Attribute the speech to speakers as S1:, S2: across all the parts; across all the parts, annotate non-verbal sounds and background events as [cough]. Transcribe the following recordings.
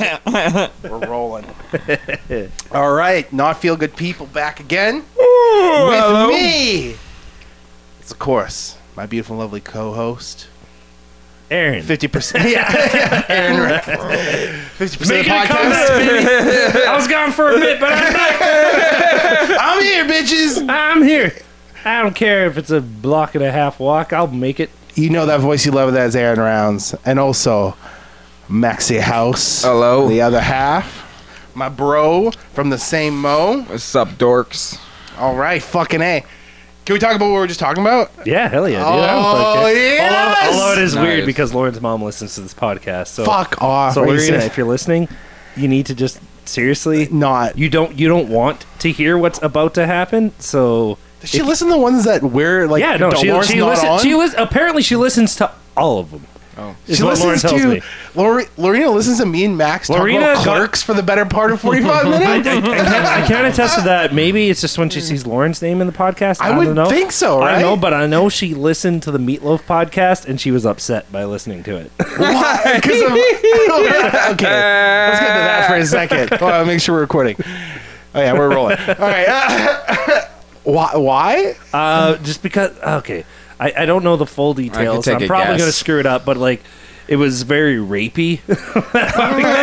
S1: We're rolling. [laughs] All right, not feel good people back again with me. It's of course my beautiful, and lovely co-host.
S2: Aaron.
S1: Fifty percent, yeah, yeah, [laughs] Aaron. Fifty percent
S2: Making a
S1: podcast. [laughs]
S2: I was gone for a bit, but I'm back.
S1: I'm here, bitches.
S2: [laughs] I'm here. I don't care if it's a block and a half walk. I'll make it.
S1: You know that voice you love. That's Aaron Rounds, and also Maxi House.
S3: Hello.
S1: The other half, my bro from the same mo.
S3: What's up, dorks?
S1: All right, fucking a. Can we talk about what we were just talking about?
S2: Yeah, hell yeah, dude. I
S1: Oh,
S2: don't fucking
S1: yes!
S2: Although, although it is
S3: Nice.
S2: weird because Lauren's mom listens to this podcast. So
S1: Fuck off.
S2: So
S1: Are you
S2: Lorena,
S1: serious?
S2: if you're listening, you need to just seriously
S1: Not.
S2: you don't you don't want to hear what's about to happen. So
S1: Does she listen to the ones that we're like?
S2: yeah, no, she,
S1: Dolores
S2: she
S1: not
S2: listen,
S1: on?
S2: She lis- apparently she listens to all of them.
S3: Oh.
S2: is
S1: She
S2: what Lauren
S1: listens
S2: tells
S1: to
S2: me.
S1: Lori, Lorena listens to me and Max talk
S2: Lorena
S1: about
S2: got-
S1: clerks for the better part of forty
S2: [laughs]
S1: five minutes.
S2: I, I can't, I can't attest to that. Maybe it's just when she sees Lauren's name in the podcast.
S1: Hmm. I
S2: I,
S1: would
S2: don't know.
S1: think so,
S2: I
S1: right?
S2: know, but I know she listened to the Meatloaf podcast and she was upset by listening to it.
S1: Why? 'Cause of- [laughs] okay, let's get to that for a second.
S2: [laughs]
S1: Hold on, make sure we're recording. Oh yeah, we're rolling. All right. [laughs] why? Why? [laughs]
S2: Uh, just because, okay, I, I don't know the full details.
S3: take
S2: I'm
S3: a
S2: probably
S3: guess.
S2: gonna screw it up, but like, it was very rapey. [laughs]
S1: Is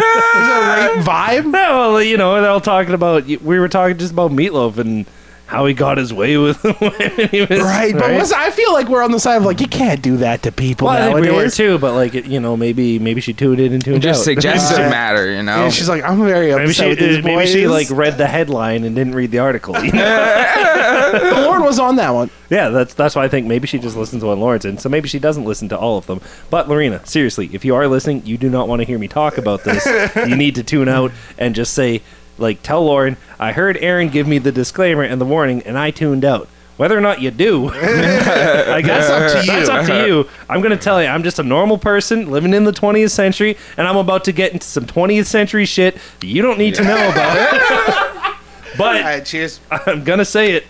S1: it a rape vibe?
S2: No, well, you know, they're all talking about. We were talking just about Meatloaf and how he got his way with [laughs] the women. He was,
S1: Right, but what's- I feel like we're on the side of like you can't do that to people
S2: well, I think we
S1: nowadays.
S2: were too, but like, it, you know, maybe maybe she tuned in and tuned
S3: Just
S2: out.
S3: suggestive
S1: Yeah.
S3: matter, you know.
S1: And she's like, I'm very upset
S2: Maybe she,
S1: with these
S2: uh, maybe she
S1: boys.
S2: like read the headline and didn't read the article. you know?
S1: [laughs] Lauren was on that one.
S2: yeah, that's that's why I think maybe she just listens to one Lawrence, and so maybe she doesn't listen to all of them. But Lorena, seriously, if you are listening, you do not want to hear me talk about this. you need to tune out and just say, like, tell Lauren, I heard Aaron give me the disclaimer and the warning, and I tuned out. Whether or not you do, I guess up
S1: [laughs]
S2: to you. That's up to you. I'm going to tell you, I'm just a normal person living in the 20th century, and I'm about to get into some 20th century shit that you don't need to
S1: [laughs]
S2: know about. but
S1: All right, cheers.
S2: I'm gonna say it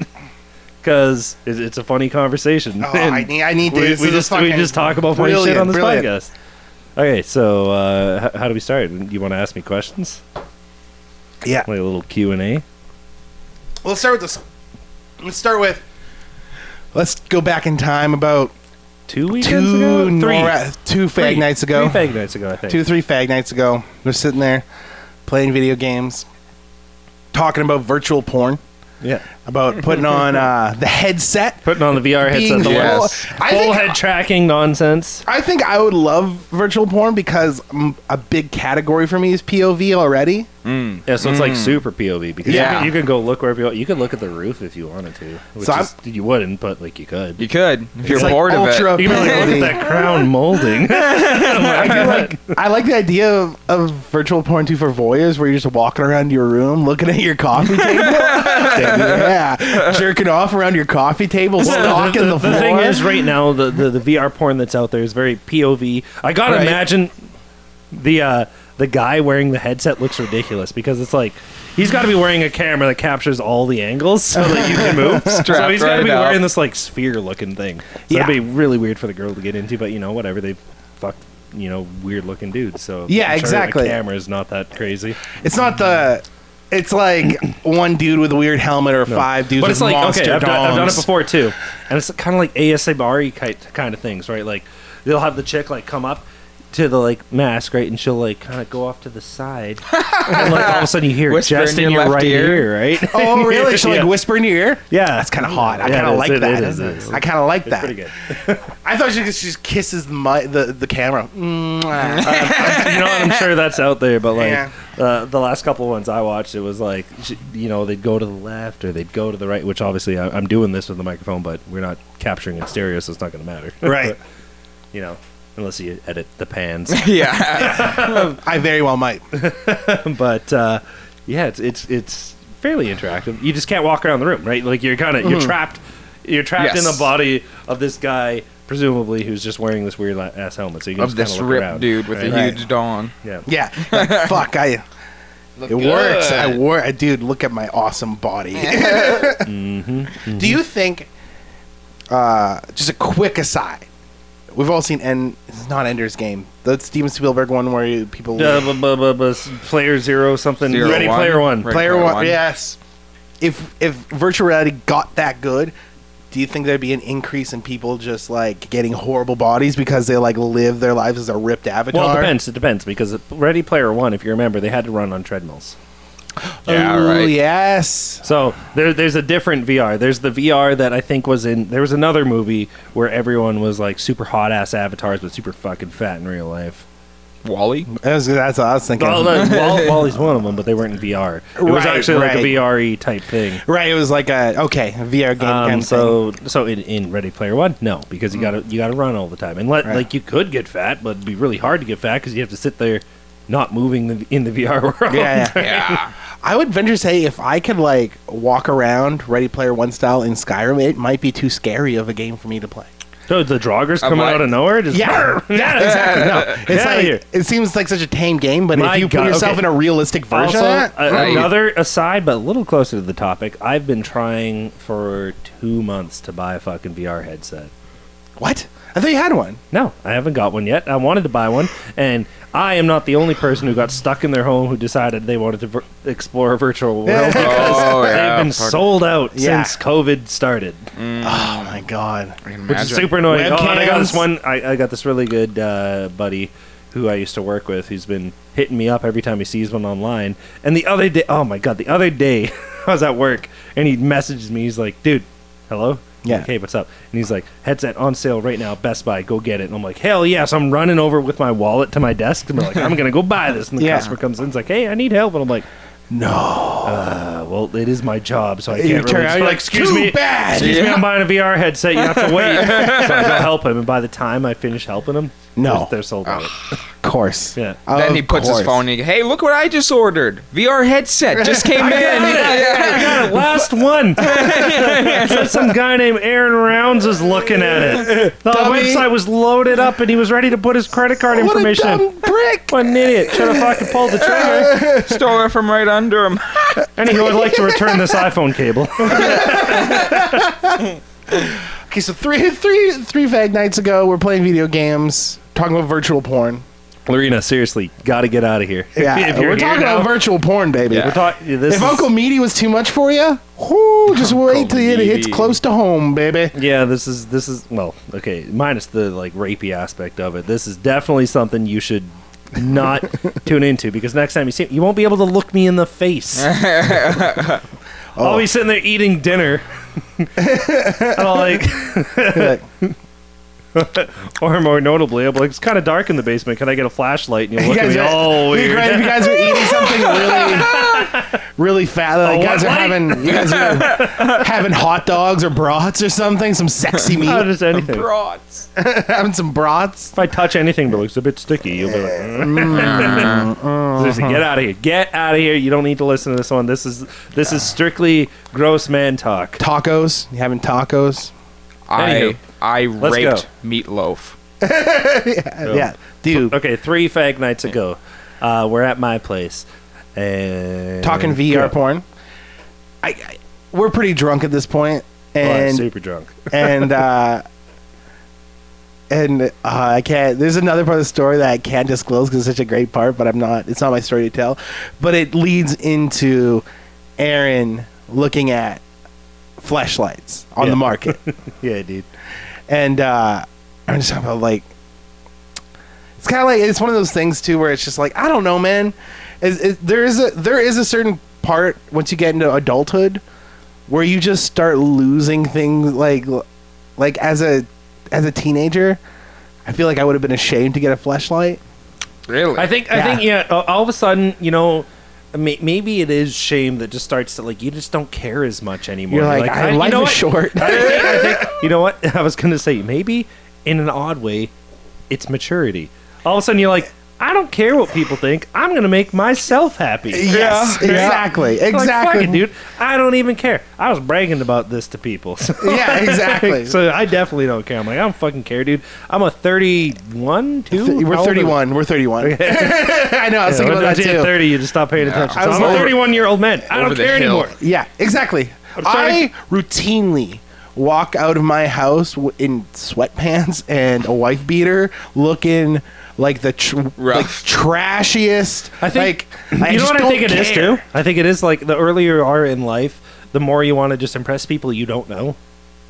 S2: because it's a funny conversation.
S1: Oh, I need, I need
S2: we,
S1: to.
S2: we
S1: this is
S2: just we
S1: fucking
S2: just talk about funny shit
S1: brilliant,
S2: on this
S1: brilliant.
S2: podcast. Okay, so uh, h- how do we start? You want to ask me questions?
S1: Yeah,
S2: Like a little Q and A.
S1: Well, let's start with this. Let's start with. Let's go back in time about
S2: Two weekends
S1: two
S2: ago, three,
S1: Nora- two fag
S2: Three.
S1: nights ago,
S2: three fag nights ago. I think.
S1: two three fag nights ago. We're sitting there playing video games, talking about virtual porn,
S2: Yeah,
S1: about putting
S2: [laughs]
S1: on uh, the headset.
S2: putting on the VR headset, the
S1: Being
S3: Yes.
S2: full,
S1: full- I
S2: full
S1: think
S2: head tracking nonsense.
S1: I think I would love virtual porn because um, a big category for me is POV already.
S2: Yeah, so it's like super POV because
S3: Yeah.
S2: you, can, you can go look wherever you want. You can look at the roof if you wanted to, which
S1: So I'm-
S2: is, you wouldn't, but like you could.
S3: you could if you're
S1: It's like
S3: bored of
S1: ultra
S3: it.
S2: You can [laughs] be like, look at
S1: POV.
S2: that crown [laughs] molding. Oh
S1: I do like I like the idea of, of virtual porn too for voyeurs, where you're just walking around your room, looking at your coffee table,
S2: [laughs]
S1: yeah, jerking off around your coffee table,
S2: [laughs] Well,
S1: stalking the, floor.
S2: thing is, right now, the, the, the VR porn that's out there is very POV. I gotta
S1: Right.
S2: imagine the uh, the guy wearing the headset looks ridiculous because it's like he's got to be wearing a camera that captures all the angles so that you can move. so
S3: [laughs] Strapped
S2: he's got to
S3: right
S2: be
S3: up.
S2: wearing this like sphere looking thing. So
S1: Yeah.
S2: that'd be really weird for the girl to get into, but you know, whatever they fucked. You know, weird looking dudes. So
S1: Yeah,
S2: I'm sure
S1: exactly.
S2: The camera is not that crazy.
S1: it's not the. It's like one dude with a weird helmet or five dudes
S2: but
S1: with
S2: it's like
S1: monster
S2: okay, I've done, I've done it
S1: dongs.
S2: before too, and it's kind of like ASMR kind kind of things, right? Like they'll have the chick like come up to the like mask, right, and she'll like kind of go off to
S1: [laughs]
S2: the side, and like all of a sudden you hear it
S3: Whisper
S2: just
S3: in
S2: in
S3: your
S2: your,
S3: left
S2: right ear,
S3: ear.
S1: [laughs] [laughs]
S2: right?
S1: Oh really? She will
S2: Yeah.
S1: like whisper in your ear.
S2: Yeah,
S1: that's kind of hot. I
S2: Yeah, it
S1: kind of
S2: is.
S1: like
S2: It-
S1: that.
S2: it is, it is.
S1: I kind of like that.
S2: pretty good.
S1: I thought she just, she just kisses my, the the camera. Mwah.
S2: [laughs] you know, and I'm sure that's out there, but like
S1: Yeah.
S2: uh, the last couple ones I watched, it was like, sh- you know, they'd go to the left or they'd go to the right, which obviously I, I'm doing this with the microphone, but we're not capturing in stereo, so it's not going to matter. [laughs]
S1: Right.
S2: you know, unless you edit the pans. [laughs]
S3: [laughs] yeah.
S1: I very well might.
S2: but uh, yeah, it's it's it's fairly interactive. You just can't walk around the room, right? Like you're kind of you're
S1: Mm-hmm.
S2: trapped, you're trapped in
S3: Yes.
S2: the body of this guy, presumably who's just wearing this weird ass helmet. So you can
S3: of
S2: just
S3: this
S2: kinda look around,
S3: ripped dude with
S2: right?
S3: a huge dong.
S2: yeah.
S1: Yeah.
S2: [laughs]
S1: Like, fuck, I. it works. I wore. I dude, look at my awesome body.
S3: [laughs]
S1: [laughs]
S2: Mm-hmm,
S1: Do you think? Uh, just a quick aside. We've all seen End. It's not Ender's Game. The Steven Spielberg one where you- people.
S2: Uh, bu- bu- bu- bu- s- player zero something.
S3: Zero
S2: Ready
S3: one.
S2: player one.
S3: Right.
S1: player
S3: Player
S1: one,
S3: One.
S1: Yes. If if virtual reality got that good, do you think there'd be an increase in people just like getting horrible bodies because they like live their lives as a ripped avatar?
S2: Well, it depends. It depends because Ready Player One, if you remember, they had to run on treadmills.
S3: Yeah,
S1: Ooh,
S3: right.
S1: Yes.
S2: So there, there's a different VR. There's the VR that I think was in. There was another movie where everyone was like super hot ass avatars, but super fucking fat in real life.
S3: Wally.
S1: That was- that's what I was thinking.
S2: Well, no, Wall, Wally's one of them, but they weren't in VR. It was
S1: Right,
S2: actually like
S1: right.
S2: a VRE type thing.
S1: right. It was like a okay a VR game.
S2: Um,
S1: kind of thing. Hmm.
S2: so so in, in Ready Player One, no, because you gotta you gotta run all the time, and let
S1: Right.
S2: like you could get fat, but it'd be really hard to get fat because you have to sit there not moving the, in the [laughs] VR world.
S1: Yeah, yeah.
S3: [laughs] Yeah.
S1: I would venture to say if I could like walk around Ready Player One style in Skyrim, it might be too scary of a game for me to play.
S2: So the joggers
S3: I'm
S2: coming
S3: like-
S2: out of nowhere,
S1: [laughs]
S2: just
S1: Yeah.
S2: [laughs] yeah, exactly. No,
S1: It's like
S2: here.
S1: it seems like such a tame game, but
S2: My
S1: if you
S2: God,
S1: put yourself
S2: okay.
S1: in a realistic version,
S2: Also, uh,
S1: of that,
S2: a-
S3: Right.
S2: another aside, but a little closer to the topic. I've been trying for two months to buy a fucking VR headset.
S1: what? I thought you had one.
S2: No, I haven't got one yet. I wanted to buy one, and I am not the only person who got stuck in their home who decided they wanted to vir- explore a virtual world because
S3: Oh, yeah,
S2: they've been
S3: fuck.
S2: sold out
S1: Yeah.
S2: since COVID started,
S1: Oh my god!
S3: I can
S2: which is
S3: imagine.
S2: super annoying. Oh, and I got this
S1: Webcams.
S2: one. I, I got this really good uh, buddy who I used to work with who's been hitting me up every time he sees one online. And the other day, oh my god, the other day [laughs] I was at work and he messages me. He's like, "Dude, hello." I'm
S1: Yeah.
S2: Like, hey, what's up? And he's like, headset on sale right now, Best Buy, go get it. And I'm like, hell yes. I'm running over with my wallet to my desk. And I'm like, I'm going to go buy this. And the
S1: Yeah.
S2: customer comes in and's like, hey, I need help. And I'm like,
S1: No,
S2: uh, well, it is my job, so I can't
S1: You
S2: really.
S1: turn around,
S2: just be
S1: you're
S2: like,
S1: like,
S2: excuse
S1: "Too
S2: me,
S1: bad."
S2: excuse me,
S3: Yeah.
S2: I'm buying a VR headset. You have
S1: [laughs]
S2: to wait. so I go help him, and by the time I finish helping him,
S1: No.
S2: they're- they're sold out.
S1: of course.
S2: Yeah.
S1: Of
S3: Then he puts
S1: course.
S3: his phone in. Hey, look what I just ordered.
S2: [laughs]
S3: VR headset just came in.
S2: I
S3: Yeah.
S2: [laughs] got it. Last [laughs] one. So some guy named Aaron Rounds is looking at it. The
S1: Dummy.
S2: website was loaded up, and he was ready to put his credit card
S1: What a
S2: information. in.
S1: dumb prick!
S2: What an idiot! Should have fucking pulled the trigger.
S3: Stole it from right under him. [laughs]
S2: Anywho, I'd like to return this iPhone cable. [laughs]
S1: Okay, so three, three, three vague nights ago, we're playing video games, talking about virtual porn.
S2: Lorena, seriously, got to get out of here.
S1: Yeah,
S2: If you're
S1: we're
S2: here
S1: talking
S2: now-
S1: about virtual porn, baby.
S3: Yeah.
S2: we're talk- this
S1: If
S2: is-
S1: Uncle Meaty was too much for you, whoo, just wait till it hits
S3: Meaty.
S1: close to home, baby.
S2: Yeah, this is this is well, okay, minus the like rapey aspect of it. This is definitely something you should not
S1: [laughs]
S2: tune into because next time you see you won't be able to look me in
S1: [laughs]
S2: the face.
S1: Oh.
S2: I'll be sitting there
S1: [laughs]
S2: eating dinner. and I'll like [laughs] or more notably, I'm like, it's kinda dark in the basement, can I get a flashlight? And you'll
S1: [laughs] You
S2: look at
S1: guys,
S2: me
S1: are,
S2: all
S1: you
S2: weird.
S1: guys-
S2: [laughs]
S1: you guys are eating something really, really fat. Like,
S2: A
S1: you guys are
S2: what light?
S1: having, you guys are
S2: [laughs]
S1: having hot dogs or brats or something, some sexy
S2: Not
S1: meat,
S2: just anything.
S3: Broads.
S1: having some brats.
S2: If I touch anything that looks a bit sticky, you'll be like, "Mm."
S1: Mm.
S2: [laughs] Seriously, get out of here. Get out of here. You don't need to listen to this one. This is this is strictly gross man talk.
S1: Tacos, you having tacos?
S3: I
S2: Anywho.
S3: I
S2: Let's
S3: raped meatloaf.
S1: Uh, Yeah, dude.
S2: Okay, three fag nights ago, uh, we're at my place, and
S1: talking VR
S2: Yeah.
S1: porn. I, I, we're pretty drunk at this point,
S2: Oh, I was
S1: and
S2: super drunk. [laughs]
S1: and uh, and uh, I can't. There's another part of the story that I can't disclose because it's such a great part, but I'm not. It's not my story to tell. But it leads into Aaron looking at flashlights on
S2: Yeah.
S1: the market,
S2: Yeah, dude.
S1: and uh, I'm just talking about like. It's kind of like it's one of those things too, where it's just like I don't know, man. Is, is, there is a there is a certain part once you get into adulthood where you just start losing things like like as a as a teenager i feel like i would have been ashamed to get a flashlight
S3: Really?
S2: I think I
S1: Yeah.
S2: think yeah. a- All of a sudden, you know. may- Maybe it is shame that just starts to like you just don't care as much anymore.
S1: you're like, I,
S2: you
S1: life
S2: know
S1: is
S2: what?
S1: short
S2: I think, you know what? [laughs] I was going to say, maybe in an odd way, it's maturity. All of a sudden, you're like, I don't care what people think. I'm going to make myself
S1: [laughs]
S2: happy.
S1: yes
S3: Yeah.
S1: exactly
S2: Like, fuck
S1: exactly
S2: it, dude. I don't even care. I was bragging about this to people. [laughs] So,
S1: yeah exactly
S2: so I definitely don't care. I'm like, I don't fucking care, dude. I'm a 31, 2?
S1: Th- we're 31 we're 31 [laughs] i know i was
S2: Yeah,
S1: thinking
S2: when
S1: about that
S2: you hit
S1: too
S2: 30, you just stop paying attention.
S1: I
S2: So
S1: was
S2: I'm a
S1: over-
S2: 31 year old man. I
S3: Over
S2: don't
S3: the
S2: care
S3: hill.
S2: anymore.
S1: yeah exactly
S2: sorry.
S1: i routinely walk out of my house w- in sweatpants and a wife beater, looking like the tr- like
S3: Rough.
S1: trashiest.
S2: I think
S1: like,
S2: [clears throat] you know
S1: just
S2: what I
S1: don't
S2: think it is
S1: care.
S2: too. I think it is like the earlier you are in life, the more you want to just impress people you don't know.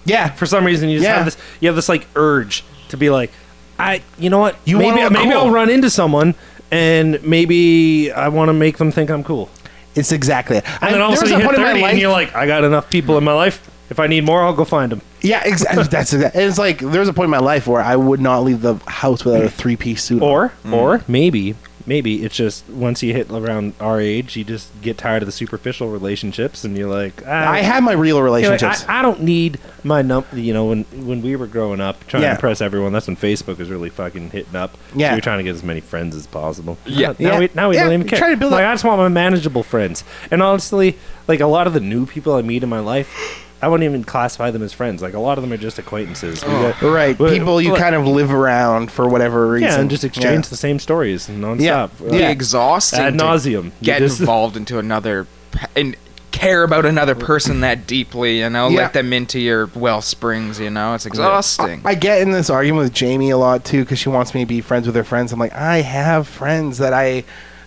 S1: Yeah,
S2: For some reason, you just
S1: Yeah.
S2: have this you have this like urge to be like, I you know what?
S1: You wanna
S2: maybe
S1: look
S2: maybe
S1: cool.
S2: I'll run into someone and maybe I want to make them think I'm cool.
S1: it's exactly. it.
S2: And
S1: I-
S2: then
S1: there
S2: also
S1: was
S2: you
S1: a
S2: hit
S1: point in my
S2: thirty and
S1: life-
S2: you're like, I got enough people in my life. If I need more, I'll go find them.
S1: [laughs] Yeah, exactly. That's exactly. It's like there was a point in my life where I would not leave the house without a three piece suit. on.
S2: Or or maybe maybe it's just once you hit around our age, you just get tired of the superficial relationships, and you're like, "Ah,
S1: I had my real
S2: you know, like,
S1: relationships.
S2: I, I don't need my num. You know, when when we were growing up, trying
S1: Yeah.
S2: to impress everyone. That's when Facebook was really fucking hitting up.
S1: Yeah.
S2: so you're trying to get as many friends as possible.
S3: Yeah.
S2: now, now
S1: Yeah.
S2: we, now we
S1: Yeah,
S2: don't even care.
S1: try to build
S2: like
S1: up-
S2: I just want my manageable friends. And honestly, like a lot of the new people I meet in my life. I wouldn't even classify them as friends. Like a lot of them are just acquaintances. We got-
S1: Oh, right,
S2: Well,
S1: people you
S2: well,
S1: kind of live around for whatever reason.
S2: yeah, and just exchange the same stories nonstop.
S1: Yeah.
S2: Uh,
S3: Be
S1: Yeah.
S3: exhausting.
S2: Ad
S3: to
S2: nauseum. You
S3: Get
S2: just-
S3: involved into another p- and care about another person that deeply, you know,
S1: Yeah.
S3: let them into your well springs, you know. It's exhausting.
S1: I get in this argument with Jamie a lot too because she wants me to be friends with her friends. I'm like, I have friends that I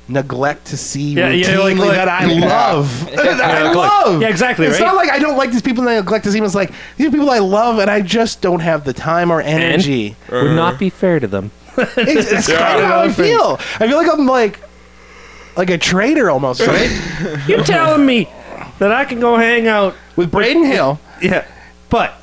S1: neglect to see
S2: Yeah,
S1: routinely
S2: yeah, like- like-
S1: that I love. [laughs]
S2: [laughs]
S1: that I
S2: like-
S1: love.
S2: yeah, exactly,
S1: It's
S2: right?
S1: not like I don't like these people and I neglect to see them. It's like these are people I love and I just don't have the time or
S2: [laughs]
S1: energy.
S2: [laughs] would not be fair to them.
S1: It's, it's kind of how I feel. I feel like I'm like like a traitor almost, right?
S2: You're telling me that I can go hang out.
S1: with Braden Hill.
S2: Yeah, but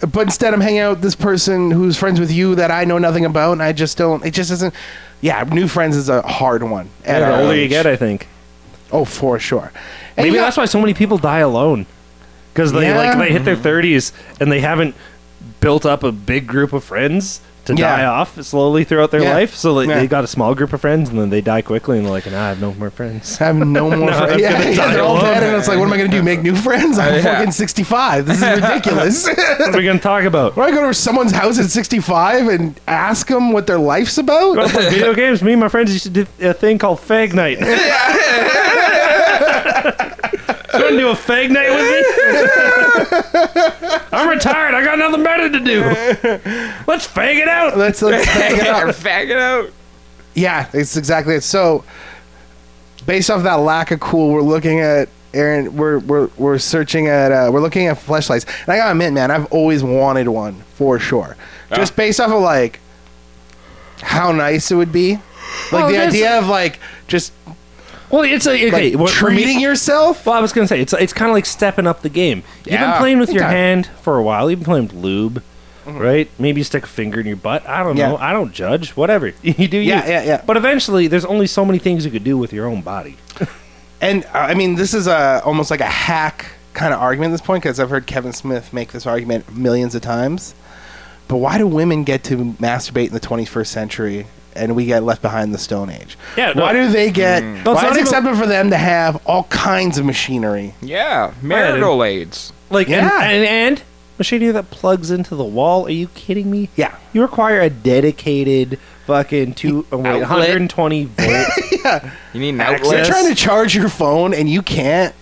S1: but instead I'm hanging out with this person who's friends with you that I know nothing about, and I just don't. It just isn't. Yeah, new friends is a hard one. At
S2: the
S1: our
S2: older you
S1: age.
S2: get, I think
S1: oh, for sure. And
S2: maybe
S1: yeah,
S2: that's why so many people die alone because they like
S1: Yeah.
S2: they hit their thirties and they haven't built up a big group of friends to
S1: Yeah.
S2: die off slowly throughout their
S1: Yeah.
S2: life. So like,
S1: Yeah.
S2: they got a small group of friends and then they die quickly and they're like, nah, I have no
S1: [laughs]
S2: more friends.
S1: I have
S2: [laughs]
S1: no more
S2: I'm
S1: friends. Yeah,
S2: gonna
S1: yeah, [laughs]
S2: die
S1: they're all
S2: alone.
S1: dead, and it's like, what am I going to do? Make new friends? I'm
S2: [laughs]
S3: Yeah.
S1: fucking 65. This is ridiculous. [laughs] When
S2: what are we gonna talk about?
S1: I go to someone's house at 65 and ask them what their life's about?
S2: Well, for video
S1: [laughs]
S2: games. Me and my friends used to do a thing called Fag Night. you want to do a Fag Night with me? I'm retired. I got nothing better to do. Let's fag it out.
S1: Let's, let's
S2: [laughs]
S1: hang it up.
S3: [laughs] Fag it out.
S1: Yeah, it's exactly it. So, based off that lack of cool, we're looking at Aaron. We're we're we're searching at uh, we're looking at fleshlights. And I gotta admit, man, I've always wanted one for sure. Just based off of like how nice it would be, like
S2: Well,
S1: the
S2: it is-
S1: idea of like just
S2: Well, it's a
S1: like
S2: okay. what- for me-
S1: treating yourself.
S2: Well, I was gonna say it's it's kind of like stepping up the game. You've been
S3: Yeah.
S2: playing with your
S1: Yeah. Mm-hmm.
S2: hand for a while. You've been playing with lube, right? Maybe you stick a finger in your butt. I don't
S1: Yeah.
S2: know. I don't judge. Whatever [laughs] you do, you.
S1: Yeah, yeah, yeah.
S2: But eventually, there's only so many things you could do with your own body.
S1: And uh, I mean, this is a almost like a hack kind of argument at this point because I've heard Kevin Smith make this argument millions of times. But why do women get to masturbate in the 21st century and we get left behind in the Stone Age?
S2: Yeah, no.
S1: why do they get?
S2: No, it's
S1: Why
S2: not
S1: is it
S2: even-
S1: acceptable for them to have all kinds of machinery?
S3: Yeah. Marital aids.
S2: Like and-
S1: Yeah.
S2: and, and machinery that plugs into the wall. Are you kidding me?
S1: Yeah.
S2: You require a dedicated fucking two oh, wait,
S1: [laughs]
S3: Outlet.
S2: 120 volt.
S3: You need an
S2: Access.
S1: You're
S3: outlet.
S1: trying to charge your phone and you can't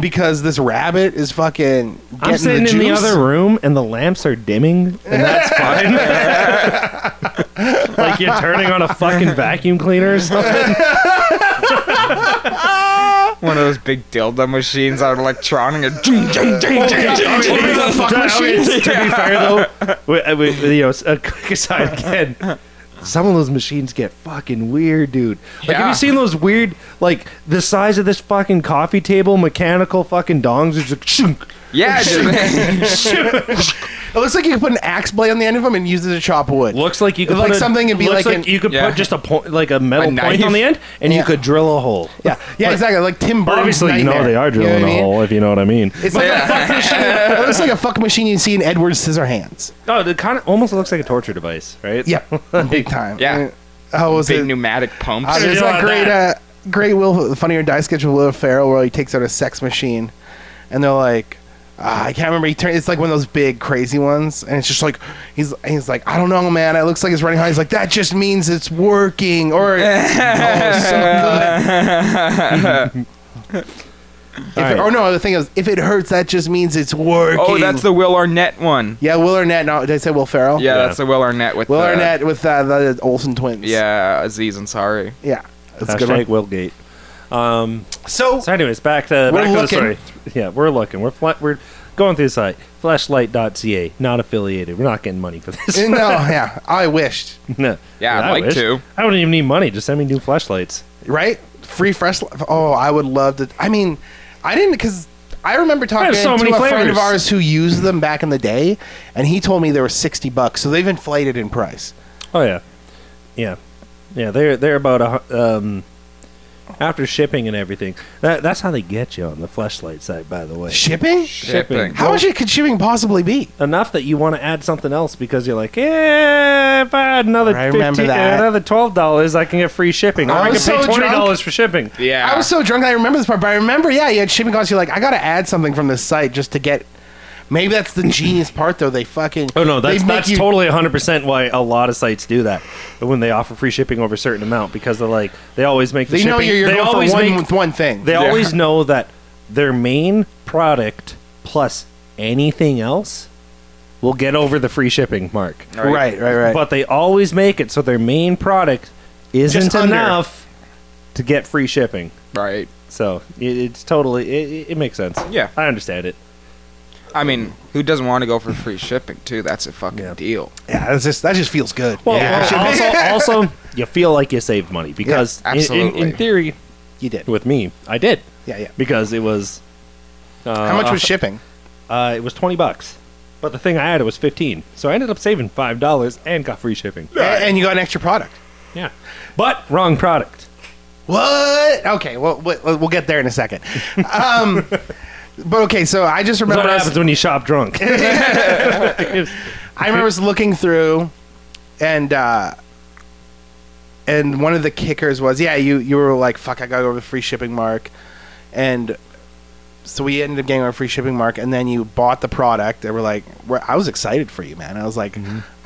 S1: because this rabbit is fucking. Getting
S2: I'm sitting
S1: the
S2: in the
S1: juice?
S2: other room and the lamps are dimming
S1: [laughs]
S2: and that's fine. [laughs] like you're turning on a fucking vacuum cleaner or something.
S3: One of those big dildo machines out electronic. And ding, ding, ding, ding, ding, ding.
S2: to be fair though, we, we, you know, a quick aside again. Some of those machines get fucking weird, dude. Like, have
S3: Yeah.
S2: you seen those weird, like the size of this fucking coffee table, mechanical fucking dongs? It's like, shunk,
S1: [laughs]
S3: Yeah, dude.
S1: It looks like you can put an axe blade on the end of them and use it to chop wood.
S2: looks like you
S1: could
S2: could
S1: Like
S2: put
S1: put a- something it'd be like
S2: looks like,
S1: an-
S2: you could
S3: Yeah.
S2: put just a point, like a
S3: A
S2: metal point
S3: knife?
S2: on the end, and you
S1: Yeah.
S2: could drill a hole.
S1: Yeah, yeah, exactly. Like Tim Burton's
S2: Obviously, you know
S1: Nightmare.
S2: they are
S1: know
S2: drilling
S1: what I
S2: a
S1: mean?
S2: hole, if you know what I mean.
S1: It's like a fuck machine. It [laughs] looks like a fuck machine you see in Edward Scissorhands.
S2: Oh, it kind of almost looks like a torture device, right?
S1: Yeah, [laughs] big time.
S3: Yeah.
S1: Uh, How was
S3: Big
S1: it?
S3: pneumatic
S1: Uh,
S3: pumps.
S1: there's
S2: Yeah,
S1: that great, uh, great Will, the funnier die sketch with Will Ferrell where he takes out a sex machine, and they're like, ah, I can't remember. He turn, it's like one of those big crazy ones, and it's just like he's he's like, I don't know, man. It looks like it's running hot. He's like, that just means it's [laughs] [laughs] working, or it's, oh, so good. If
S2: All right.
S1: it, or no, the thing is, if it hurts, that just means it's working.
S3: Oh, that's the Will Arnett one.
S1: yeah. Will Arnett? No, did I say Will Ferrell?
S3: Yeah,
S2: Yeah.
S3: that's the Will Arnett with
S1: Will
S3: the,
S1: Arnett with uh, the Olsen twins.
S3: Yeah, Aziz Ansari.
S1: yeah. That's a good
S2: Hashtag
S1: one.
S2: Willgate. Um,
S1: So
S2: so, anyways, back to
S1: We're
S2: back to the
S1: looking.
S2: story. Yeah, we're looking. We're fla- we're going through the site. Flashlight.ca, not affiliated. We're not getting money for this.
S1: Eh, no, yeah, I wished.
S2: [laughs] no.
S3: Yeah, I'd
S2: I
S3: like to.
S2: I don't even need money. Just send me new flashlights.
S1: Right? Free fresh. Oh, I would love to. I mean, I didn't because I remember talking
S2: so
S1: to
S2: many
S1: a friend of
S2: flavors.
S1: ours who used them back in the day, and he told me they were sixty bucks. So they've inflated in price.
S2: Oh yeah, yeah, yeah. They're they're about a hu- um, after shipping and everything. That that's how they get you on the flashlight site. By the way,
S1: Shipping?
S3: Shipping.
S1: How much could shipping possibly be?
S2: enough that you want to add something else because you're like, yeah, if I add another
S1: I remember
S2: 15
S1: that.
S2: another twelve dollars, I can get free shipping. Or
S1: I
S2: I, can
S1: was
S2: pay
S1: so
S2: twenty
S1: drunk.
S2: dollars for shipping.
S3: Yeah.
S1: I was so drunk. I remember this part, but I remember, yeah, you had shipping costs. You're like, I got to add something from this site just to get. Maybe that's the genius part, though. They fucking.
S2: Oh no,
S1: they
S2: that's
S1: make
S2: that's
S1: you-
S2: totally 100% why a lot of sites do that. When they offer free shipping over a certain amount because they're like they always make the
S1: They
S2: shipping
S1: know you're, you're
S2: they
S1: going
S2: always
S1: for one
S2: make
S1: with one thing.
S2: They
S3: Yeah.
S2: always know that their main product plus anything else will get over the free shipping mark.
S1: right, right, right.
S2: But they always make it so their main product isn't
S1: Just under.
S2: enough to get free shipping.
S3: Right.
S2: So it, it's totally it, it makes sense.
S3: Yeah.
S2: I understand it.
S3: I mean, who doesn't want to go
S1: [laughs]
S3: for free shipping too? That's a fucking
S2: Yeah.
S3: deal.
S1: yeah, that's just that just feels good.
S2: Well,
S1: yeah, [laughs]
S2: well, also, also you feel like you saved money because in- in, in,
S3: absolutely.
S2: theory
S1: you did.
S2: with me I did
S1: Yeah, yeah.
S2: because it was uh,
S1: How much was shipping?
S2: Uh, it was twenty bucks, but the thing I added was fifteen, so I ended up saving five dollars and got free shipping.
S1: A- And you got an extra product.
S2: Yeah, but wrong product.
S1: What? Okay, well, we- we'll get there in a second. Um, [laughs] but okay, so I just
S2: That's
S1: remember
S2: what
S1: I was-
S2: happens when you shop
S1: [laughs]
S2: drunk. [laughs]
S1: I remember I was looking through, and uh, and one of the kickers was, yeah, you you were like, fuck, I gotta go over the free shipping mark, and so we ended up getting our free shipping mark, and then you bought the product, and we're like, we're, I was excited for you, man. I was like,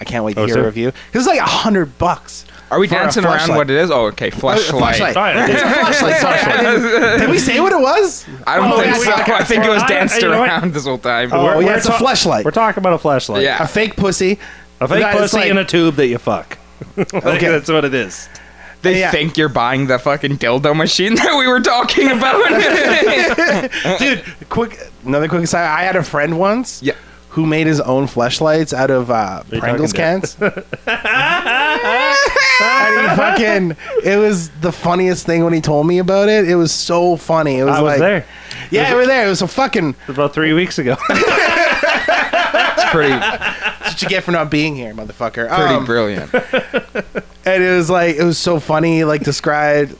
S1: I can't wait to
S2: Oh,
S1: hear
S2: so-
S1: a review. It was like a hundred bucks.
S3: Are we
S1: for a
S3: dancing around
S1: flashlight.
S3: what it is? Oh, okay, flashlight.
S1: flashlight.
S2: Sorry,
S1: It's a flashlight.
S3: [laughs]
S1: Sorry, I didn't- Did we say what it was?
S3: I don't
S1: Oh,
S3: think
S1: yeah,
S3: so.
S1: yeah,
S3: I think it was
S2: I-
S3: danced
S2: you know what?
S3: around this whole time.
S1: Oh,
S2: We're-
S1: yeah,
S2: we're
S1: it's a
S2: ta-
S1: flashlight.
S2: We're talking about a flashlight.
S3: Yeah.
S1: A fake pussy.
S2: a fake
S1: That is
S2: pussy
S1: like-
S2: in a tube that
S1: [laughs]
S2: you fuck. okay,
S1: Okay.
S2: that's what it is.
S3: they
S1: yeah.
S3: think you're buying the fucking dildo machine [laughs] that we were talking [laughs] about.
S1: [laughs] dude. Quick, another quick aside. I had a friend once.
S3: Yeah.
S1: Who made his own flashlights out of uh,
S2: you
S1: Pringles
S2: talking
S1: cans? and [laughs] he fucking, it was the funniest thing when he told me about it. It was so funny. It was
S2: I was
S1: like,
S2: there.
S1: yeah, we were there. It was a fucking.
S2: About three weeks ago.
S3: it's pretty,
S1: That's what you get for not being here, motherfucker.
S3: pretty
S1: Um,
S3: brilliant.
S1: and it was like it was so funny like described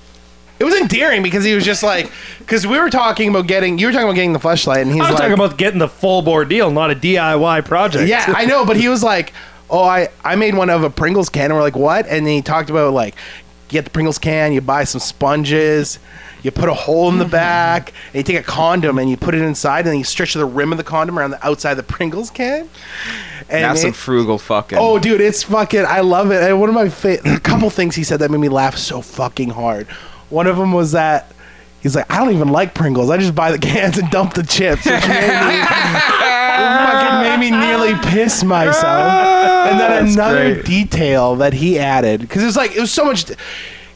S1: it was endearing because he was just like because we were talking about getting you were talking about getting the flashlight and he's
S2: I'm
S1: like
S2: talking about getting the full board deal, not a DIY project.
S1: yeah
S2: [laughs]
S1: i know but he was like oh i i made one of a pringles can and we're like what and then he talked about like you get the pringles can you buy some sponges you put a hole
S3: Mm-hmm.
S1: in the back and you take a condom and you put it inside and then you stretch the rim of the condom around the outside of the pringles can and
S3: That's some
S1: it-
S3: frugal fucking.
S1: Oh, dude, it's fucking. I love it. And one of my fa- [clears throat] a couple things he said that made me laugh so fucking hard. One of them was that he's like, I don't even like Pringles. I just buy the [laughs] cans and dump the chips. Which made me,
S2: [laughs]
S1: fucking made me nearly piss myself. And then
S3: That's
S1: another
S3: great.
S1: detail that he added because it was like it was so much.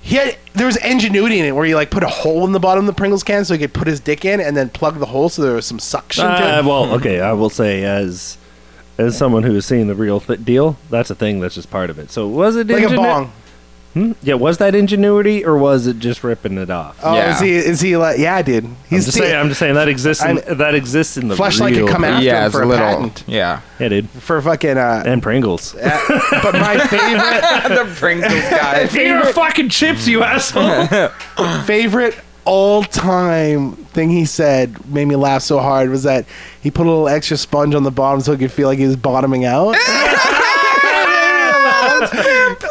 S1: He had there was ingenuity in it where he like put a hole in the bottom of the Pringles can so he could put his dick in and then plug the hole so there was some suction. to
S2: Uh,
S1: it.
S2: well, okay, I will say as as someone who has seen the real th- deal, that's a thing that's just part of it. So was it
S1: Like a
S2: ingenu-
S1: bong.
S2: Hmm? Yeah, was that ingenuity or was it just ripping it off?
S1: Oh,
S3: Yeah.
S1: is he? Is he like? Yeah, dude.
S2: I'm
S1: He's
S2: just
S1: the-
S2: saying. I'm just saying that exists. In,
S1: I'm-
S2: that exists in the
S1: Flashlight could
S2: real
S1: come
S2: deal.
S1: after
S3: yeah,
S1: him
S3: it's
S1: for a
S3: a little.
S1: patent.
S3: Yeah,
S2: Yeah, dude.
S1: for fucking uh
S2: And Pringles. [laughs]
S1: but my favorite
S3: [laughs] the Pringles
S1: [laughs]
S3: guy.
S2: Favorite fucking chips, you [laughs] asshole.
S1: favorite all time thing he said made me laugh so hard was that he put a little extra sponge on the bottom so he could feel like he was bottoming
S3: [laughs]
S1: out.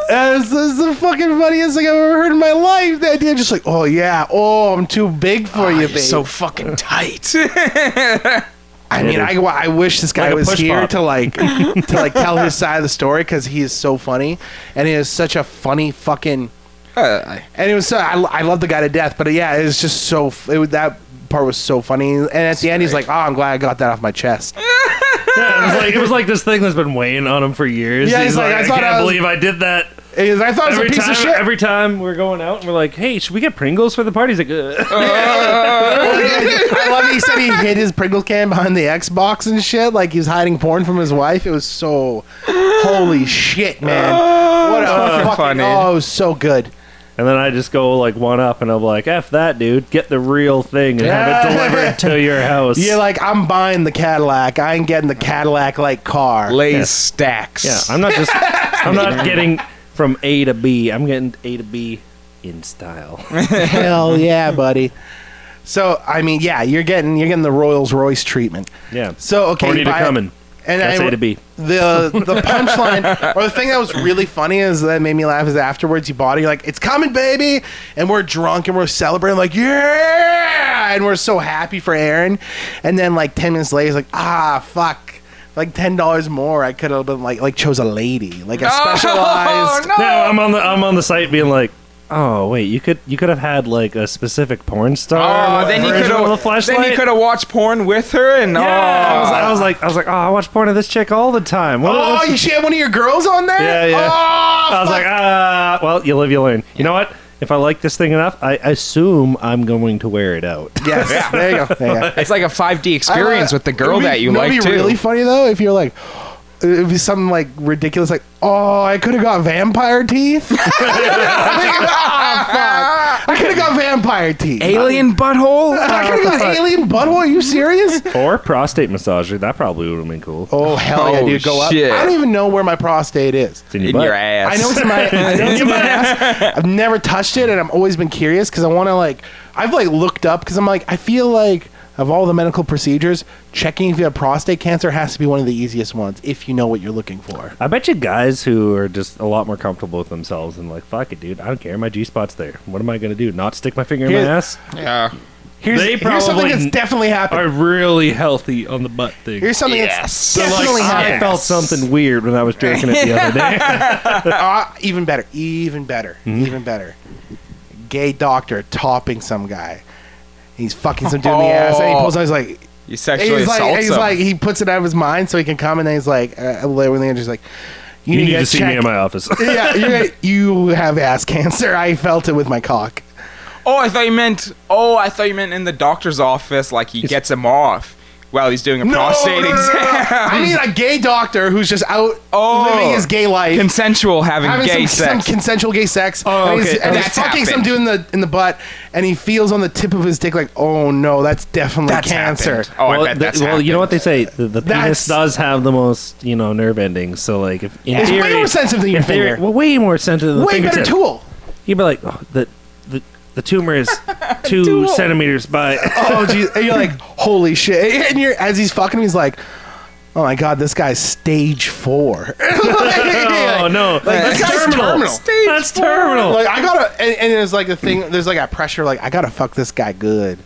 S1: This is the fucking funniest thing I've ever heard in my life. The idea, just like, oh yeah, oh I'm too big for you, babe.
S3: so fucking tight.
S1: [laughs] I mean, I, I wish this guy
S2: Like a
S1: was
S2: push
S1: here
S2: pop.
S1: to
S2: [laughs]
S1: like to like tell his side of the story because he is so funny and he is such a funny fucking
S3: Uh, I-
S1: And it was so I, I love the guy to death, but yeah, it was just so f- it was that part was so funny. And at the end, he's like, "Oh, I'm glad I got that off my chest."
S2: Yeah, it was like it was like this thing that's been weighing on him for years.
S1: Yeah,
S2: he's,
S1: he's
S2: like,
S1: like, "I
S2: I,
S1: thought
S2: can't
S1: I was-
S2: believe I did that.
S1: And he's like, I thought it was
S2: Every
S1: a piece
S2: time,
S1: of shit.
S2: every time we're going out and we're like, hey, should we get Pringles for the party? He's like,
S1: Oh.
S2: "Ugh."
S1: [laughs] I love that he said he hid his Pringle can behind the Xbox and shit, like he was hiding porn from his wife. It was so holy shit, man! What a
S3: so
S1: fucking
S3: funny.
S1: oh, it was so good.
S2: and then I just go like one up and I'm like, f that dude, get the real thing and have it
S1: Yeah. [laughs]
S2: delivered to your house.
S1: You're like, I'm buying the Cadillac. I ain't getting the Cadillac like
S2: [laughs]
S1: car.
S3: Lay stacks.
S2: yeah, I'm
S1: [laughs]
S2: not just, I'm not getting from A to B. I'm getting A to B
S1: [laughs]
S2: in style.
S1: Hell yeah, buddy. So I mean, yeah, you're getting you're getting the Royals Royce treatment.
S2: Yeah.
S1: So okay,
S2: Horny to
S1: by-
S2: coming.
S1: And
S2: That's
S1: I,
S2: A to B. [laughs]
S1: The the punchline or the thing that was really funny is that made me laugh is afterwards you bought it, you're like, It's coming, baby and we're drunk and we're celebrating like, Yeah and we're so happy for Aaron and then like ten minutes later he's like, Ah fuck. Like ten dollars more, I could have been like like chose a lady, like a specialized.
S3: no.
S2: No, I'm on the I'm on the site being like, oh wait, you could you could have had like a specific porn star.
S3: Oh, then you
S2: version
S3: could
S2: of the
S3: have.
S2: flashlight.
S3: Then you could have watched porn with her, and
S2: Yeah, I, was,
S3: oh,
S2: I was like I was like, oh, I watch porn of this chick all the time. What-
S1: Oh,
S2: what's-
S1: you she had one of your girls on there?
S2: Yeah, yeah.
S1: Oh,
S2: I was
S1: fuck.
S2: like, ah, well, you live, you learn. You know what? If I like this thing enough, I assume I'm going to wear it out.
S1: yes. There you go. There you go.
S3: it's like a 5D experience
S1: I, uh,
S3: with the girl
S1: it'd be-
S3: that you
S1: it'd
S3: like
S1: be
S3: too.
S1: Really funny though, if you're like, it'd be something like ridiculous, like, oh, I could have got vampire teeth. [laughs] Like, ah, fuck. I could have got vampire teeth.
S3: Alien butthole.
S1: [laughs] I could have got alien butthole. Are you serious?
S2: Or prostate massager. That probably would have been cool.
S1: [laughs] Oh hell yeah,
S3: Oh,
S1: dude, go
S3: shit.
S1: up. I don't even know where my prostate is.
S2: It's in your
S3: in
S2: butt.
S3: your ass.
S1: I know it's in my. I know it's in my ass. I've never touched it, and I've always been curious because I want to like. I've like looked up because I'm like I feel like of all the medical procedures, checking if you have prostate cancer has to be one of the easiest ones if you know what you're looking for.
S2: I bet you guys who are just a lot more comfortable with themselves and like, fuck it, dude, I don't care. My G spot's there. What am I going to do? Not stick my finger in
S1: Here-
S2: my ass?
S3: Yeah.
S1: Here's,
S2: They
S1: here's something
S2: probably
S1: that's
S2: n-
S1: definitely happened.
S2: really healthy on the butt thing.
S1: Here's something
S3: Yes.
S1: that's
S3: So,
S2: But, like,
S1: definitely happened.
S2: I felt something weird when I was jerking it
S1: [laughs]
S2: the other day.
S1: Ah, even better, even better,
S2: Mm-hmm.
S1: even better. Gay doctor topping some guy. He's fucking some dude in the ass, and he pulls out. He's like,
S3: You
S1: And
S3: sexually
S1: he's like,
S3: assault
S1: and he's
S3: him.
S1: like, he puts it out of his mind so he can come, and then he's like, uh, later when the just like, you,
S2: You need
S1: get
S2: to see me in my office.
S1: [laughs]
S2: [laughs]
S1: yeah, you're, you have ass cancer. I felt it with my cock.
S3: oh, I thought you meant. Oh, I thought you meant in the doctor's office. Like he gets him off while he's doing a
S1: [laughs]
S3: prostate exam.
S1: I need a gay doctor who's just out
S3: Oh.
S1: living his gay life,
S3: Consensual having,
S1: having
S3: gay
S1: some,
S3: sex.
S1: some consensual gay sex.
S3: Oh,
S1: and he's,
S3: okay.
S1: and he's
S3: That's
S1: fucking some
S3: happened.
S1: dude in the in the butt, and he feels on the tip of his dick like, oh no, that's definitely
S3: That's
S1: cancer.
S3: happened. Oh, I
S2: well,
S3: bet
S2: the-
S3: that's
S2: well, you know what they say. The, the
S1: That's-
S2: penis does have the most, you know, nerve endings. So, like, if in
S1: It's way
S2: theory-
S1: more sensitive than
S2: in
S1: your
S2: theory-
S1: finger.
S2: Well, way more sensitive than the
S1: Way better
S2: fingertip.
S1: tool.
S2: You'd be like, oh, the the the
S1: [laughs]
S2: tumor is two
S3: Tool.
S2: centimeters by.
S1: oh geez. and you're like holy shit and you're as he's fucking he's like oh my god this guy's stage four [laughs]
S2: [laughs] oh no,
S1: this guy's terminal.
S2: [laughs]
S3: Stage
S2: That's
S3: four.
S2: terminal.
S1: like i gotta and, and there's like a thing there's like a pressure like i gotta fuck this guy good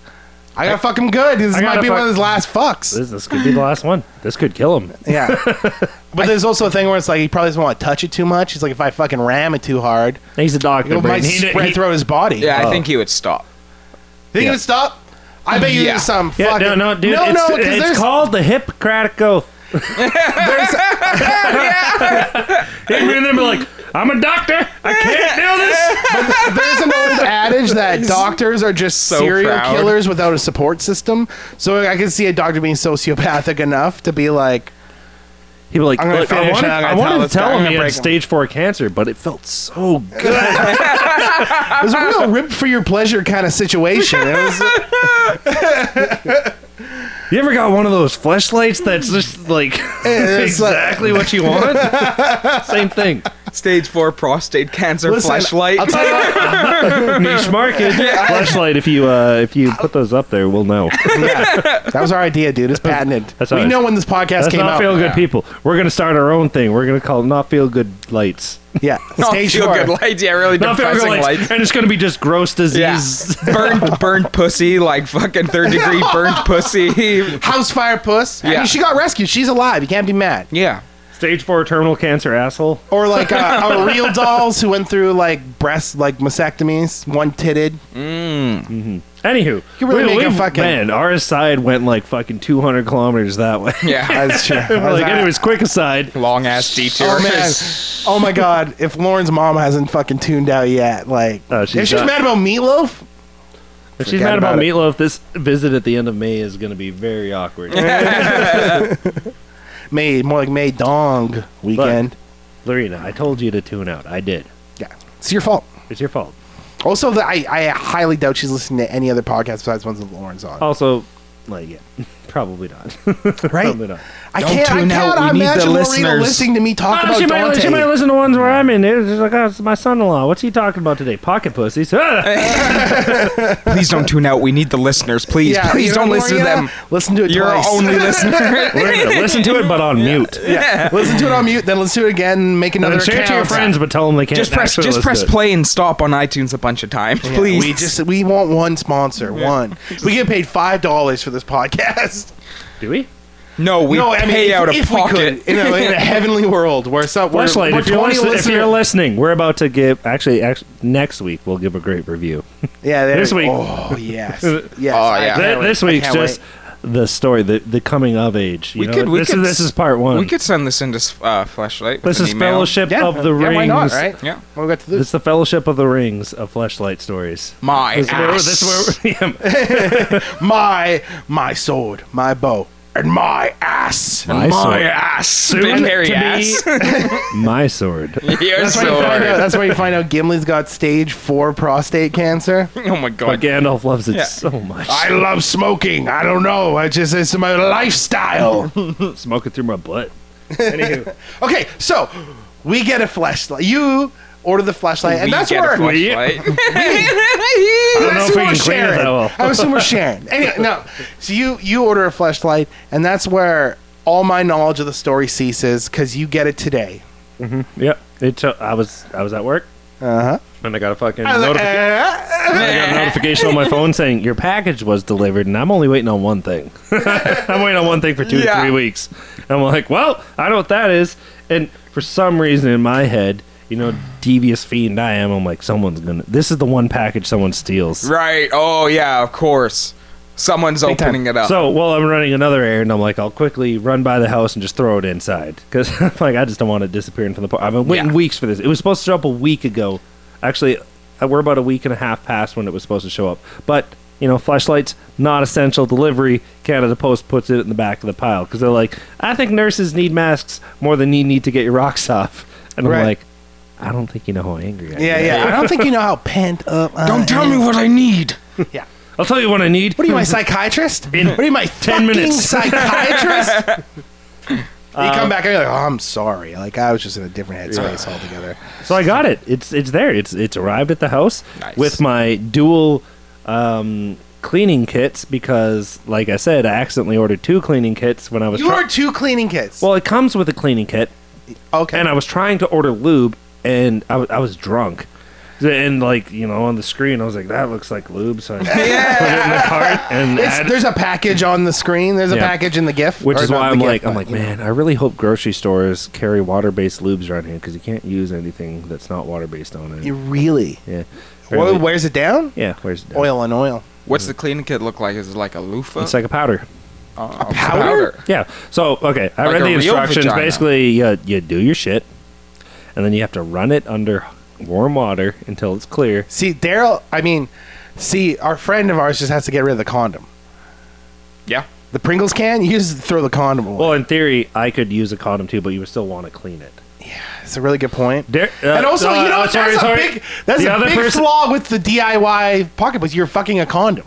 S1: i gotta fuck him good this
S2: I
S1: might
S2: gotta
S1: be
S2: fuck-
S1: one of his last fucks
S2: this, this could be the last one. This could kill him. [laughs]
S1: yeah but there's also a thing where it's like he probably doesn't want to touch it too much he's like if i fucking ram it too hard
S2: He's a doctor.
S1: it might
S2: Brayden. He-
S1: spread
S2: he-
S1: throughout his body
S3: Yeah,
S2: Oh.
S3: I think he would stop.
S1: think
S2: Yeah.
S1: it would stop i bet you
S3: Yeah.
S1: there's some
S2: Yeah,
S1: fucking
S2: no, no, dude.
S1: no
S2: it's,
S1: no 'cause
S2: it's
S1: there's
S2: called the Hippocratic
S1: [laughs]
S2: Oath. [laughs] [laughs] Hey, we're in there, be like, I'm a doctor. I can't
S1: [laughs]
S2: do this.
S1: There's an old adage that doctors are just
S3: So
S1: serial
S3: proud.
S1: killers without a support system. So I can see a doctor being sociopathic enough to be like,
S2: He was like,
S1: I'm gonna
S2: "Look, I
S1: finish
S2: wanted,
S1: it, I'm
S2: I
S1: gonna tell
S2: wanted
S1: this
S2: to tell
S1: guy, I'm
S2: him
S1: gonna
S2: he had
S1: break him."
S2: stage four cancer, but it felt so good.
S1: "It was a real rip for your pleasure kind of situation." It was,
S2: You ever got one of those flashlights that's just [laughs] like
S1: it's like-
S2: exactly what you [laughs] want? Same thing.
S3: Stage four prostate cancer
S1: Listen,
S3: flashlight.
S1: I'll tell you what,
S3: [laughs]
S2: Niche market. Flashlight. If you uh, if you put those up there, we'll [laughs] know.
S1: that was our idea, dude. It's patented.
S2: That's
S1: we
S2: ours.
S1: know when this podcast
S2: That's
S1: came
S2: not
S1: out.
S2: feel good people. We're gonna start our own thing. We're gonna call it not feel good [laughs] lights.
S1: yeah,
S3: Not
S1: stage
S3: feel
S1: four.
S3: good lights. Yeah, really
S2: Not feel good
S3: depressing
S2: lights.
S1: [laughs]
S3: lights.
S2: and it's gonna be just gross
S3: Yeah,
S2: disease.
S3: burnt, burnt pussy, like fucking third degree
S1: [laughs]
S3: burnt pussy. [laughs]
S1: House fire puss. I
S3: Yeah.
S1: mean, she got rescued. She's alive. You can't be mad.
S3: Yeah,
S2: Stage four terminal cancer, asshole.
S1: or like uh,
S2: [laughs]
S1: or real dolls who went through like breast like mastectomies, one titted.
S2: Anywho,
S1: can really make a fucking-
S2: man. Our aside went like fucking 200 kilometers that way.
S3: Yeah.
S1: That's true.
S2: [laughs] like, anyways, quick aside.
S3: Long ass detour.
S1: Oh man! Oh my god! If Lauren's mom hasn't fucking tuned out yet, like,
S2: Oh, she's
S1: if she's
S2: not.
S1: mad about meatloaf,
S2: If she's
S1: Forget
S2: mad about,
S1: about it.
S2: meatloaf, this visit at the end of May is going to be very awkward.
S1: [laughs] May more like May Dong weekend.
S2: Lorena, I told you to tune out. I did.
S1: yeah, it's your fault.
S2: It's your fault.
S1: Also, the, I I highly doubt she's listening to any other podcast besides ones that Lauren's on.
S2: Also, like, yeah, [laughs] probably not. [laughs]
S1: right?
S2: probably Oh, not.
S1: I
S3: Don't
S1: can't. I
S3: tune out,
S1: cannot
S3: we need the
S1: imagine Lorena
S3: listeners.
S1: listening to me talk
S2: Oh,
S1: about
S2: she, might,
S1: Dante.
S2: she might listen to ones where I'm in there. She's like, oh, it's my son-in-law. What's he talking about today? Pocket pussies. [laughs]
S1: [laughs]
S2: Ah!
S3: please don't tune out. We need the listeners. Please,
S1: Yeah,
S3: please
S1: you know,
S3: don't listen to
S1: Lorena,
S3: them.
S1: Listen to it
S3: You're our
S1: twice.
S3: only listener. [laughs]
S2: We're gonna listen to it, but on mute.
S1: yeah. [laughs] Listen to it on mute, then let's do it again. and Make another
S2: And share it to your
S1: account.
S2: friends, but tell them they can't.
S3: just press,
S2: actually
S3: just
S2: listen
S3: press
S2: to it.
S3: play and stop on iTunes a bunch of times,
S1: Yeah,
S3: please.
S1: we just we want one sponsor. One. We get paid five dollars for this podcast.
S2: Do we?
S3: no, we
S1: no,
S3: pay
S1: I mean, if,
S3: out of
S1: if
S3: pocket.
S1: we could, you know, [laughs]
S3: [laughs]
S1: in a heavenly world where some we're,
S2: Flashlight,
S1: we're
S2: if, you're
S1: 20
S2: listen- if
S1: listeners-
S2: you're listening, we're about to give. Actually, actually, next week we'll give a great review.
S1: yeah, there
S2: this
S1: we-
S2: week.
S1: Oh yes, [laughs] yes.
S2: Oh,
S1: I
S3: yeah.
S1: can't
S2: Th-
S1: wait.
S2: this
S1: I
S2: week's
S1: can't
S2: just
S1: wait.
S2: the story, the the coming of age. You
S3: We
S2: know?
S3: could- we
S2: this,
S3: could
S2: is,
S3: s-
S2: this is part one.
S3: we could send this into uh, flashlight.
S2: this
S3: with
S2: is
S3: an email.
S2: Fellowship
S1: yeah,
S2: of the
S1: yeah,
S2: Rings.
S1: Why not? Right?
S3: Yeah.
S1: Well, we got to
S2: It's
S1: this.
S2: the Fellowship of the Rings of Fleshlight Stories.
S3: My
S2: This is where,
S3: ass.
S2: this is where
S3: [laughs]
S2: yeah,
S1: My my sword, my bow, and my ass.
S2: My sword.
S3: [laughs] ass.
S2: Soon
S3: Big
S2: to
S3: hairy
S2: be-
S3: ass. [laughs]
S2: my sword.
S3: Your
S1: That's where you find out-
S3: sword.
S1: that's where you find out Gimli's got stage four prostate cancer.
S3: Oh my god.
S2: But Gandalf loves it
S3: Yeah.
S2: so much.
S1: I love smoking. I don't know. I just it's my [laughs] lifestyle.
S2: [laughs] Smoke it through my
S3: [laughs]
S2: butt. Anywho,
S1: Okay, so we get a flashlight. You order the flashlight, and
S3: We
S1: that's
S3: get
S1: where
S2: [laughs]
S3: a flashlight.
S2: I don't know
S1: I
S2: if
S1: assume we're
S2: we can clean it
S1: sharing.
S2: that well.
S1: I assume we're sharing. Anyway, no. So you you order a flashlight, and that's where all my knowledge of the story ceases because you get it today.
S2: Yep. It took. I was I was at work
S1: Uh huh.
S2: and I got a fucking
S1: I was like,
S2: notification.
S1: "Eh?"
S2: I got a notification on my phone saying your package was delivered, and I'm only waiting on one thing. [laughs] I'm waiting on one thing for two to
S3: Yeah.
S2: three weeks. And I'm like, well, I know what that is. And for some reason in my head, you know, devious fiend I am, I'm like, someone's gonna. This is the one package someone steals.
S3: Right. Oh yeah, of course. Someone's opening it up.
S2: So while I'm running another errand, I'm like, I'll quickly run by the house and just throw it inside [laughs] because like I just don't want it disappearing from the. Par- I've been waiting
S3: Yeah.
S2: weeks for this. It was supposed to show up a week ago. Actually, uh, we're about a week and a half past when it was supposed to show up. But you know, flashlights not essential delivery. Canada Post puts it in the back of the pile because they're like, I think nurses need masks more than you need to get your rocks [laughs] off. And
S1: Right.
S2: I'm like, I don't think you know how angry I am.
S1: yeah, yeah. I don't think you know how pent
S2: [laughs]
S1: up. I
S3: Don't tell me what I need.
S1: am. Yeah.
S2: I'll tell you what I need.
S1: What are you,
S2: [laughs]
S1: my psychiatrist? what are you, my
S2: 10
S1: fucking
S2: minutes. [laughs] Uh,
S1: psychiatrist? you come back and you're like, oh, I'm sorry. Like I was just in a different headspace altogether.
S2: So I got it. It's it's there. It's it's arrived at the house
S3: Nice.
S2: with my dual um, cleaning kits because, like I said, I accidentally ordered two cleaning kits when I was.
S1: You
S2: try-
S1: are two cleaning kits.
S2: well, it comes with a cleaning kit,
S1: okay.
S2: and I was trying to order lube, and I wa- I was drunk. And like you know, on the screen, I was like, "That looks like
S1: [laughs]
S2: lube," so I put it in the cart and
S1: It's-
S2: added-
S1: there's a package on the screen. There's a
S2: Yeah.
S1: package in the GIF,
S2: which
S1: or
S2: is
S1: not
S2: why
S1: the
S2: I'm
S1: GIF,
S2: like, I'm
S1: but,
S2: like,
S1: you know.
S2: man, I really hope grocery stores carry water-based lubes around here because you can't use anything that's not water-based on it.
S1: you really.
S2: yeah,
S1: Oil wears it down.
S2: yeah. Where's it down?
S1: Oil on oil.
S3: What's the cleaning kit look like? Is it like a loofah?
S2: It's like a powder.
S3: Oh, it's a
S1: powder?
S2: Yeah. So okay, I
S3: Like
S2: read
S3: a
S2: the
S3: real
S2: instructions.
S3: vagina.
S2: Basically, you, you do your shit, and then you have to run it under warm water until it's clear.
S1: See, Daryl. I mean, see, our friend of ours just has to get rid of the condom.
S2: Mm-hmm.
S3: Yeah.
S1: The Pringles can. You just throw the condom away.
S2: Well, in theory, I could use a condom too, but you would still want to clean it.
S1: It's a really good point.
S2: Dar- uh,
S1: and also,
S2: uh,
S1: you know,
S2: uh,
S1: what?
S2: sorry,
S1: that's
S2: sorry.
S1: a big that's
S2: The
S1: a
S2: other
S1: big
S2: person-
S1: flaw with the DIY pocketbooks. You're fucking a condom.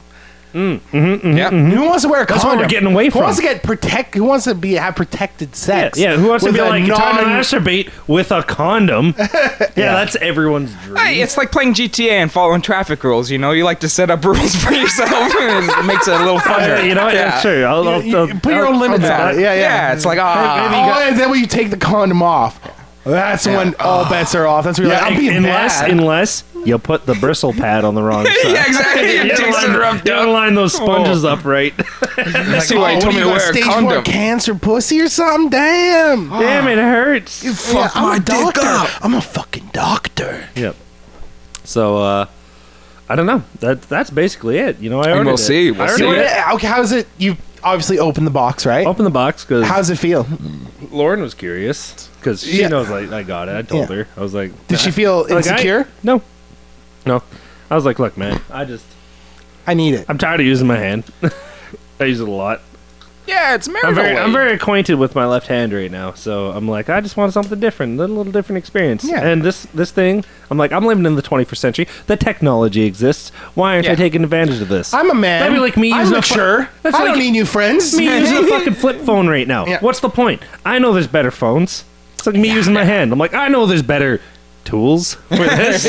S3: Yeah.
S2: Mm-hmm.
S1: Who wants to wear a condom?
S2: Hmm? That's what we're getting away
S1: Who wants to
S2: from.
S1: get protect? Who wants to be have protected
S2: Yeah,
S1: sex?
S2: yeah, who wants to
S1: with
S2: be
S1: a
S2: like trying to
S1: non-
S2: masturbate with
S1: [laughs]
S2: a condom? yeah, that's everyone's dream.
S3: Hey, it's like playing GTA and following traffic rules. You know, you like to set up [laughs] rules for yourself. [laughs] it makes it a little
S2: Uh, [laughs]
S3: funner.
S2: you know, what? yeah,
S3: Yeah.
S2: sure. I'll, I'll,
S1: You- you
S2: I'll-
S1: put your
S2: I'll-
S1: own limits
S2: I'll-
S1: on it. Yeah, yeah.
S3: Yeah, it's like, ah.
S1: oh, and then when you take the condom off, That's when all bets are off. That's when you're
S2: Ah. Yeah,
S1: like, I'm
S2: un-
S1: being Oh,
S2: unless
S1: mad.
S2: unless you put the bristle pad on
S1: [laughs]
S2: the wrong side.
S3: [laughs]
S2: [laughs]
S3: yeah, exactly.
S2: You
S3: Your
S2: gotta
S3: dicks are
S2: line,
S3: rubbed
S2: you gotta
S3: up.
S2: line those sponges
S1: [laughs]
S2: up right.
S3: You see
S1: Oh,
S3: why you
S1: what
S3: told
S1: are
S3: me to
S1: you,
S3: wear a
S1: stage four
S3: condom.
S1: cancer pussy or something? Damn.
S2: Damn, it hurts.
S1: Fuck
S3: my dick up.
S1: I'm a fucking doctor.
S2: Yep. So uh I don't know. That that's basically it. You know, I ordered
S3: we'll
S2: it.
S3: see. We'll
S2: I
S3: see.
S1: You
S2: ordered
S1: wanna-
S2: it.
S1: okay, how's it? You obviously opened the box, right?
S2: Open the box because
S1: How's it feel?
S2: Lauren was curious because she
S1: Yeah.
S2: knows I, I got it. I told
S1: Yeah.
S2: her. I was like,
S1: Did she feel
S2: Like, I-
S1: insecure?
S2: no, no. I was like, look, man, I just
S1: I, need it.
S2: I'm tired of using my hand. [laughs] I use it a lot.
S3: Yeah, it's marital.
S2: I'm very, I'm
S3: way.
S2: very acquainted with my left hand right now, so I'm like, I just want something different, a little, little different experience.
S1: Yeah.
S2: And this this thing, I'm like, I'm living in the 21st century. The technology exists. Why aren't I
S3: Yeah.
S2: taking advantage of this?
S1: I'm a man.
S2: That'd be like me
S1: I'm
S2: using a fu-
S1: mature.
S2: That's
S1: I
S2: like-
S1: don't need new friends. [laughs]
S2: me using a fucking flip phone right now.
S1: Yeah.
S2: What's the point? I know there's better phones. It's like me using my hand. I'm like, I know there's better tools
S1: [laughs]
S2: for this.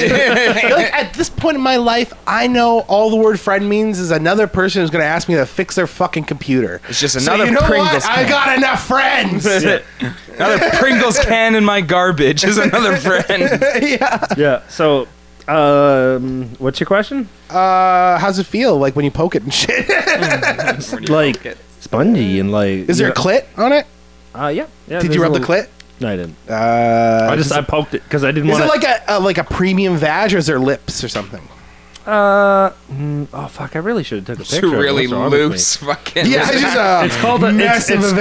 S2: [laughs]
S1: like, at this point in my life, I know all the word friend means is another person who's going to ask me to fix their fucking computer.
S3: It's just
S1: So
S3: another
S1: you know what?
S3: Pringles
S1: I
S3: can.
S1: got enough friends.
S3: [laughs]
S2: [laughs]
S3: another Pringles can in my garbage is another [laughs] friend.
S1: yeah.
S2: yeah. So, um, what's your question?
S1: Uh, how's it feel like when you poke it and shit?
S2: Like spongy and like.
S1: Is there a clit on it?
S2: Uh, yeah. yeah.
S1: Did
S2: there's
S1: you rub the
S2: a little-
S1: clit?
S2: No, I didn't.
S1: Uh,
S2: I just I poked it because I didn't
S1: is
S2: want
S1: it like a, a like a premium vag or is there lips or something?
S2: uh, mm, oh fuck! I really should have took a
S3: It's
S2: picture. of
S3: really
S2: what's wrong with me.
S3: loose fucking.
S1: Yeah,
S3: [laughs]
S1: it's just a
S2: It's called a- it's-
S1: massive
S2: it's-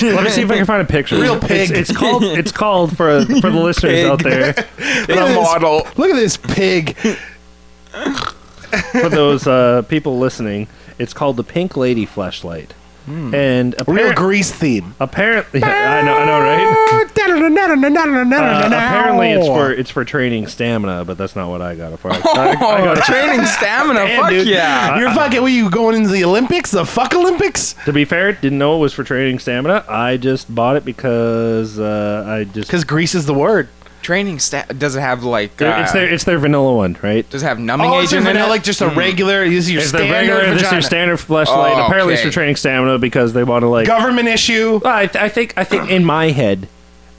S1: vag.
S2: Let me see if I can find a picture.
S1: Real
S2: It's,
S1: pig.
S2: it's called. It's called for for
S3: [laughs]
S2: the listeners out there.
S3: the model.
S1: [laughs] Look at this pig.
S2: for those uh, people listening, it's called the Pink Lady flashlight. And
S1: Hmm. Real
S2: apparent,
S1: grease theme.
S2: apparently, [laughs] I know, I know,
S1: [laughs]
S2: right? Uh, apparently, it's for it's for training stamina, but that's not what I got it for. I,
S1: [laughs]
S2: I
S3: [laughs] Oh,
S2: got it-
S3: training stamina.
S1: Damn,
S3: fuck
S1: dude.
S3: yeah.
S1: You're fucking. What are you going into the Olympics? The fuck Olympics?
S2: to be fair, didn't know it was for training stamina. I just bought it because uh, I just
S1: Because grease is the word.
S3: Training stat does it have like
S2: They're-
S3: uh,
S2: it's their it's their vanilla one, right?
S3: does it have numbing
S1: Oh, it's
S3: agent in
S1: vanilla,
S3: it?
S1: like just a regular. This is your
S2: It's their
S1: standard
S2: regular. This is your
S1: vagina.
S2: standard flashlight.
S3: Oh,
S2: apparently, it's
S3: okay.
S2: for training stamina because they want to like
S1: Government issue.
S2: Well, I, th- I think I think in my head,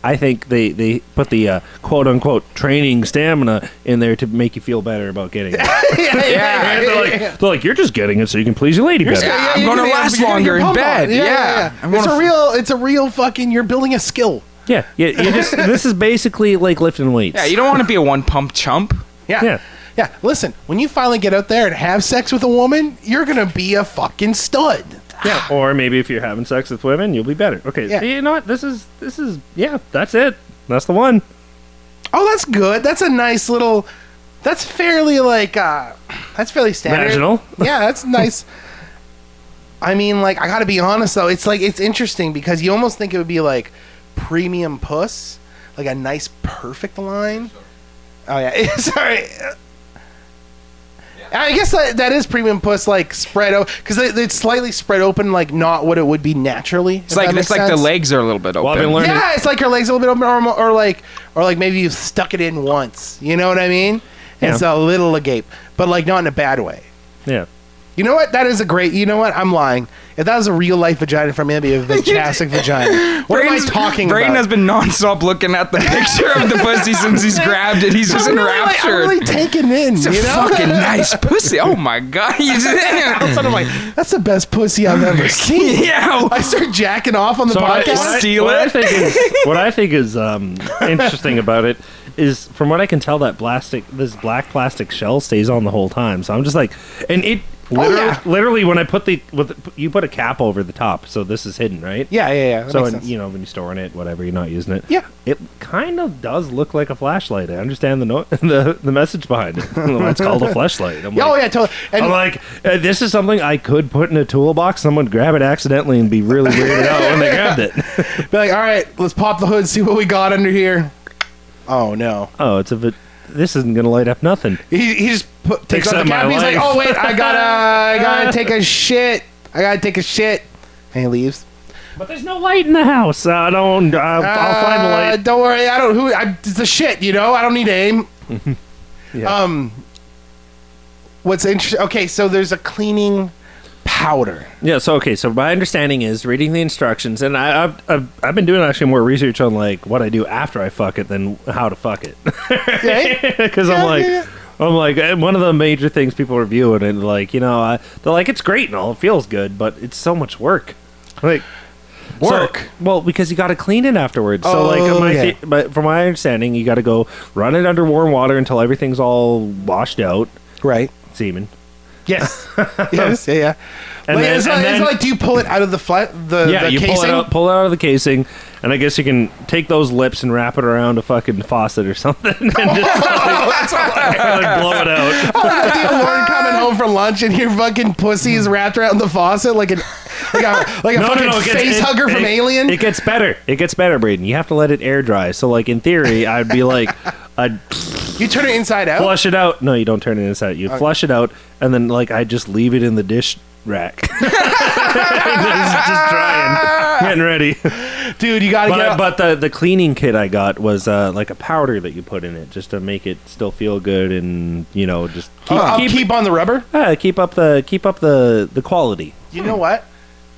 S2: I think they, they put the uh, quote unquote training stamina in there to make you feel better about getting
S1: [laughs]
S2: it.
S1: yeah,
S3: [laughs] yeah,
S2: And they're, like, they're like, you're just getting it so you can please your lady better.
S3: scared.
S1: yeah,
S3: I'm
S1: you
S3: gonna
S1: can- yeah,
S3: last
S1: you're gonna
S3: longer
S1: get
S3: in
S1: pump
S3: bed.
S1: on. Yeah,
S3: Yeah.
S1: yeah,
S3: I'm
S1: yeah. It's
S3: gonna
S1: a
S3: f-
S1: real. It's a real fucking. You're building a skill.
S2: Yeah, yeah. You just this is basically like lifting weights.
S3: yeah, you don't want to be a one pump chump.
S1: Yeah.
S2: Yeah.
S1: yeah. Listen, when you finally get out there and have sex with a woman, you're gonna be a fucking stud.
S2: yeah. Or maybe if you're having sex with women, you'll be better. Okay,
S1: Yeah.
S2: you know what? This is this is yeah. That's it. That's the one.
S1: Oh, that's good. That's a nice little. That's fairly like. uh That's fairly standard.
S3: [laughs]
S2: Vaginal.
S1: yeah, that's nice. I mean, like, I gotta be honest though. It's like it's interesting because you almost think it would be like premium puss, like a nice perfect line. Oh yeah, [laughs] sorry. I guess that, that is premium puss, like spread out because it, it's slightly spread open, like not what it would be naturally.
S3: It's like it's like the legs are a little bit open.
S2: Well, I've been learning.
S1: Yeah, it's like your legs a little bit open, or, or like, or like maybe you've stuck it in once. You know what I mean?
S2: Yeah.
S1: It's a little agape, but like not in a bad way.
S2: Yeah.
S1: You know what? That is a great. You know what? I'm lying. If that was a real life vagina for me, it'd be a fantastic vagina. What am I
S3: Brain's-
S1: talking
S3: Brain
S1: about?
S3: has been nonstop looking at the picture
S1: [laughs]
S3: of the pussy since he's grabbed it. He's just
S1: I'm really, like, I'm
S3: enraptured.
S1: really taken in.
S3: it's a
S1: you know?
S3: fucking nice pussy. Oh my god.
S1: [laughs]
S3: He's [laughs]
S1: Sort of like, that's the best pussy I've ever seen.
S3: yeah.
S1: [laughs] I start jacking off on the
S2: So what I-
S1: podcast.
S2: what I-
S3: Steal
S2: what I
S3: it?
S2: think is,
S3: [laughs]
S2: what I think is um, interesting about it is, from what I can tell, that plastic, this black plastic shell stays on the whole time. So I'm just like, and it literally,
S1: Oh, yeah.
S2: literally when I put the, with, you put a cap over the top, so this is hidden, right?
S1: yeah, yeah, yeah. That
S2: So
S1: makes
S2: when,
S1: sense.
S2: you know when you're storing it, whatever, you're not using it.
S1: Yeah.
S2: it kind of does look like a flashlight. I understand the no- [laughs] the, the message behind it. [laughs] Well, it's called a flashlight. I'm like,
S1: oh yeah, totally. And
S2: I'm like, uh, this is something I could put in a toolbox. Someone would grab it accidentally and be really weirded out when they grabbed it. [laughs]
S1: be like, all right, let's pop the hood, see what we got under here. Oh no.
S2: oh, it's a bit. This isn't gonna light up nothing.
S1: He, he just put, takes
S2: Except
S1: off the cap.
S2: my
S1: He's like,
S2: life.
S1: oh wait, I gotta, I
S2: [laughs]
S1: gotta take a shit. I gotta take a shit. And he leaves.
S2: But there's no light in the house. I don't. Uh, I'll find the
S1: Uh,
S2: light.
S1: Don't worry, I don't. Who? I, it's the shit, you know. I don't need to aim.
S2: [laughs] Yeah.
S1: Um, what's interesting? Okay, so there's a cleaning
S2: [laughs]
S1: powder.
S2: Yeah. So okay. So my understanding is reading the instructions, and I, I've, I've I've been doing actually more research on like what I do after I fuck it than how to fuck it, [laughs] because
S1: Yeah,
S2: I'm like.
S1: yeah, yeah.
S2: I'm like and one of the major things people review it and like you know I, they're like it's great and all it feels good but it's so much work like so-
S1: Work.
S2: well because you got to clean it afterwards so
S1: Oh,
S2: like my
S1: okay.
S2: the- but from my understanding you got to go run it under warm water until everything's all washed out
S1: Right.
S2: semen [laughs]
S1: Yes. yes. Yeah. Yeah.
S2: And
S1: like,
S2: then-
S1: it's,
S2: and
S1: like,
S2: then-
S1: it's like, do you pull it out of the flat? The,
S2: yeah,
S1: the
S2: you
S1: casing?
S2: pull it out, pull it out of the casing, and I guess you can take those lips and wrap it around a fucking faucet or something, [laughs]
S1: [laughs]
S2: and just [laughs] like, blow it out.
S1: Dude, Lauren coming home from lunch and your fucking pussy is wrapped around the faucet like an like a,
S2: [laughs]
S1: like a fucking
S2: it gets-
S1: face
S2: it-
S1: hugger from
S2: it-
S1: Alien.
S2: It gets better. It gets better, Braden. You have to let it air dry. So, like in theory, I'd be like, [laughs] I'd
S1: you turn it inside out.
S2: flush it out. No, you don't turn it inside. You flush it out, and then like I just leave it in the dish rack. [laughs] it's just drying, getting
S1: [laughs]
S2: ready.
S1: Dude, you gotta
S2: But,
S1: get
S2: but the the cleaning kit I got was uh, like a powder that you put in it just to make it still feel good and you know just keep
S1: I'll
S2: keep,
S1: keep, on the rubber.
S2: uh, keep up the keep up the the quality.
S1: You know what?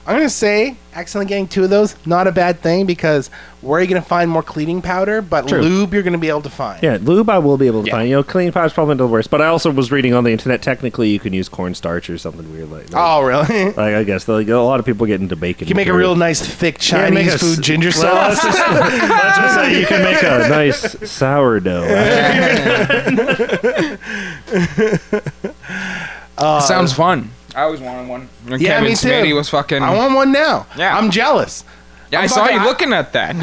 S1: I'm gonna say accidentally getting two of those, not a bad thing because where are you gonna find more cleaning powder? But
S2: True.
S1: lube you're gonna be able to find.
S2: Yeah, lube I will be able to
S3: Yeah.
S2: find. You know, cleaning powder's probably not the worst. But I also was reading on the internet. Technically, you can use cornstarch or something weird like. that.
S1: Oh really? [laughs]
S2: Like I guess like, a lot of people get into bacon.
S1: You can make a
S2: material.
S1: real nice thick
S2: Yeah,
S1: Chinese
S2: make a
S1: food
S2: s-
S1: ginger
S2: well,
S1: sauce.
S2: let's just- let's just say you can
S1: [laughs]
S2: make a nice sourdough. Uh,
S3: sounds fun. I always wanted one. When
S1: Yeah,
S3: Kevin
S1: me too.
S3: Smitty was fucking.
S1: I want one now.
S3: Yeah.
S1: I'm jealous.
S3: yeah, I
S1: I'm
S3: saw
S1: fucking-
S3: you
S1: I-
S3: looking at that.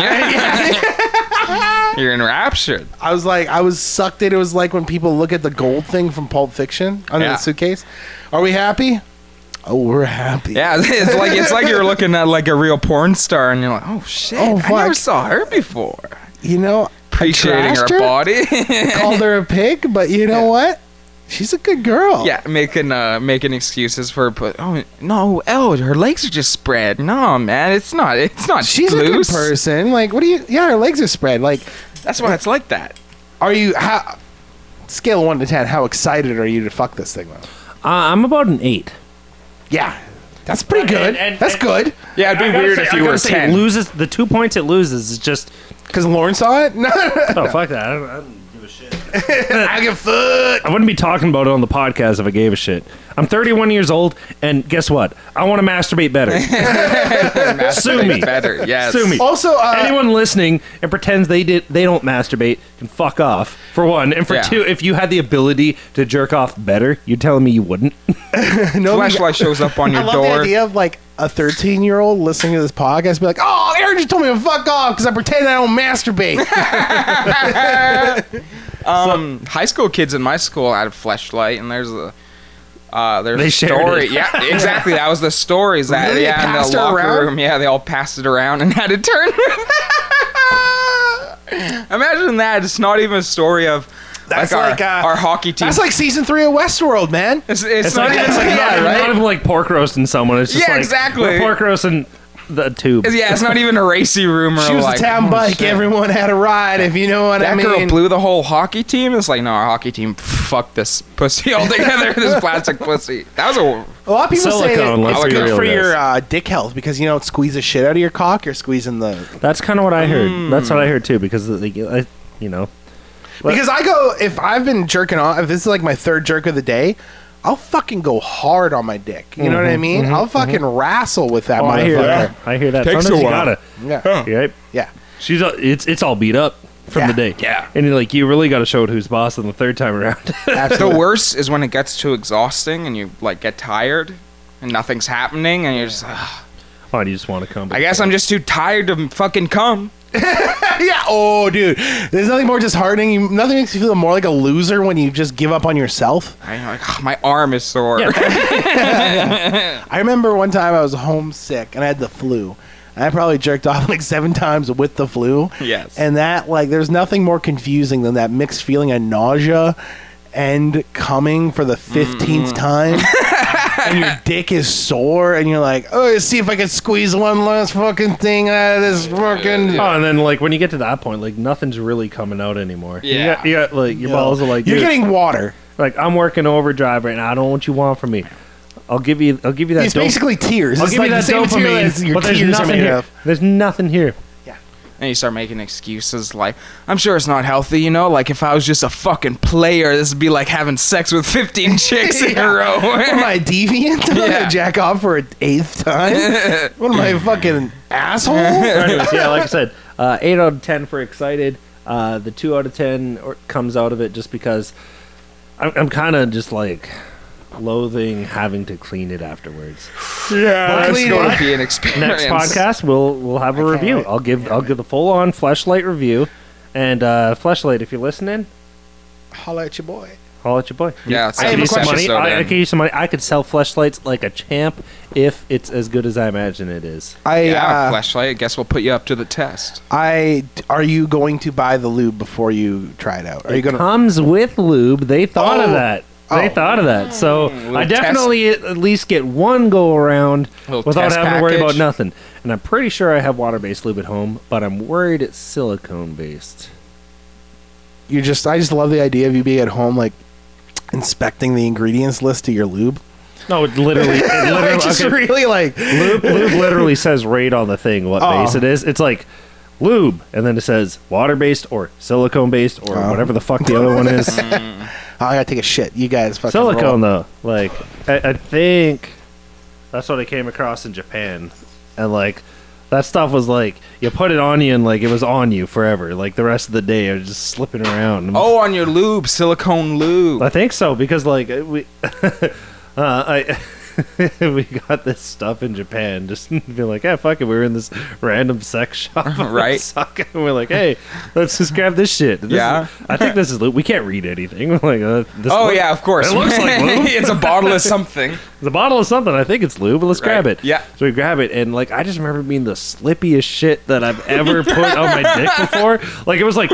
S3: [laughs] You're enraptured.
S1: I was like, I was sucked in. It was like when people look at the gold thing from Pulp Fiction under
S3: Yeah.
S1: the suitcase. Are we happy? Oh, we're happy.
S3: Yeah, it's like it's like you're looking at like a real porn star, and you're like, oh shit,
S1: Oh,
S3: I never
S1: fuck.
S3: saw her before.
S1: You know,
S3: Appreciating her
S1: trashed her?
S3: body. [laughs]
S1: called her a pig, but you know what? She's a good girl.
S3: yeah, making uh making excuses for but oh no, oh her legs are just spread. No man, it's not. It's not.
S1: She's a good
S3: loose.
S1: person. Like, what do you? Yeah, her legs are spread. Like,
S3: That's why it's like that.
S1: are you? How? Scale of one to ten. How excited are you to fuck this thing? Though.
S2: Uh, I'm about an eight.
S1: Yeah, that's pretty
S2: And-
S1: good.
S2: and-
S1: that's
S2: and-
S1: good.
S3: Yeah, it'd
S2: I
S3: be
S2: gotta
S3: weird
S2: say-
S3: if
S2: I
S3: you
S2: gotta
S3: were
S2: say it
S3: ten.
S2: Loses the two points it loses is just
S1: Because Lauren saw it. [laughs] No,
S2: oh fuck that. I don't, I don't give a shit.
S1: [laughs] I give fuck.
S2: I wouldn't be talking about it on the podcast if I gave a shit. I'm 31 years old, and guess what? I want to masturbate better.
S1: [laughs]
S2: Sue me.
S3: better. Yes.
S2: Sue me.
S1: Also, uh,
S2: Anyone listening and pretends they did they don't masturbate can fuck off for one, and for
S3: Yeah.
S2: two, if you had the ability to jerk off better, you're telling me you wouldn't.
S1: no, we-
S3: Flashlight shows up on
S1: I
S3: your
S1: love the
S3: door.
S1: idea of like a 13 year old listening to this podcast be like, oh, Aaron just told me to fuck off because I pretend I don't
S2: [laughs]
S1: masturbate.
S3: Um, high school kids in my school had a flashlight, and there's a. Uh, there's
S2: They
S3: a
S2: shared
S3: story.
S1: [laughs]
S2: it.
S3: Yeah, exactly. That was the stories that
S1: Really? They
S3: yeah, in
S1: passed
S3: the
S1: it
S3: locker
S1: around?
S3: room. Yeah, they all passed it around and [laughs] had a turn. Imagine that. It's not even a story of
S1: That's
S3: like,
S1: like,
S3: our,
S1: uh,
S3: our hockey team.
S1: That's like season three of Westworld, man.
S3: it's, it's
S2: It's
S3: not
S2: not,
S3: even
S2: it's like not,
S3: yeah, right?
S2: not even like pork roasting someone. It's just
S3: Yeah,
S2: like
S3: exactly.
S2: we're pork roasting the tube.
S3: yeah, it's not even a racy room or
S1: She was
S3: like,
S1: a town
S3: oh,
S1: bike.
S3: shit.
S1: Everyone had a ride, if you know what
S3: That
S1: I mean.
S3: girl blew the whole hockey team. It's like, no, our hockey team fucked this pussy [laughs] altogether.
S1: [laughs]
S3: this plastic pussy. That was a
S1: a lot of people say that
S2: Silicone, let's
S1: it's
S3: be
S1: good
S2: real,
S1: for
S2: guys.
S1: your uh, dick health because you know it squeezes the shit out of your cock. You're squeezing the
S2: That's kind of what I heard.
S3: Mm.
S2: That's what I heard too, because like, I, you know, But-
S1: because I go if I've been jerking off. If this is like my third jerk of the day. I'll fucking go hard on my dick. You know what I mean? I'll fucking wrestle with that
S2: Mm-hmm, oh, I hear
S1: motherfucker.
S2: that. I hear that.
S3: Takes
S2: Sometimes
S3: a
S2: you
S3: while.
S2: gotta.
S1: Yeah.
S2: you're Right? [laughs]
S1: Yeah.
S2: She's all, it's it's all beat up from
S1: Yeah.
S2: the day.
S3: Yeah.
S2: and you're like you really got to show it who's boss on the third time around. [laughs]
S3: The
S1: Absolutely.
S3: worst is when it gets too exhausting and you like get tired and nothing's happening and you're just like, "Ugh,
S2: oh, you just want to come.
S3: I guess I'm just too tired to fucking come.
S1: Yeah. Oh, dude. There's nothing more disheartening. You, nothing makes you feel more like a loser when you just give up on yourself.
S3: I, you know, like, "Ugh, my arm is sore.
S1: I remember one time I was homesick and I had the flu. And I probably jerked [laughs] off like seven times with the flu.
S3: Yes.
S1: And that, like, there's nothing more confusing than that mixed feeling of nausea and coming for the 15th [laughs] time. and your dick is sore, and you're like, oh, let's see if I can squeeze one last fucking thing out of this fucking.
S2: Oh, and then like when you get to that point, like nothing's really coming out anymore. You
S3: Yeah.
S2: got- you got, like your balls are like
S1: You're
S2: dude,
S1: getting water.
S2: like I'm working overdrive right now. I don't know what you want from me. I'll give you. I'll give you that.
S1: It's
S2: dop-
S1: basically tears.
S2: I'll
S1: it's
S2: give
S1: like
S2: you
S1: the
S2: that
S1: same
S2: dopamine.
S1: material as your
S2: but there's
S1: tears are
S2: nothing
S1: made
S2: here.
S1: of.
S2: There's nothing here.
S3: [laughs] And you start making excuses like, I'm sure it's not healthy, you know? Like, if I was just a fucking player, this would be like having sex with 15 chicks
S1: [laughs]
S3: in a row.
S1: What
S3: [laughs]
S1: am I a
S2: [laughs]
S1: deviant? Am I
S3: Yeah.
S1: gonna jack off for an eighth time? what am I a fucking asshole?
S2: But anyways, [laughs] yeah, like I said, uh, eight out of ten for excited. Uh, the two out of ten or, comes out of it just because I'm, I'm kind of just like loathing having to clean it afterwards.
S1: Well,
S3: That's
S1: clean
S3: going to
S1: it.
S3: be an experience.
S2: Next podcast, we'll we'll have
S1: I
S2: a
S1: can't
S2: review.
S1: wait.
S2: I'll give I'll give the full on flashlight review. And uh, flashlight, if you're listening,
S1: Holla at your boy.
S2: holla at your boy.
S3: Yeah, it's
S1: I
S2: I
S1: have
S2: could
S1: a
S2: use some
S1: question.
S2: money.
S3: So
S2: I, I
S3: then-
S2: could use some money. I could sell flashlights like a champ if it's as good as I imagine it is.
S1: I
S3: Yeah,
S1: uh,
S3: flashlight. I guess we'll put you up to the test.
S1: I are you going to buy the lube before you try it out? Are you
S2: it
S1: gonna?
S2: comes with lube. They thought of
S1: Oh.
S2: that. They
S1: Oh.
S2: thought of that. So
S3: Little
S2: I definitely at least get one go around
S3: Little
S2: without
S3: test
S2: having to worry about
S3: package.
S2: nothing. And I'm pretty sure I have water-based lube at home, but I'm worried it's silicone-based.
S1: you just I just love the idea of you being at home like inspecting the ingredients list to your [laughs] lube.
S2: No, it literally, it [laughs] literally
S1: I just
S2: okay,
S1: really like
S2: lube, lube literally says right on the thing what
S1: Oh.
S2: base it is. It's like lube, and then it says water-based or silicone-based or
S1: Oh.
S2: whatever the fuck the other
S1: [laughs]
S2: one is.
S1: I gotta take a shit. You guys fucking
S2: silicone
S1: roll.
S2: though like I, I think that's what i came across in japan and like that stuff was like you put it on you and like it was on you forever like the rest of the day it was just slipping around
S3: Oh, on your lube, silicone lube.
S2: i think so because like we [laughs] uh, i [laughs] we got this stuff in Japan. Just [laughs] be like, yeah, fuck it. We were in this random sex [laughs] shop,
S3: [laughs] Right.
S2: Osaka, and [laughs] we're like, hey, let's just grab this shit. This is-
S3: Yeah.
S2: I think this is. lube. We can't read anything. [laughs] We're like, uh, this
S3: Oh
S2: look-
S3: yeah, of course.
S2: It looks
S3: [laughs]
S2: like lube.
S3: it's a bottle of something.
S2: The bottle of something. I think it's lube, but let's grab
S3: Right.
S2: it.
S3: Yeah.
S2: So we grab it, and like I just remember being the slippiest shit that I've
S3: [laughs]
S2: ever put on my dick before. Like it was like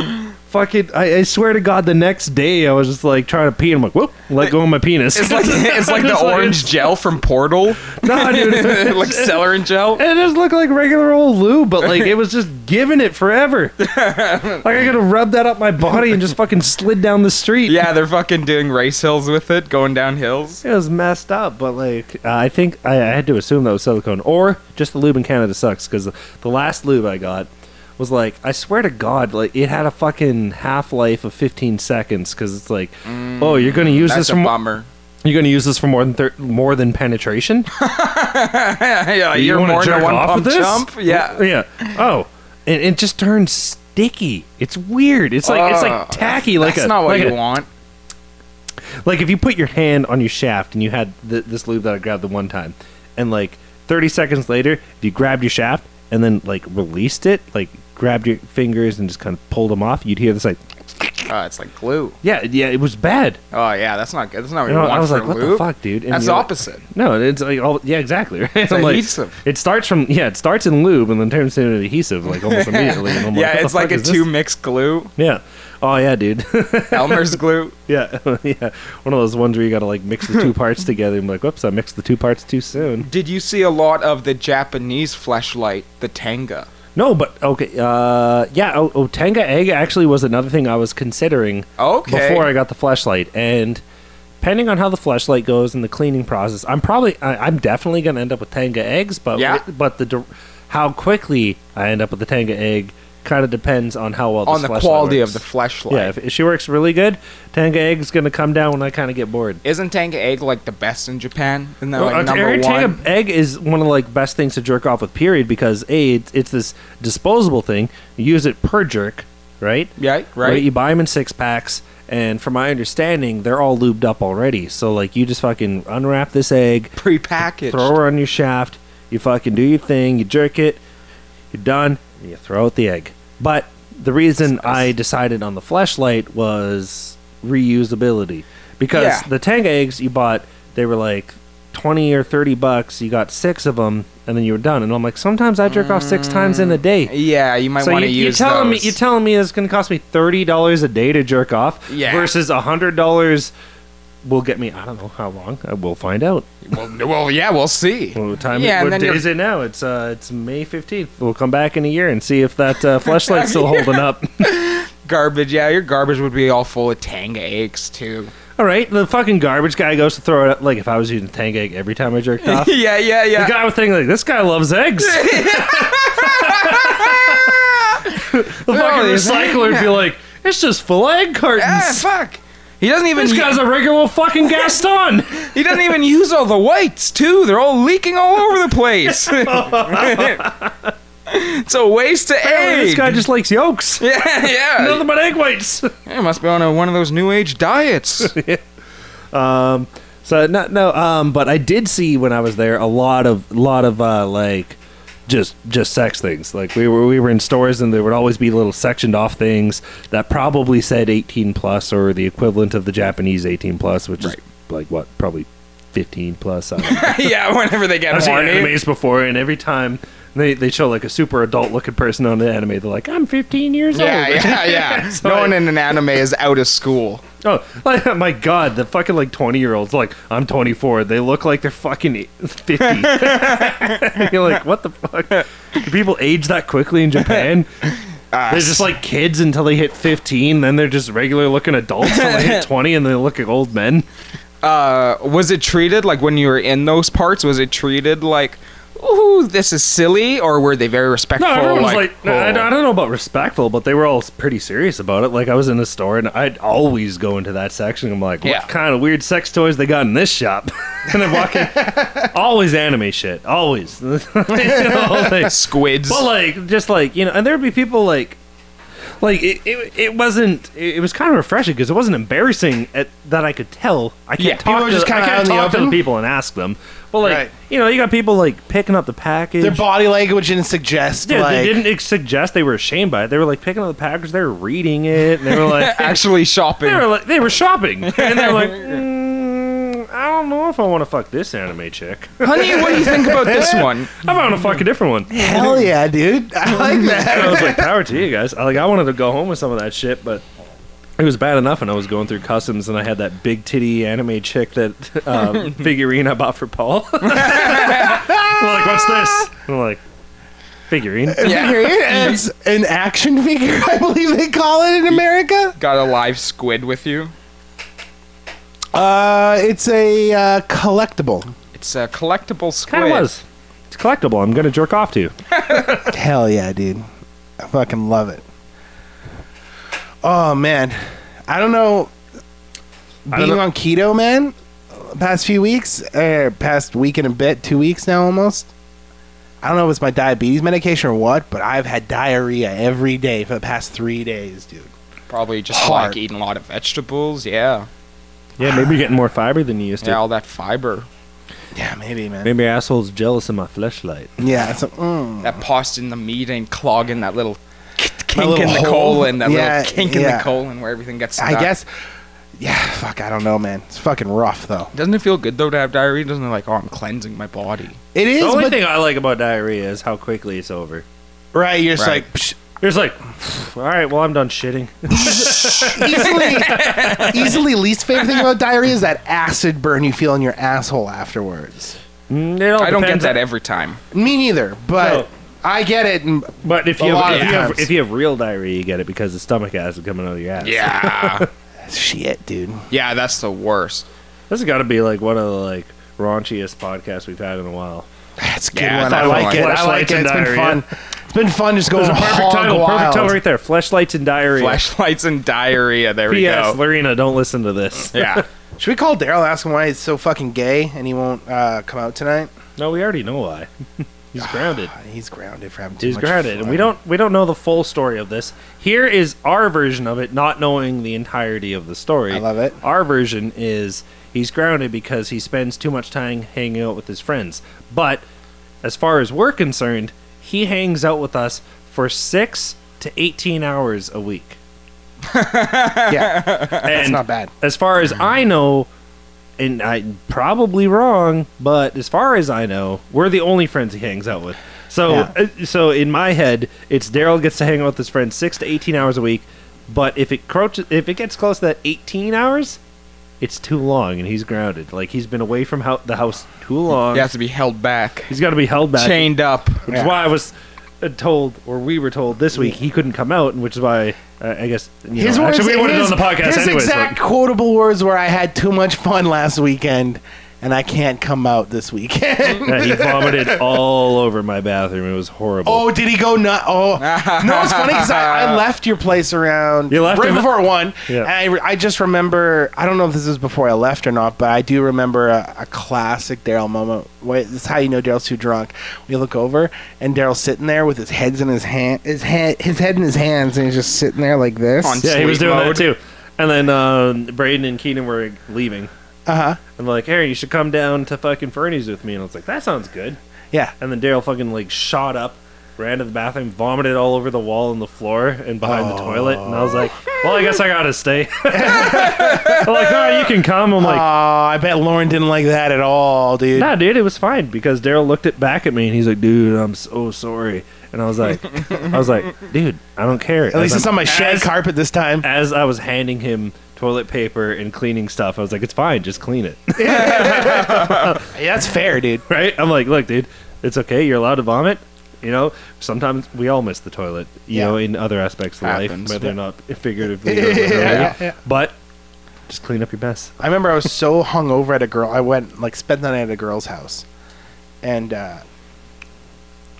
S2: fucking. I, I swear to God, the next day I was just like trying to pee, and I'm like, whoop, let go of my penis.
S3: It's like
S2: [laughs]
S3: it's like the
S2: Just
S3: orange gel from Portal,
S2: [laughs] nah, dude.
S3: like celery gel.
S2: It just looked like regular old lube, but like it was just giving it
S3: [laughs]
S2: forever. like I could have rubbed that up my body and just fucking slid down the street.
S3: Yeah, they're fucking doing race hills with it, going down hills.
S2: It was messed up, but like uh, I think I, I had to assume that was silicone, or just the lube in Canada sucks because the last lube I got was like I swear to God, like it had a fucking half life of 15 seconds because it's like, oh, you're gonna use
S3: Mm, That's
S2: this
S3: a
S2: for mo-
S3: bummer. [laughs]
S2: you're gonna use this for more than thir- more than penetration.
S3: yeah,
S2: You
S3: [laughs] you're
S2: wanna
S3: more than
S2: jerk
S3: a one
S2: off
S3: pump
S2: with this?
S3: chump. Yeah.
S2: yeah. Oh, and it just turns sticky. It's weird. It's like it's
S3: Ugh.
S2: like tacky. Like
S3: That's
S2: a,
S3: not what
S2: like
S3: you
S2: a-
S3: want.
S2: like if you put your hand on your shaft and you had th- this lube that I grabbed the one time, and like 30 seconds later, if you grabbed your shaft and then like released it, like grabbed your fingers and just kind of pulled them off, you'd hear this like,
S3: Oh, it's like glue.
S2: yeah, yeah, it was bad.
S3: Oh yeah, that's not good. That's not what
S2: And
S3: you
S2: I
S3: want
S2: I was
S3: for
S2: like,
S3: a
S2: what the
S3: lube.
S2: fuck, dude? And
S3: That's the
S2: you're like-
S3: opposite.
S2: no, it's like all yeah, exactly. [laughs] Right? It's
S3: adhesive.
S2: It starts from yeah, it starts in lube and then turns into an adhesive like almost immediately. And I'm like, what
S3: yeah,
S2: the
S3: it's like
S2: fuck
S3: a
S2: is this?
S3: two mixed glue,
S2: Yeah. Oh yeah, dude. [laughs]
S3: Elmer's glue.
S2: yeah, [laughs] yeah. One of those ones where you gotta like mix
S3: [laughs]
S2: the two parts together. and be like, whoops, I mixed the two parts too soon.
S3: Did you see a lot of the Japanese flashlight, the Tenga?
S2: No, but okay. Uh, yeah, o- Otenga egg actually was another thing I was considering
S3: Okay.
S2: before I got the flashlight, and depending on how the flashlight goes and the cleaning process, I'm probably I, I'm definitely going to end up with Tenga eggs, but
S3: Yeah.
S2: wi- but the dir- how quickly I end up with the Tenga egg kind of depends on how well this
S3: on the
S2: flashlight
S3: quality
S2: works.
S3: of the flashlight.
S2: yeah. If, if she works really good, Tenga egg's going to come down when I kind of get bored.
S3: Isn't Tenga egg like the best in Japan? Isn't that
S2: Well,
S3: like
S2: uh,
S3: number
S2: Eric
S3: one?
S2: [laughs] Tango egg is one of like best things to jerk off with. Period, because a it's, it's this disposable thing. You use it per jerk, right?
S3: Yeah, right.
S2: You buy them in six packs, and from my understanding, they're all lubed up already. So like, you just fucking unwrap this egg,
S3: Prepackaged.
S2: throw her on your shaft, you fucking do your thing, you jerk it, you're done, and you throw out the egg. But the reason I decided on the flashlight was reusability. Because
S3: Yeah.
S2: the Tang eggs you bought, they were like 20 or 30 bucks. You got six of them, and then you were done. And I'm like, sometimes I jerk off six times in a day.
S3: Yeah, Mm. you might
S2: So
S3: want
S2: you,
S3: to
S2: you're
S3: use
S2: telling
S3: those.
S2: me you're telling me it's going to cost me thirty dollars a day to jerk off
S3: Yeah.
S2: versus hundred dollars will get me I don't know how long I will find out.
S3: well, n- well, yeah, we'll see.
S2: Well, the time
S3: Yeah, and
S2: what
S3: then
S2: day
S3: you're-
S2: is it now? It's uh, it's May fifteenth. We'll come back in a year and see if that
S3: [laughs]
S2: uh, flashlight's still holding up. [laughs]
S3: Garbage. Yeah, your garbage would be all full of Tanga eggs too.
S2: all right, the fucking garbage guy goes to throw it up. Like if I was eating tank egg every time I jerked off, Uh, the
S3: [laughs] yeah, yeah, yeah. Ah,
S2: guy would think like this guy loves eggs. [laughs]
S3: [laughs]
S2: the fucking
S3: Really?
S2: recycler would be like, it's just full egg
S3: ah,
S2: cartons.
S3: fuck. He doesn't even
S2: this guy's a regular
S3: [laughs]
S2: fucking Gaston.
S3: he doesn't even use all the whites too. They're all leaking all over
S2: [laughs]
S3: the place. [laughs] it's a waste of
S2: Apparently
S3: egg.
S2: This guy just likes yolks.
S3: [laughs] yeah, yeah.
S2: Nothing but egg whites. [laughs]
S3: He must be on a, one of those new age diets.
S2: Um, so no, no. Um, but I did see when I was there a lot of lot of uh, like just just sex things. Like we were we were in stores and there would always be little sectioned off things that probably said eighteen plus or the equivalent of the Japanese eighteen plus, which
S3: Right.
S2: is like what probably fifteen plus.
S3: [laughs]
S2: I don't know.
S3: yeah, whenever they get
S2: I've seen
S3: horny.
S2: animes before, and every time. They, they show like a super adult looking person on the anime. They're like, I'm 15 years
S3: Yeah,
S2: old.
S3: yeah,
S2: [laughs]
S3: yeah.
S2: So
S3: no
S2: I-
S3: one in an anime is out of school.
S2: Oh, like, [laughs] my God, the fucking like 20 year olds, like, I'm 24. They look like they're fucking 50. [laughs] You're like, what the fuck? Do people age that quickly in Japan?
S3: Uh,
S2: They're just like kids until they hit 15, then they're just regular looking adults until they hit 20, and they look like old men.
S3: uh, was it treated like when you were in those parts? Was it treated like, ooh, this is silly, or were they very respectful?
S2: No, everyone was
S3: like,
S2: like, no, I, I
S3: oh.
S2: don't know about respectful, but they were all pretty serious about it. Like, I was in the store, and I'd always go into that section. I'm like, what
S3: Yeah.
S2: kind of weird sex toys they got in this shop? [laughs] and
S1: [laughs]
S2: I'm walking, always anime shit, always. [laughs] You
S1: [laughs]
S2: know, like-
S3: "Oh, squids.
S2: but like, just like you know, and there'd be people like, like it, it, it wasn't. It, it was kind of refreshing because it wasn't embarrassing at, that I could tell. I can't
S3: Yeah,
S2: talk,
S1: people were
S2: to,
S1: just
S2: the- I
S1: kinda out
S2: can't
S1: in the
S2: talk to the
S1: open.
S2: people and ask them. But like,
S1: Right.
S2: you know, you got people like picking up the package.
S1: Their body language didn't suggest
S2: Yeah,
S1: like
S2: they didn't ex- suggest they were ashamed by it. They were like picking up the package, they were reading it, and they were
S3: [laughs]
S2: like,
S3: actually shopping.
S2: they were like, they were
S3: [laughs]
S2: shopping, and they were like, mm, I don't know if I want to fuck this anime chick.
S3: Honey, what do
S2: [laughs]
S3: you think about [laughs] this one?
S2: I want to fuck a different one.
S3: [laughs]
S2: And
S1: hell yeah, dude. I [laughs] like that.
S2: I was like, power to you guys. I, like, I wanted to go home with some of that shit, but. It was bad enough, and I was going through customs, and I had that big titty anime chick that [laughs]
S3: [laughs]
S2: um, figurine I bought for Paul. [laughs] I'm like, what's this? I'm like, figurine.
S3: Yeah.
S1: It's an action figure, [laughs] I believe they call it in America.
S3: Got a live squid with you.
S1: Uh, it's a uh, collectible.
S3: It's a collectible squid.
S2: Kind of was. It's collectible. I'm gonna jerk off to.
S1: Hell yeah, dude. I fucking love it. Oh man, I don't know.
S2: I
S1: Being
S2: don't know-
S1: on keto, man, past few weeks, er, past week and a bit, two weeks now almost. I don't know if it's my diabetes medication or what, but I've had diarrhea every day for the past three days, dude.
S3: Probably just
S1: Hard.
S3: like eating a lot of vegetables. Yeah.
S2: Yeah, maybe you're getting more fiber than you used to.
S3: Yeah, all that fiber.
S1: Yeah, maybe, man.
S2: Maybe your asshole's jealous of my fleshlight.
S1: Yeah, so, mm.
S3: That pus in the meat ain't clogging that little k- kink
S1: little
S3: in the
S1: hole?
S3: colon. That
S1: Yeah,
S3: little kink in
S1: yeah.
S3: the colon where everything gets stuck.
S1: I guess. Yeah, fuck, I don't know, man. It's fucking rough though.
S3: Doesn't it feel good though to have diarrhea? Doesn't it like, oh, I'm cleansing my body?
S1: It is,
S2: The only
S1: but
S2: thing I like about diarrhea is how quickly it's over.
S1: right, you're just
S3: Right.
S1: like psh,
S2: You're just like, all right, well, I'm done shitting.
S1: [laughs]
S2: [laughs]
S1: easily, easily least favorite thing about diarrhea is that acid burn you feel in your asshole afterwards.
S2: Mm, it all
S3: I don't get
S2: depends
S3: that
S2: on-
S3: every time.
S1: Me neither, but
S2: No.
S1: I get it. And
S2: But if
S1: A
S2: you,
S1: lot
S2: have,
S1: of
S2: if, you have,
S1: times.
S2: if you have real diarrhea, you get it because the stomach acid coming out of your ass.
S1: [laughs]
S3: Yeah.
S1: shit, dude.
S3: yeah, that's the worst.
S2: This has got to be like one of the like raunchiest podcasts we've had in a while.
S1: That's a good
S3: Yeah, I
S1: one.
S3: thought
S1: I
S3: it was
S1: like it. I like
S2: flashlights
S1: it.
S2: and
S1: It's been
S2: diarrhea.
S1: fun. It's been fun just going
S2: There's a perfect
S1: hog
S2: title, perfect
S1: wild.
S2: title right there. Fleshlights and diarrhea.
S3: Flashlights and diarrhea. There we
S2: P.S.
S3: go.
S2: Lorena, don't listen to this.
S1: [laughs]
S3: Yeah.
S1: Should we call Daryl ask him why he's so fucking gay and he won't uh, come out tonight?
S2: [laughs] No, we already know why. [laughs] He's grounded.
S1: He's grounded for having too
S2: He's
S1: much
S2: grounded, and
S1: fun.
S2: we don't we don't know the full story of this. Here is our version of it, not knowing the entirety of the story.
S1: I love it.
S2: Our version is he's grounded because he spends too much time hanging out with his friends. But as far as we're concerned, he hangs out with us for six to eighteen hours a week.
S1: [laughs] Yeah,
S2: and
S1: it's not bad.
S2: as far as I know, and I'm probably wrong, but as far as I know, we're the only friends he hangs out with. So,
S1: Yeah.
S2: uh, so in my head, it's Daryl gets to hang out with his friends six to eighteen hours a week, but if it crouches, if it gets close to that eighteen hours, it's too long, and he's grounded. Like he's been away from hou- the house too long.
S3: You have to be held back,
S2: he's got to be held back.
S3: chained up.
S2: Which is
S1: Yeah.
S2: why I was uh, told, or we were told this week, he couldn't come out, and which is why uh, I guess you
S1: His
S2: know,
S1: words,
S2: actually we would have
S1: his-
S2: done the podcast
S1: his
S2: anyway.
S1: exact quotable words were, "I had too much fun last weekend, and I can't come out this weekend."
S2: [laughs] he vomited all over my bathroom. It was
S1: [laughs]
S2: horrible.
S1: oh, did he go nut? Oh, no, it's funny because I,
S2: [laughs]
S1: I left your place around
S2: You left
S1: right
S2: him-
S1: before one.
S2: Yeah.
S1: And I, re- I just remember. I don't know if this is before I left or not, but I do remember a, a classic Daryl moment. Wait, this is how you know Daryl's too drunk. We look over and Daryl's sitting there with his heads in his hand, his head, his head in his hands, and he's just sitting there like this.
S3: On-
S2: yeah, he was
S3: Sleep
S2: doing
S3: mode.
S2: that too. And then um, Braden and Keenan were leaving.
S1: Uh huh.
S2: And like, Aaron, you should come down to fucking Fernie's with me. And I was like, that sounds good.
S1: Yeah.
S2: And then Daryl fucking like shot up, ran to the bathroom, vomited all over the wall and the floor and behind the toilet. And I was like, well, I guess I gotta stay. [laughs] I'm like, no, you can come. I'm like,
S1: oh, I bet Lauren didn't like that at all, dude.
S2: nah, dude, it was fine because Daryl looked it back at me and he's like, dude, I'm so sorry. And I was like, I was like, dude, I don't care.
S1: At least
S2: As
S1: it's
S2: I'm-
S1: on my shag
S2: as-
S1: carpet this time.
S2: As I was handing him toilet paper and cleaning stuff, I was like, it's fine, just clean it.
S1: [laughs]
S2: [laughs]
S1: Yeah, that's fair, dude.
S2: right? I'm like, look, dude, it's okay. You're allowed to vomit. You know, sometimes we all miss the toilet. You
S1: Yeah.
S2: know, in other aspects of
S3: Happens.
S2: life, whether or not figuratively, or
S1: Yeah,
S2: literally.
S1: yeah, yeah.
S2: but just clean up your mess.
S1: I remember I was so hungover at a girl. I went like spent the night at a girl's house, and uh,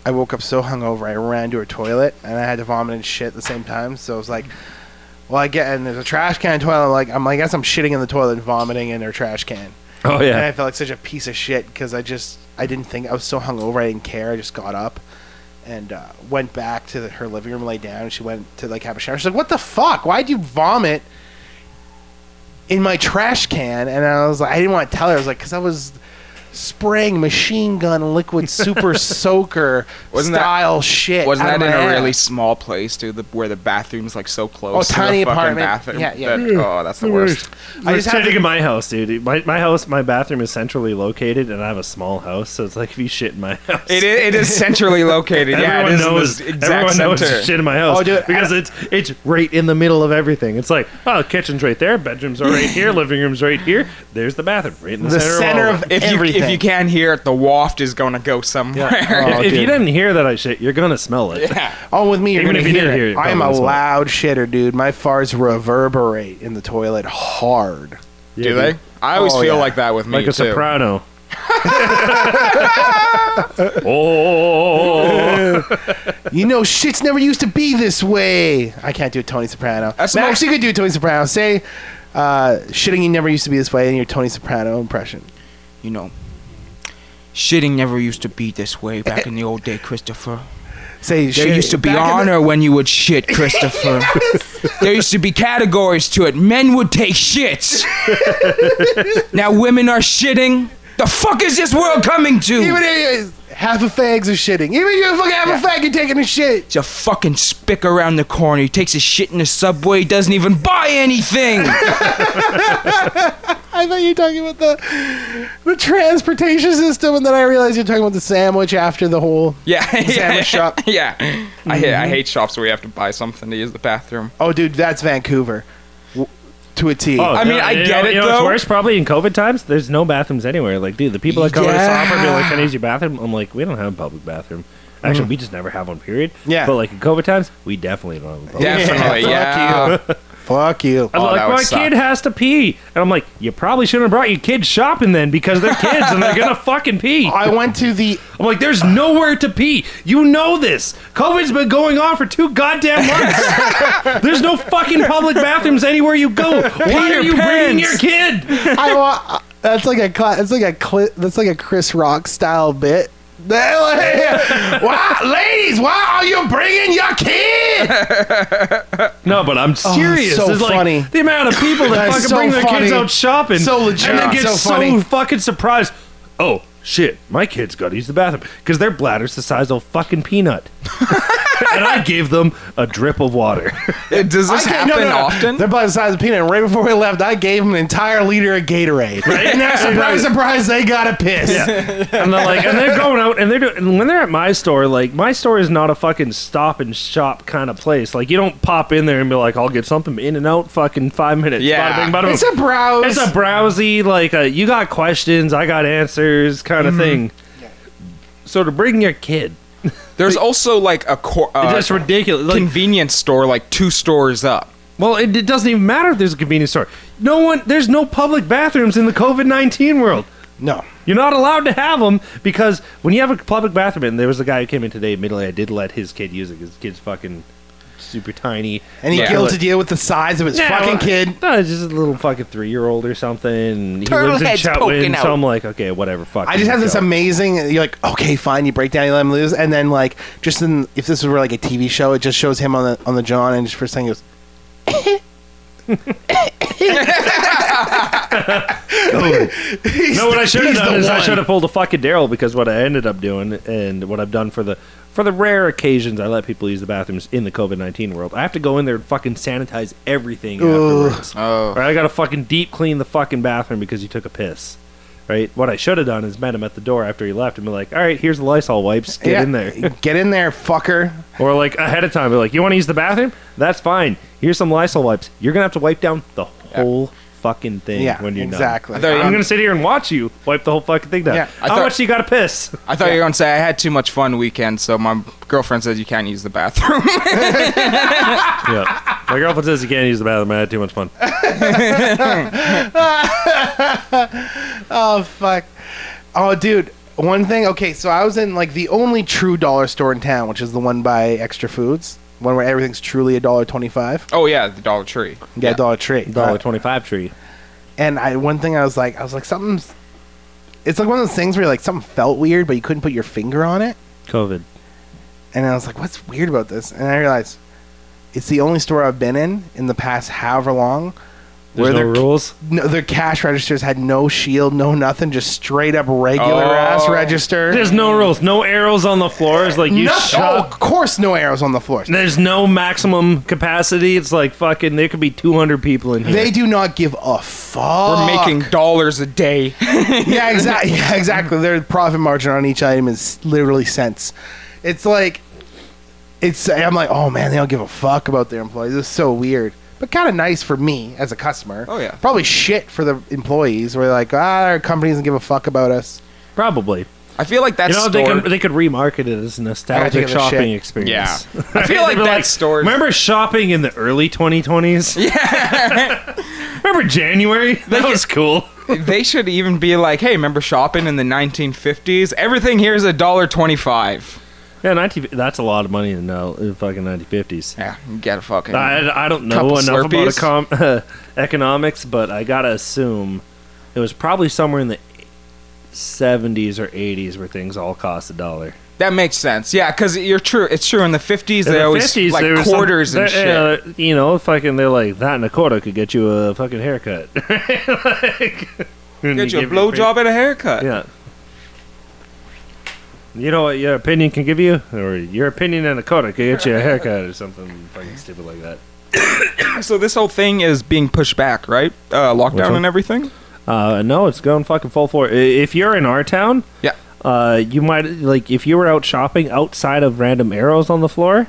S1: I woke up so hungover. I ran to her toilet and I had to vomit and shit at the same time. So I was like, "Well, I get." And there's a trash can toilet. I'm like, I'm like, I guess I'm shitting in the toilet and vomiting in her trash can.
S2: Oh
S1: And I felt like such a piece of shit because I just I didn't think I was so hungover I didn't care. I just got up and uh, went back to the, her living room, lay down. And she went to like have a shower. She's like, "What the fuck? Why'd you vomit in my trash can?" And I was like, I didn't want to tell her. I was like, because I was spraying machine gun
S3: [laughs]
S1: liquid super soaker
S3: Wasn't that-
S1: style shit.
S3: Wasn't
S1: out of
S3: that in
S1: my
S3: a
S1: ass.
S3: really small place, dude? The, where the bathroom's like so close.
S1: Oh,
S3: to
S1: tiny
S3: the fucking
S1: apartment.
S3: Bathroom.
S1: Yeah, Mm. yeah.
S3: That- oh, that's the worst.
S1: I
S2: I
S1: just
S2: just
S1: had
S2: had to
S1: to-
S2: in my house, dude. My, my house, my bathroom is centrally located, and I have a small house, so it's like if you shit in my [laughs] house,
S3: It is, it is centrally located. yeah, it
S2: everyone
S3: is
S2: knows.
S3: in the exact
S2: everyone knows
S3: center.
S2: there's shit in my house.
S1: Oh, dude,
S2: because it's it's right in the middle of everything. It's like, oh, kitchen's right there, bedrooms are right here, living room's right here. There's the bathroom, right in the,
S1: The center
S2: all
S1: of
S2: it.
S3: If you,
S1: everything.
S3: if you can hear it, the waft is going to go somewhere. [laughs]
S1: Oh,
S2: if, if you
S1: dude.
S2: didn't hear that I shit, you're gonna smell it.
S1: Oh, with me, you're
S2: Even
S1: gonna
S2: if you
S1: hear
S2: did
S1: it.
S2: hear it,
S1: I am a
S2: probably wasn't.
S1: loud shitter, dude. My farts reverberate in the toilet hard.
S2: Yeah,
S3: Do
S2: dude.
S3: they? I always
S1: Oh,
S3: feel
S1: yeah.
S3: like that with me
S2: Like a
S3: too. [laughs]
S2: soprano. [laughs] oh,
S1: You know, shit's never used to be this way. I can't do a Tony Soprano.
S3: That's the
S1: Max,
S3: most-
S1: you could do a Tony Soprano. Say, uh, shitting you never used to be this way in your Tony Soprano impression.
S3: You know, shitting never used to be this way back in the old day, Christopher.
S1: Say,
S3: There
S1: shit-
S3: used to be
S1: back in the-
S3: honor when you
S2: [laughs]
S3: would shit, Christopher. There used to be categories to it. Men would
S2: [laughs]
S3: take shits. now women are shitting. The fuck is this world coming
S1: [laughs] even
S3: to?
S1: if half a fags are shitting. Even if you fucking half a fag, you're taking a shit.
S3: It's a fucking spick around the corner. He takes a shit in the subway. He doesn't even buy
S2: [laughs]
S3: anything.
S1: I thought you were talking about the the transportation system, and then I realized you're talking about the sandwich after the whole.
S3: yeah, yeah,
S1: Sandwich shop.
S3: [laughs] yeah. I hate
S2: Mm-hmm.
S3: I hate shops where you have to buy something to use the bathroom.
S1: Oh, dude, that's Vancouver W- to a T.
S2: I
S3: mean, I get it,
S2: Oh, You know,
S3: though.
S2: it's worse probably in COVID times. There's no bathrooms anywhere. Like, dude, the people that come to
S3: Yeah.
S2: us offer be like, "Can I use your bathroom?" I'm like, "We don't have a public bathroom. Actually,
S3: Mm.
S2: we just never have one. Period."
S1: Yeah.
S2: But like in COVID times, we definitely don't have a public.
S3: Definitely, yeah. [laughs]
S1: Fuck you.
S2: I'm
S3: Oh,
S2: like,
S3: that would
S2: my
S3: suck.
S2: kid has to pee, and I'm like, you probably shouldn't have brought your kids shopping then because they're kids and they're gonna fucking
S3: [laughs]
S2: pee.
S1: I went to the
S2: I'm like, there's nowhere to pee. You know this. COVID's been going on for two goddamn
S3: [laughs]
S2: months. there's no fucking public bathrooms anywhere you go. Why
S3: your
S2: are you bringing
S3: pants.
S2: your kid?
S1: I wa- that's like a cla- that's like a cli- that's like a Chris Rock style bit. [laughs] why, ladies? Why are you bringing your kid?
S2: No, but I'm serious.
S1: Oh, so
S2: It's like
S1: funny.
S2: the amount of people that
S1: That's
S2: fucking
S1: so
S2: bring their
S1: funny.
S2: kids out shopping
S1: So legit.
S2: and then
S1: Yeah.
S2: get
S1: So
S2: so,
S1: funny.
S2: fucking surprised. Oh shit, my kid's got to use the bathroom because their bladder's the size of a fucking peanut. [laughs] and I gave them a drip of water. [laughs]
S3: Does this happen often?
S1: They're about the size of a peanut. and Right before we left, I gave them an entire liter of Gatorade. And now, surprise, surprise, they got a piss.
S2: and they're like, and they're going out, and they're doing. And when they're at my store, like my store is not a fucking stop and shop kind of place. Like you don't pop in there and be like, I'll get something in and out, fucking five minutes.
S3: Yeah.
S2: bada bing, bada boom.
S1: It's a browse.
S2: It's a browsy, like uh you
S1: Mm-hmm.
S2: got questions, I got answers kind of thing. So to bring your kid
S4: There's also like a cor- uh,
S2: That's ridiculous. Like,
S4: convenience store like two stores up.
S2: well, it, it doesn't even matter if there's a convenience store. No one, there's no public bathrooms in the COVID nineteen world.
S1: No.
S2: You're not allowed to have them because when you have a public bathroom, and there was a guy who came in today. Admittedly, I did let his kid use it. 'cause His kid's fucking super tiny,
S1: And he
S4: Yeah.
S1: kills to deal with the size of his
S2: Yeah,
S1: fucking
S2: well,
S1: kid.
S2: No, it's just a little fucking three year old or something. and He
S3: Turtle
S2: lives in
S3: head's
S2: Chetwynd,
S3: poking
S2: so
S3: out.
S2: I'm like, okay, whatever. Fuck.
S1: I just have
S2: Joe.
S1: this amazing. You're like, okay, fine. You break down, you let him lose, and then like, just in if this were like a TV show, it just shows him on the on the John, and just first thing he goes, [laughs]
S2: No, what I should have
S1: he's
S2: done
S1: the
S2: is I
S1: one.
S2: should have pulled a fucking Daryl because what I ended up doing and what I've done for the for the rare occasions I let people use the bathrooms in the COVID nineteen world, I have to go in there and fucking sanitize everything afterwards.
S4: Oh.
S2: Right, I gotta fucking deep clean the fucking bathroom because you took a piss. Right? What I should have done is met him at the door after he left and be like, All right, here's the Lysol wipes, get
S1: "Yeah,
S2: in there. [laughs]
S1: get in there, fucker."
S2: Or like ahead of time, be like, "You want to use the bathroom? That's fine. Here's some Lysol wipes. You're gonna have to wipe down the whole fucking thing
S1: Yeah,
S2: when you're
S1: exactly.
S2: done.
S1: I
S4: thought you-
S2: I'm gonna sit here and watch you wipe the whole fucking thing down.
S1: Yeah.
S4: I
S2: How
S4: thought-
S2: much you gotta piss?
S4: I thought you were gonna say I had too much fun weekend, so my girlfriend says you can't use the
S3: [laughs]
S4: bathroom.
S2: [laughs] yeah, my girlfriend says you can't use the bathroom. I had too much
S4: [laughs]
S2: fun.
S1: Oh fuck. Oh dude, one thing. Okay, so I was in like the only true dollar store in town, which is the one by Extra Foods, one where everything's truly a dollar twenty-five.
S4: oh yeah, the Dollar Tree.
S1: Yeah, Dollar Tree.
S2: Dollar twenty five tree.
S1: And I one thing I was like, I was like, something's. It's like one of those things where like something felt weird, but you couldn't put your finger on it.
S2: COVID.
S1: And I was like, what's weird about this? And I realized it's the only store I've been in in the past however long
S2: There's no
S1: their,
S2: rules.
S1: no, their cash registers had no shield, no nothing, just straight up regular
S4: Oh.
S1: ass register.
S2: There's no rules. No arrows on the floor. It's like you
S1: Noth- oh,
S2: shop.
S1: of course, no arrows on the floors.
S2: There's no maximum capacity. It's like fucking. There could be two hundred people in here.
S1: They do not give a fuck.
S4: We're making dollars a
S3: [laughs]
S4: day.
S1: yeah, exactly. [laughs] Yeah, exactly. Their profit margin on each item is literally cents. It's like, it's. I'm like, oh man, they don't give a fuck about their employees. It's so weird, but kind of nice for me as a customer.
S4: Oh, yeah.
S1: Probably shit for the employees. We're like, ah, our company doesn't give a fuck
S4: [laughs]
S1: about us.
S2: probably.
S4: I feel like that
S2: You know,
S4: store.
S2: they could, they could remarket it as a nostalgic
S1: give a
S2: shopping
S1: shit.
S2: experience.
S4: Yeah.
S2: [laughs]
S4: I feel like
S2: They'd be
S4: that store-
S2: Remember shopping in the early 2020s? Yeah. [laughs] remember January? That was cool.
S4: [laughs] they should even be like, hey, remember shopping in the 1950s? Everything here is a dollar twenty-five.
S2: Yeah, 19, that's a lot of money in the in fucking 1950s.
S4: Yeah, you gotta fucking.
S2: I, I don't know
S4: Couple
S2: enough about
S4: Slurpees.
S2: econ- [laughs] economics, but I gotta assume it was probably somewhere in the 70s or 80s where things all cost a dollar.
S4: that makes sense. Yeah, because you're true. It's true. In the 50s, they
S2: In the
S4: always
S2: 50s, there
S4: like
S2: was some-
S4: quarters and shit.
S2: there- uh, you know, fucking, they're like that and a quarter could get you a fucking haircut. [laughs] Like, [laughs] and
S4: Get you a
S2: give your-
S4: blowjob and a haircut.
S2: Yeah. You know what your opinion can give you, or your opinion and a quarter can get you a haircut or something fucking stupid like that.
S4: So this whole thing is being pushed back, right? Uh,
S2: Which
S4: lockdown
S2: one?
S4: and everything.
S2: Uh, no, it's going fucking full floor. I- If you're in our town,
S4: Yeah.
S2: uh, you might like if you were out shopping outside of random arrows on the floor,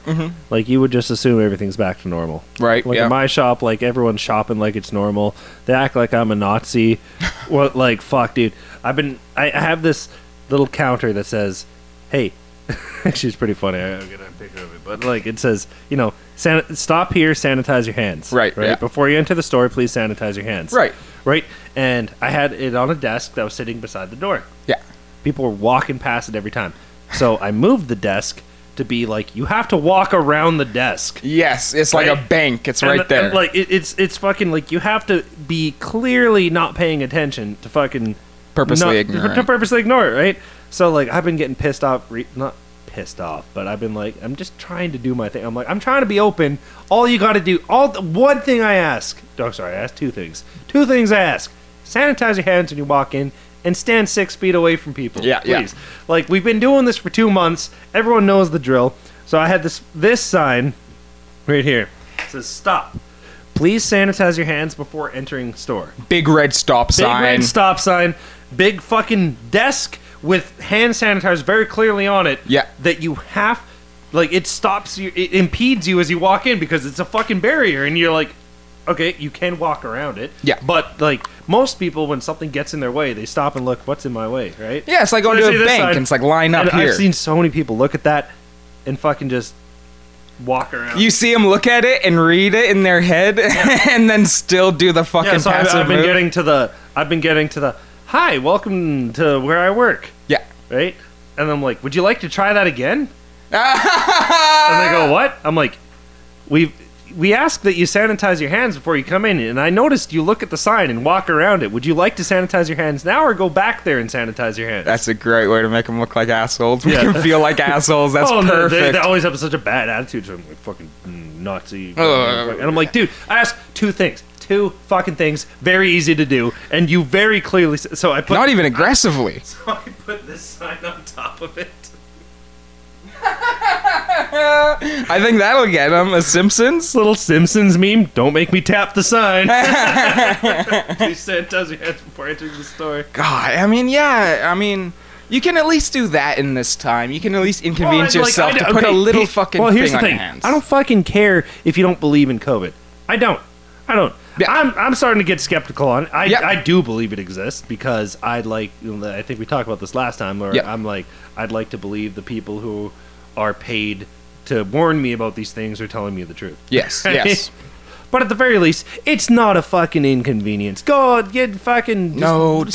S2: like you would just assume everything's back to normal.
S4: Mm-hmm. Right,
S2: Like
S4: yeah.
S2: in my shop, like everyone's shopping like it's normal. They act like I'm
S4: [laughs]
S2: a Nazi. well, like fuck, dude. I've been. I, I have this little counter that says, "Hey." [laughs] She's pretty funny. I- I'm gonna pick her up, but like it says, you know, san- stop here, sanitize your hands.
S4: Right,
S2: right.
S4: yeah.
S2: Before you enter the store, please sanitize your hands.
S4: Right.
S2: Right. And I had it on a desk that was sitting beside the door.
S4: Yeah.
S2: People were walking past it every time. So I moved the desk to be like, you have to walk around the desk.
S4: Yes, it's like a
S2: Right.
S4: bank. It's
S2: And-
S4: right there.
S2: and, like it, it's it's fucking like you have to be clearly not paying attention to fucking
S4: Purposely
S2: not-
S4: ignorant.
S2: to purposely ignore it, right? So like I've been getting pissed off, re- not pissed off, but I've been like I'm just trying to do my thing. I'm like I'm trying to be open. All you got to do, all the one thing I ask. Oh, sorry, I ask two things. Two things I ask: sanitize your hands when you walk in. And stand six feet away from people.
S4: Yeah, yeah.
S2: please. Like we've been doing this for two months. Everyone knows the drill. So I had this this sign right here. It says stop. Please sanitize your hands before entering store.
S4: big red stop
S2: Big
S4: sign.
S2: red stop sign, big fucking desk with hand sanitizer very clearly on it.
S4: Yeah.
S2: That you have like it stops you it impedes you as you walk in because it's a fucking barrier and you're like okay, you can walk around it.
S4: Yeah.
S2: But like most people, when something gets in their way, they stop and look. What's in my way? Right.
S4: Yeah, it's like going
S2: Let's
S4: to
S2: see
S4: a
S2: this
S4: bank
S2: side.
S4: and it's like line up
S2: And
S4: here.
S2: I've seen so many people look at that and fucking just walk around.
S4: you see them look at it and read it in their head, [laughs] and then still do the fucking
S2: yeah, so I've,
S4: passive
S2: I've been
S4: move.
S2: getting to the. I've been getting to the. Hi, welcome to where I work.
S4: yeah.
S2: Right. And I'm like, would you like to try that again? and
S4: Ah!
S2: they go, what? I'm like, we we ask that you sanitize your hands before you come in, and I noticed you look at the sign and walk around it. Would you like to sanitize your hands now or go back there and sanitize your hands?
S4: That's a great way to make them look like assholes. Make
S2: Yeah.
S4: 'em feel like assholes. That's
S2: [laughs] oh, no,
S4: perfect.
S2: they, they always have such a bad attitude to them, like fucking mm, Nazi.
S4: Oh, Ugh.
S2: and I'm like, dude, I asked two things, two fucking things, very easy to do, and you very clearly. s- So I put
S4: [laughs] Not even aggressively.
S2: so [laughs] I put this sign on top of it.
S4: I think that'll get them. A Simpsons.
S2: Little Simpsons meme. Don't make me tap the
S4: [laughs]
S2: sign. Please sanitize your hands before entering the store.
S4: God, I mean, yeah, I mean, you can at least do that in this time. You can at least
S2: Well,
S4: inconvenience
S2: I- like,
S4: yourself
S2: I-
S4: to put
S2: okay,
S4: a little
S2: he-
S4: fucking
S2: well, here's
S4: thing
S2: the
S4: on
S2: thing.
S4: your hands.
S2: I don't fucking care if you don't believe in COVID. I don't. I don't.
S4: Yeah.
S2: I'm, I'm starting to get skeptical on. it. I,
S4: Yep.
S2: I do believe it exists because I'd like. I think we talked about this last time. Where
S4: Yep.
S2: I'm like, I'd like to believe the people who are paid to warn me about these things are telling me the truth. [laughs]
S4: Yes, yes.
S2: But at the very least, it's not a fucking inconvenience. Go get fucking just
S4: No
S2: sanitize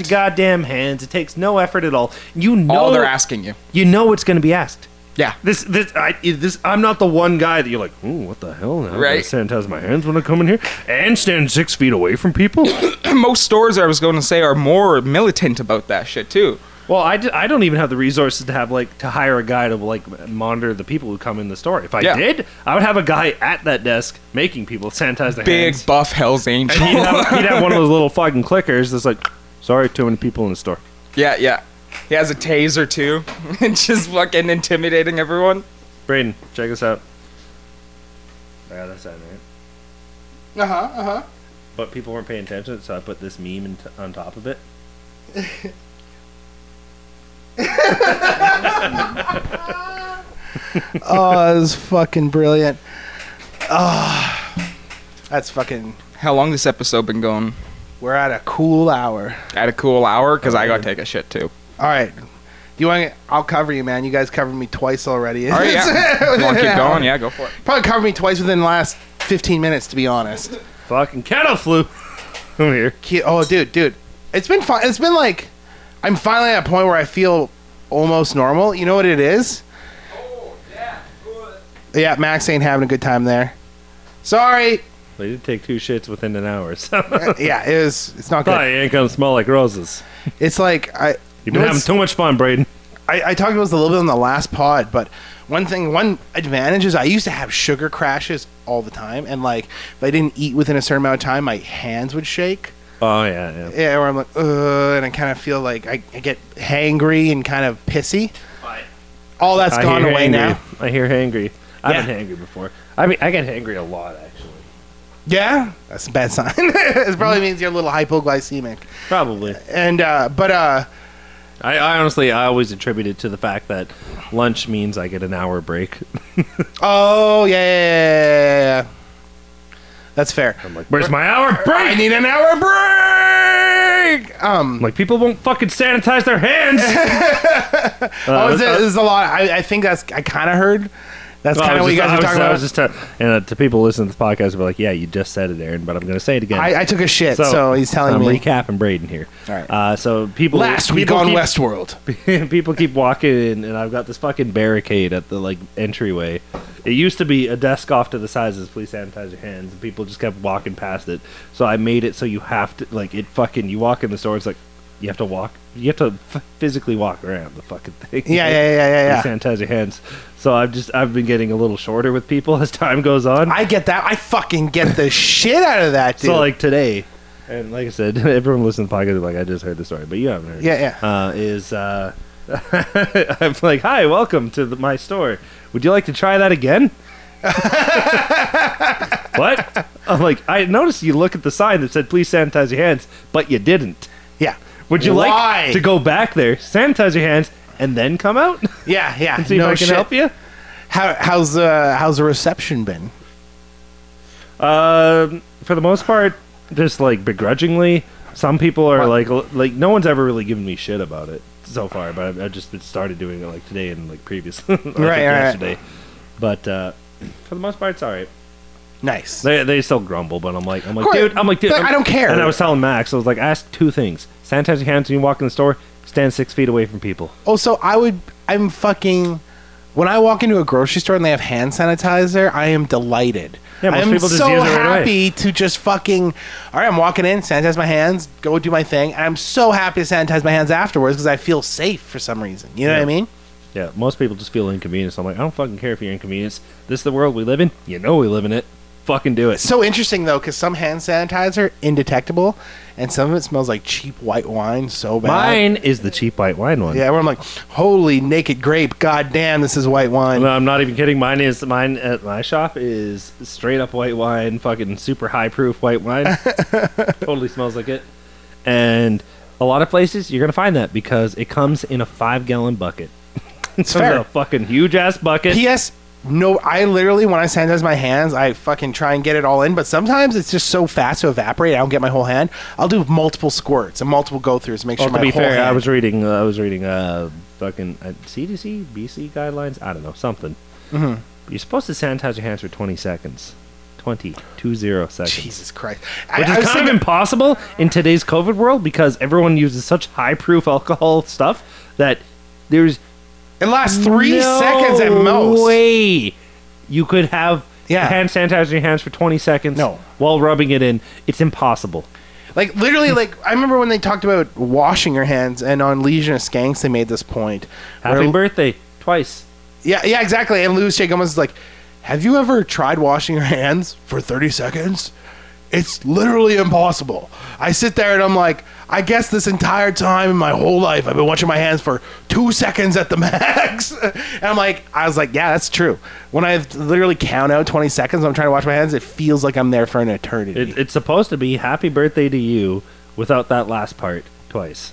S4: doubt.
S2: your goddamn hands. It takes no effort at all. You know
S4: All they're asking you.
S2: You know it's going to be asked.
S4: Yeah. [laughs]
S2: This, this, I, this. I'm not the one guy that you're like, ooh, what the hell? Now I gotta
S4: Right.
S2: sanitize my hands when I come in here and stand six feet away from people.
S4: Most stores, I was going to say, are more militant about that shit too.
S2: [coughs] well, I, d- I don't even have the resources to have like to hire a guy to like monitor the people who come in the store. If I
S4: Yeah.
S2: did, I would have a guy at that desk making people [laughs] sanitize their
S4: Big
S2: hands.
S4: buff Hell's Angel. [laughs]
S2: And he'd have, he'd have one of those little fucking clickers that's like, sorry, too many people in the store.
S4: yeah, yeah. He has a taser too, [laughs] and just fucking intimidating everyone.
S2: Braden, check this out. I got that sign right.
S4: Uh
S1: Uh-huh,
S4: huh. Uh huh.
S2: But people weren't paying attention, so I put this meme in t- on top of it.
S1: oh, that's fucking brilliant. Oh, that's fucking.
S4: How long this episode been going?
S1: We're at a cool hour.
S4: At a cool hour, cause I gotta take a shit too.
S1: All right. You want? to I'll cover you, man. You guys covered me twice already.
S4: All right, [laughs]
S1: [laughs]
S4: yeah. you wanna keep going? Yeah, go for it.
S1: Probably covered me twice within the last 15 minutes, to be honest.
S2: Fucking kettle flu. [laughs] Come here.
S1: Ki- Oh, dude, dude, it's been fun. It's been like I'm finally at a point where I feel almost normal. You know what it is? Yeah, Max ain't having a good time there. Sorry. Uh,
S2: They did take two shits within an hour, [laughs] so
S1: yeah, it was. It's not good.
S2: probably ain't gonna smell like roses.
S1: It's like I.
S2: You've been
S1: No,
S2: having
S1: it's-
S2: too much fun, Braden.
S1: I, I talked about this a little bit on the last pod, but one thing, one advantage is I used to have sugar crashes all the time, and like if I didn't eat within a certain amount of time, my hands would shake.
S2: Oh yeah, yeah.
S1: Yeah, where I'm like, ugh, and I kind of feel like I, I get hangry and kind of pissy. All that's
S2: I
S1: gone
S2: hear
S1: away
S2: hangry.
S1: now.
S2: I hear hangry. I've
S1: Yeah.
S2: been hangry before. I mean, I get hangry a lot actually.
S1: Yeah, that's a bad [laughs] sign. it probably means you're a little hypoglycemic.
S2: Probably.
S1: And uh, but uh,
S2: I, I honestly, I always attribute it to the fact that lunch means I get an hour break.
S1: oh yeah, yeah, yeah, yeah, yeah. that's fair.
S2: I'm like, where's my hour
S1: I
S2: break?
S1: need an hour break. Um,
S2: I'm like, people won't fucking sanitize
S1: [laughs]
S2: their hands. uh,
S1: Oh, is it- is a lot. I, I think that's. I kind of heard. That's
S2: Well, I
S1: kind of
S2: was
S1: what you guys
S2: just- I
S1: were
S2: was-
S1: talking
S2: I
S1: about.
S2: was just tell- and uh, to people listening to the podcast, we're like, yeah, you just said it, Aaron, but I'm going to say it again.
S1: I, I took a shit, so, he's telling
S2: I'm
S1: me.
S2: recapping Braden here.
S1: All right.
S2: Uh, so people
S1: Last week
S2: people
S1: on
S2: keep,
S1: Westworld.
S2: [laughs] people keep walking, in, and I've got this fucking barricade at the like entryway. It used to be a desk off to the sides. That says, Please sanitize your hands. And people just kept walking past it. So I made it so you have to like it. Fucking you walk in the store. It's like you have to walk. You have to f- physically walk around the fucking thing.
S1: Yeah, yeah, yeah, yeah,
S2: [laughs]
S1: yeah.
S2: You sanitize your hands. So I've just I've been getting a little shorter with people [laughs] as time goes on.
S1: I get that. I fucking get the shit out of that, dude.
S2: [laughs] So like today, and like I said, [laughs] everyone listening to the podcast is like, I just heard the story, but you haven't heard. it.
S1: Yeah,
S2: Uh, is uh, [laughs] I'm like, hi, welcome to the, my store. Would you like to try that again? what? I'm like, I noticed you look at the sign that said, please sanitize your hands, but you didn't.
S1: yeah,
S2: Would you
S1: Why?
S2: like to go back there, sanitize your hands, and then come out [laughs]
S1: yeah, yeah.
S2: and see
S1: no
S2: if I can
S1: shit.
S2: help you?
S1: How, how's uh, how's the reception been?
S2: Um, for the most part, just like begrudgingly. Some people are like, l- like no one's ever really given me shit about it so far, but I, I just started doing it like today and like previous, [laughs] like,
S1: right.
S2: yesterday. But uh, for the most part, it's all right.
S1: Nice.
S2: They, they still grumble, but I'm like, I'm like,
S1: course.
S2: dude, I'm like, dude,
S1: But
S2: I'm-
S1: I don't care.
S2: And I was telling Max, I was like, ask two things: sanitize your hands when you walk in the store, stand six feet away from people.
S1: Also, I would. I'm fucking. When I walk into a grocery store and they have hand sanitizer, I am delighted.
S2: Yeah, most
S1: I'm
S2: people just
S1: so
S2: use it right away.
S1: happy to just fucking. All right, I'm walking in, sanitize my hands, go do my thing, and I'm so happy to sanitize my hands afterwards because I feel safe for some reason. You know
S2: Yeah.
S1: what I mean?
S2: Yeah, most people just feel inconvenienced. I'm like, I don't fucking care if you're inconvenienced. This is the world we live in. You know we live in it. Fucking do it.
S1: It's so interesting though, because some hand sanitizer indetectable, and some of it smells like cheap white wine so bad.
S2: Mine is the cheap white wine one.
S1: Yeah, where I'm like, holy naked grape, goddamn, this is white wine.
S2: No, I'm not even kidding. Mine is mine at my shop is straight up white wine, fucking super high proof white
S1: [laughs]
S2: wine. totally smells like it. And a lot of places you're gonna find that because it comes in a five gallon bucket. [laughs] It's
S1: fair.
S2: a fucking huge ass bucket.
S1: P.S. No, I literally when I sanitize my hands, I fucking try and get it all in. But sometimes it's just so fast to evaporate, I don't get my whole hand. I'll do multiple squirts and multiple go throughs to make
S2: Well,
S1: sure my
S2: to be
S1: whole
S2: fair,
S1: hand.
S2: I was reading. Uh, I was reading uh, fucking uh, CDC, BC guidelines. I don't know something.
S1: Mm-hmm.
S2: You're supposed to sanitize your hands for 20 seconds. 20, two zero seconds.
S1: Jesus Christ,
S2: Which
S1: was
S2: is kind of
S1: thinking-
S2: impossible in today's COVID world because everyone uses such high proof alcohol stuff that there's
S1: it lasts three
S2: no
S1: seconds at most.
S2: Way you could have
S1: Yeah.
S2: hand sanitizer in your hands for 20 seconds
S1: No.
S2: while rubbing it in. It's impossible.
S1: Like literally, like I remember when they talked about washing your hands, and on Legion of Skanks they made this point.
S2: Happy
S1: where-
S2: birthday twice.
S1: Yeah, yeah, exactly. And Louis J. Gomez is like, "Have you ever tried washing your hands for thirty seconds? It's literally impossible." I sit there and I'm like, "I guess this entire time in my whole life, I've been washing my hands for two seconds at the [laughs] max." and I'm like, "I was like, yeah, that's true." When I literally count out twenty seconds, I'm trying to wash my hands. It feels like I'm there for an eternity.
S2: It, it's supposed to be happy birthday to you without that last part twice.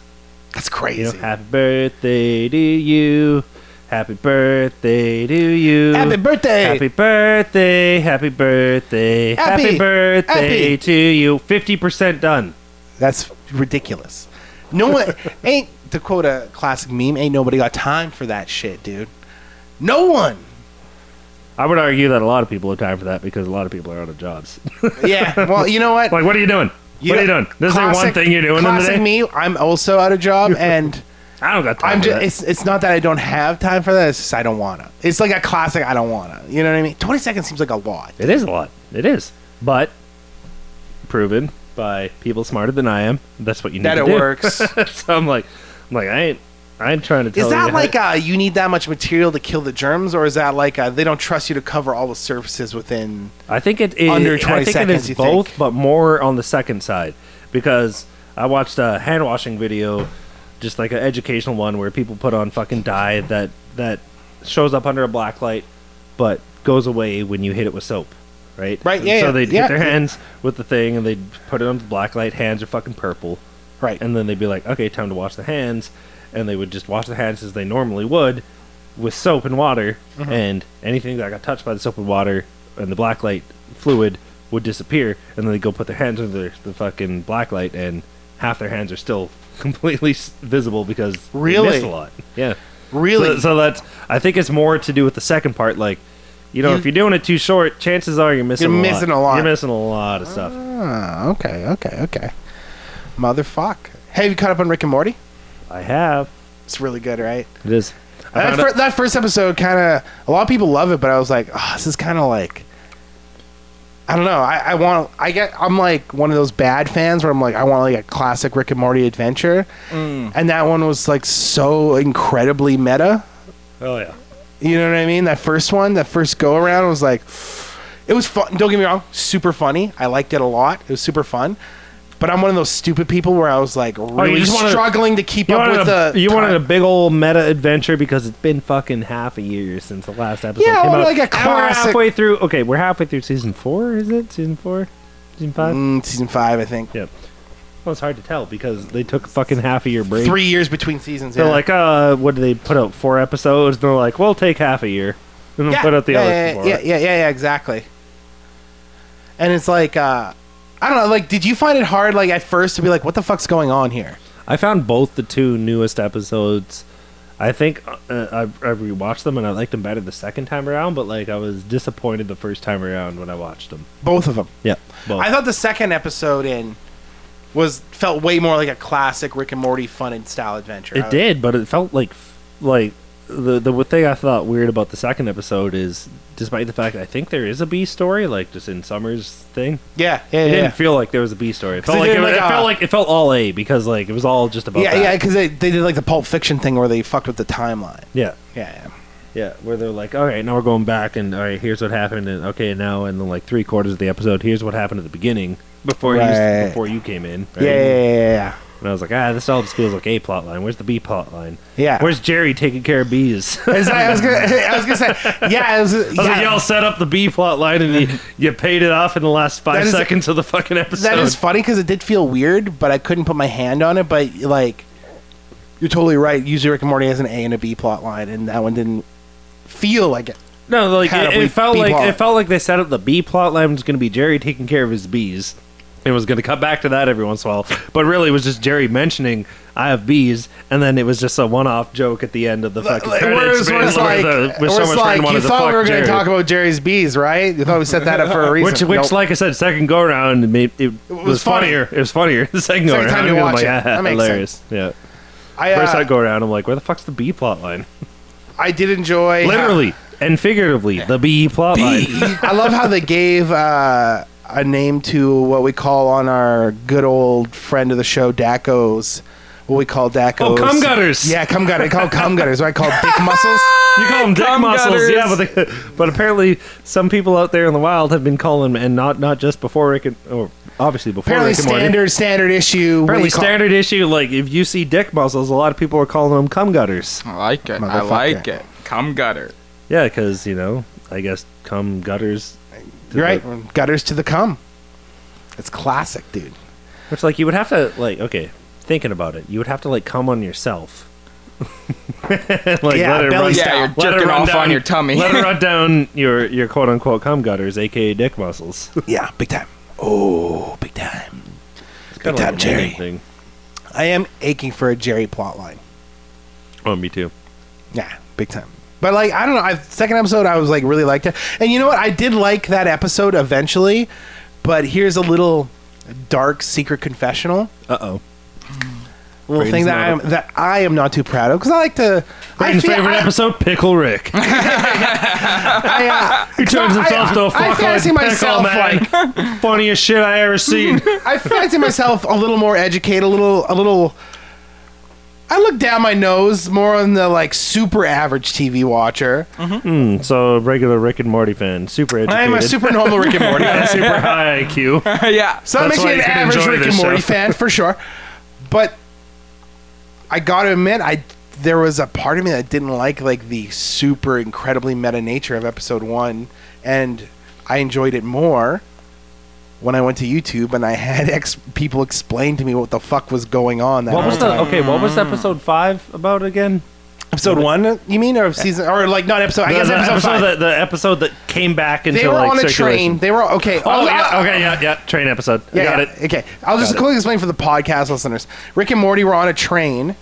S1: that's
S2: You know,
S1: crazy.
S2: happy birthday to you. Happy birthday to you.
S1: Happy birthday.
S2: Happy birthday. Happy birthday. Happy,
S1: Happy,
S2: birthday
S1: happy.
S2: to you. 50% done.
S1: That's ridiculous. No one [laughs] ain't to quote a classic meme. Ain't nobody got time for that shit, dude. No one.
S2: I would argue that a lot of people have time for that because a lot of people are out of jobs. [laughs]
S1: Yeah. Well, you know what?
S2: like, what are you doing?
S1: You
S2: what are you
S1: know,
S2: doing? This ain't one
S1: classic-
S2: thing you're doing in the
S1: Classic
S2: day.
S1: me. I'm also out of job, and
S2: I don't got time
S1: I'm
S2: for
S1: just.
S2: that.
S1: It's it's not that I don't have time for that. It's just I don't wanna. It's like a classic. I don't wanna. You know what I mean? Twenty seconds seems like a lot.
S2: It is a lot. It is. But proven by people smarter than I am. That's what you need
S1: That
S2: to
S1: it
S2: do.
S1: works.
S2: [laughs] so I'm like, I'm like, I ain't, I ain't trying to tell
S1: Is
S2: you
S1: that
S2: how-
S1: like uh you need that much material to kill the germs, or is that like uh they don't trust you to cover all the surfaces within?
S2: I think it is
S1: Under 20
S2: I think
S1: seconds,
S2: it
S1: you
S2: is both,
S1: think?
S2: but more on the second side because I watched a hand washing video, just like an educational one where people put on fucking dye that that shows up under a black light, but goes away when you hit it with soap. Right.
S1: Right,
S2: And
S1: yeah, yeah,
S2: So they would
S1: yeah.
S2: hit their hands with the thing, and they would put it on the black light. Hands are fucking purple
S1: Right.
S2: and then they'd be like, okay, time to wash the hands, and they would just wash the hands as they normally would with soap and water,
S1: Uh-huh.
S2: and anything that got touched by the soap and water and the blacklight fluid would disappear, and then they go put their hands under their, the fucking blacklight, and half their hands are still [laughs] completely s- visible because they
S1: Really?
S2: missed a lot. Yeah,
S1: Really?
S2: So, so that's I think it's more to do with the second part, like. You know, if you're doing it too short, chances are you're missing.
S1: You're
S2: a
S1: missing
S2: lot.
S1: a lot.
S2: You're missing a lot of stuff.
S1: Ah, okay, okay, okay. Motherfuck. Hey, have you caught up on Rick and Morty?
S2: I have.
S1: It's really good, right?
S2: It is. I
S1: That,
S2: found
S1: fir-
S2: out-
S1: that first episode kind of a lot of people love it, but I was like, oh, this is kind of like I don't know. I, I want I get I'm like one of those bad fans where I'm like I want like a classic Rick and Morty adventure,
S2: Mm.
S1: and that one was like so incredibly meta.
S2: oh yeah.
S1: You know what I mean? That first one, that first go around was like it was fun. Don't get me wrong, super funny. I liked it a lot. It was super fun. But I'm one of those stupid people where I was like really
S2: Oh, just wanted-
S1: struggling to keep
S2: You
S1: up
S2: wanted,
S1: with
S2: a,
S1: the
S2: you wanted
S1: time.
S2: a big old meta adventure because it's been fucking half a year since the last episode
S1: Yeah, I
S2: came
S1: wanted
S2: out.
S1: like a
S2: And we're
S1: classic-
S2: halfway through. Okay, we're halfway through season four. Is it season four? Season five?
S1: Mm, season five, I think.
S2: Yeah. Well, it's hard to tell because they took fucking half a year break.
S1: Three years between seasons.
S2: They're
S1: yeah.
S2: like, uh, what do they put out? Four episodes. They're like, we'll take half a year and we'll put out the
S1: yeah,
S2: other
S1: yeah,
S2: four.
S1: Yeah, yeah, yeah, yeah, exactly. and it's like uh, I don't know. Like, did you find it hard, like at first, to be like, what the fuck's going on here?
S2: I found both the two newest episodes. I think uh, I, I rewatched them and I liked them better the second time around, but like I was disappointed the first time around when I watched them.
S1: Both of them.
S2: Yeah, both.
S1: I thought the second episode in was felt way more like a classic Rick and Morty fun and style adventure. I
S2: It
S1: was-
S2: did, but it felt like like the the thing I thought weird about the second episode is, despite the fact I think there is a B story, like just in Summer's thing,
S1: Yeah, yeah,
S2: it
S1: yeah.
S2: didn't feel like there was a B story. It felt
S1: they
S2: like it,
S1: did, like,
S2: it
S1: a-
S2: felt like it felt all A because like it was all just about
S1: yeah,
S2: that.
S1: yeah, because they, they did like the Pulp Fiction thing where they fucked with the timeline.
S2: yeah.
S1: Yeah, yeah.
S2: Yeah, where they're like, all right, now we're going back, and all right, here's what happened, and okay, now, and then like three quarters of the episode, here's what happened at the beginning before
S1: Right.
S2: you before you came in. Right?
S1: Yeah, yeah, yeah, yeah, yeah.
S2: And I was like, ah, this all just feels like a plot line. Where's the B plot line?
S1: Yeah.
S2: Where's Jerry taking care of bees? [laughs] I was
S1: It's like- I was gonna, [laughs] I was gonna say, yeah, it was,
S2: like,
S1: yeah
S2: y'all set up the B plot line, and you, you paid it off in the last five
S1: That is-
S2: seconds of the fucking episode.
S1: that is funny because it did feel weird, but I couldn't put my hand on it. But like, you're totally right. Usually, Rick and Morty has an A and a B plot line, and that one didn't feel like it.
S2: no, like
S1: Had
S2: it,
S1: a
S2: it
S1: B-
S2: felt
S1: B
S2: like
S1: plot.
S2: it felt like they set up the B plot line was going to be Jerry taking care of his bees. It was going to cut back to that every once in a while, but really it was just Jerry mentioning I have bees, and then it was just a one-off joke at the end of the fucking.
S1: Like,
S2: credits,
S1: where it's, where it's
S2: where
S1: like,
S2: the- where
S1: where
S2: Summer's
S1: it's
S2: friend
S1: like
S2: wanted
S1: you
S2: to
S1: thought we
S2: fuck
S1: were going
S2: Jerry.
S1: to talk about Jerry's bees, right? You thought we set that up for a reason.
S2: Which, which,
S1: Nope.
S2: like I said, second go around, it, made, it, was,
S1: was
S2: funnier. It was funnier [laughs] the second go
S1: Second
S2: around.
S1: time you
S2: I'm
S1: watch
S2: like,
S1: it.
S2: "Ah,
S1: That makes
S2: hilarious. Yeah.
S1: I,
S2: First time
S1: uh,
S2: go around, I'm like, where the fuck's the B plot line?
S1: I did enjoy how-
S2: Literally and figuratively, the B plot line.
S1: I love how they gave uh, a name to what we call on our good old friend of the show, Dacos. What we call Dacos.
S2: Oh, cum gutters.
S1: Yeah, cum gutters. I call cum gutters. What I call dick
S2: [laughs]
S1: muscles.
S2: You call
S1: [laughs]
S2: them dick
S4: Cum
S2: muscles,
S4: gutters.
S2: yeah, but, they, but apparently some people out there in the wild have been calling them, and not not just before Rick and or obviously before
S1: Apparently
S2: Rick and Morty.
S1: standard, standard issue. what do
S2: Apparently
S1: you call-
S2: standard issue. Like if you see dick muscles, a lot of people are calling them cum gutters.
S4: I like it. I
S1: Motherfucker.
S4: like it. Come gutter. [laughs]
S2: Yeah, because you know, I guess cum gutters.
S1: You're right. Gutters to the cum. It's classic, dude.
S2: Which like you would have to like okay, thinking about it, you would have to like come on yourself. [laughs] like
S1: Yeah, belly
S2: run-
S1: Stop.
S4: Yeah, you're
S2: let it
S4: jerking
S2: run
S4: off
S2: down-
S4: on your tummy.
S2: Let
S1: [laughs]
S2: it run down your your quote unquote cum gutters, aka dick muscles.
S1: Yeah, big time. Oh, big time.
S2: Kind
S1: time, Jerry. I am aching for a Jerry plotline.
S2: Oh, me too.
S1: Yeah, big time. But like I don't know, I second episode I was like really liked it. And you know what? I did like that episode eventually, but here's a little dark secret confessional.
S2: Uh oh.
S1: A little
S2: Braden's
S1: thing that
S2: not
S1: I am
S2: a-
S1: that I am not too proud of cuz I like to I
S2: Brayden's
S1: feel-
S2: favorite
S1: I-
S2: episode,
S1: [laughs]
S2: Pickle Rick.
S1: I, uh,
S2: He turns
S1: I-
S2: himself to a
S1: I
S2: fucking
S1: fancy
S2: pickle
S1: myself, [laughs]
S2: man. [laughs] Funniest shit I ever seen.
S1: I
S2: [laughs]
S1: fancy myself a little more educated, a little, a little. I look down my nose more on the like super average TV watcher.
S2: Mm, so regular Rick and Morty fan, super educated.
S1: I'm a super normal Rick and
S2: [laughs]
S1: Morty. fan. [laughs]
S2: super high IQ.
S4: yeah.
S1: So that
S2: That's
S1: makes
S2: why
S1: me an
S2: you can
S1: average
S2: enjoy
S1: Rick and
S2: this
S1: Morty
S2: show.
S1: fan for sure. But I gotta admit, I there was a part of me that didn't like like the super incredibly meta nature of episode one, and I enjoyed it more when I went to YouTube and I had [laughs] ex- people explain to me what the fuck was going on. That
S2: What was
S1: whole time.
S2: the okay? What was episode five about again?
S1: Episode one, you mean, or of season, or like not episode? I
S2: The,
S1: guess
S2: the
S1: episode,
S2: episode
S1: five.
S2: that, the episode that came back into
S1: they were
S2: like
S1: on a
S2: circulation.
S1: train. They were okay. uh,
S2: Oh
S1: I'll-
S2: yeah,
S1: I'll-
S2: okay, yeah, yeah. Train episode. I
S1: Yeah,
S2: got
S1: yeah,
S2: it.
S1: Okay, I'll just
S2: Got it.
S1: quickly explain for the podcast listeners. Rick and Morty were on a train,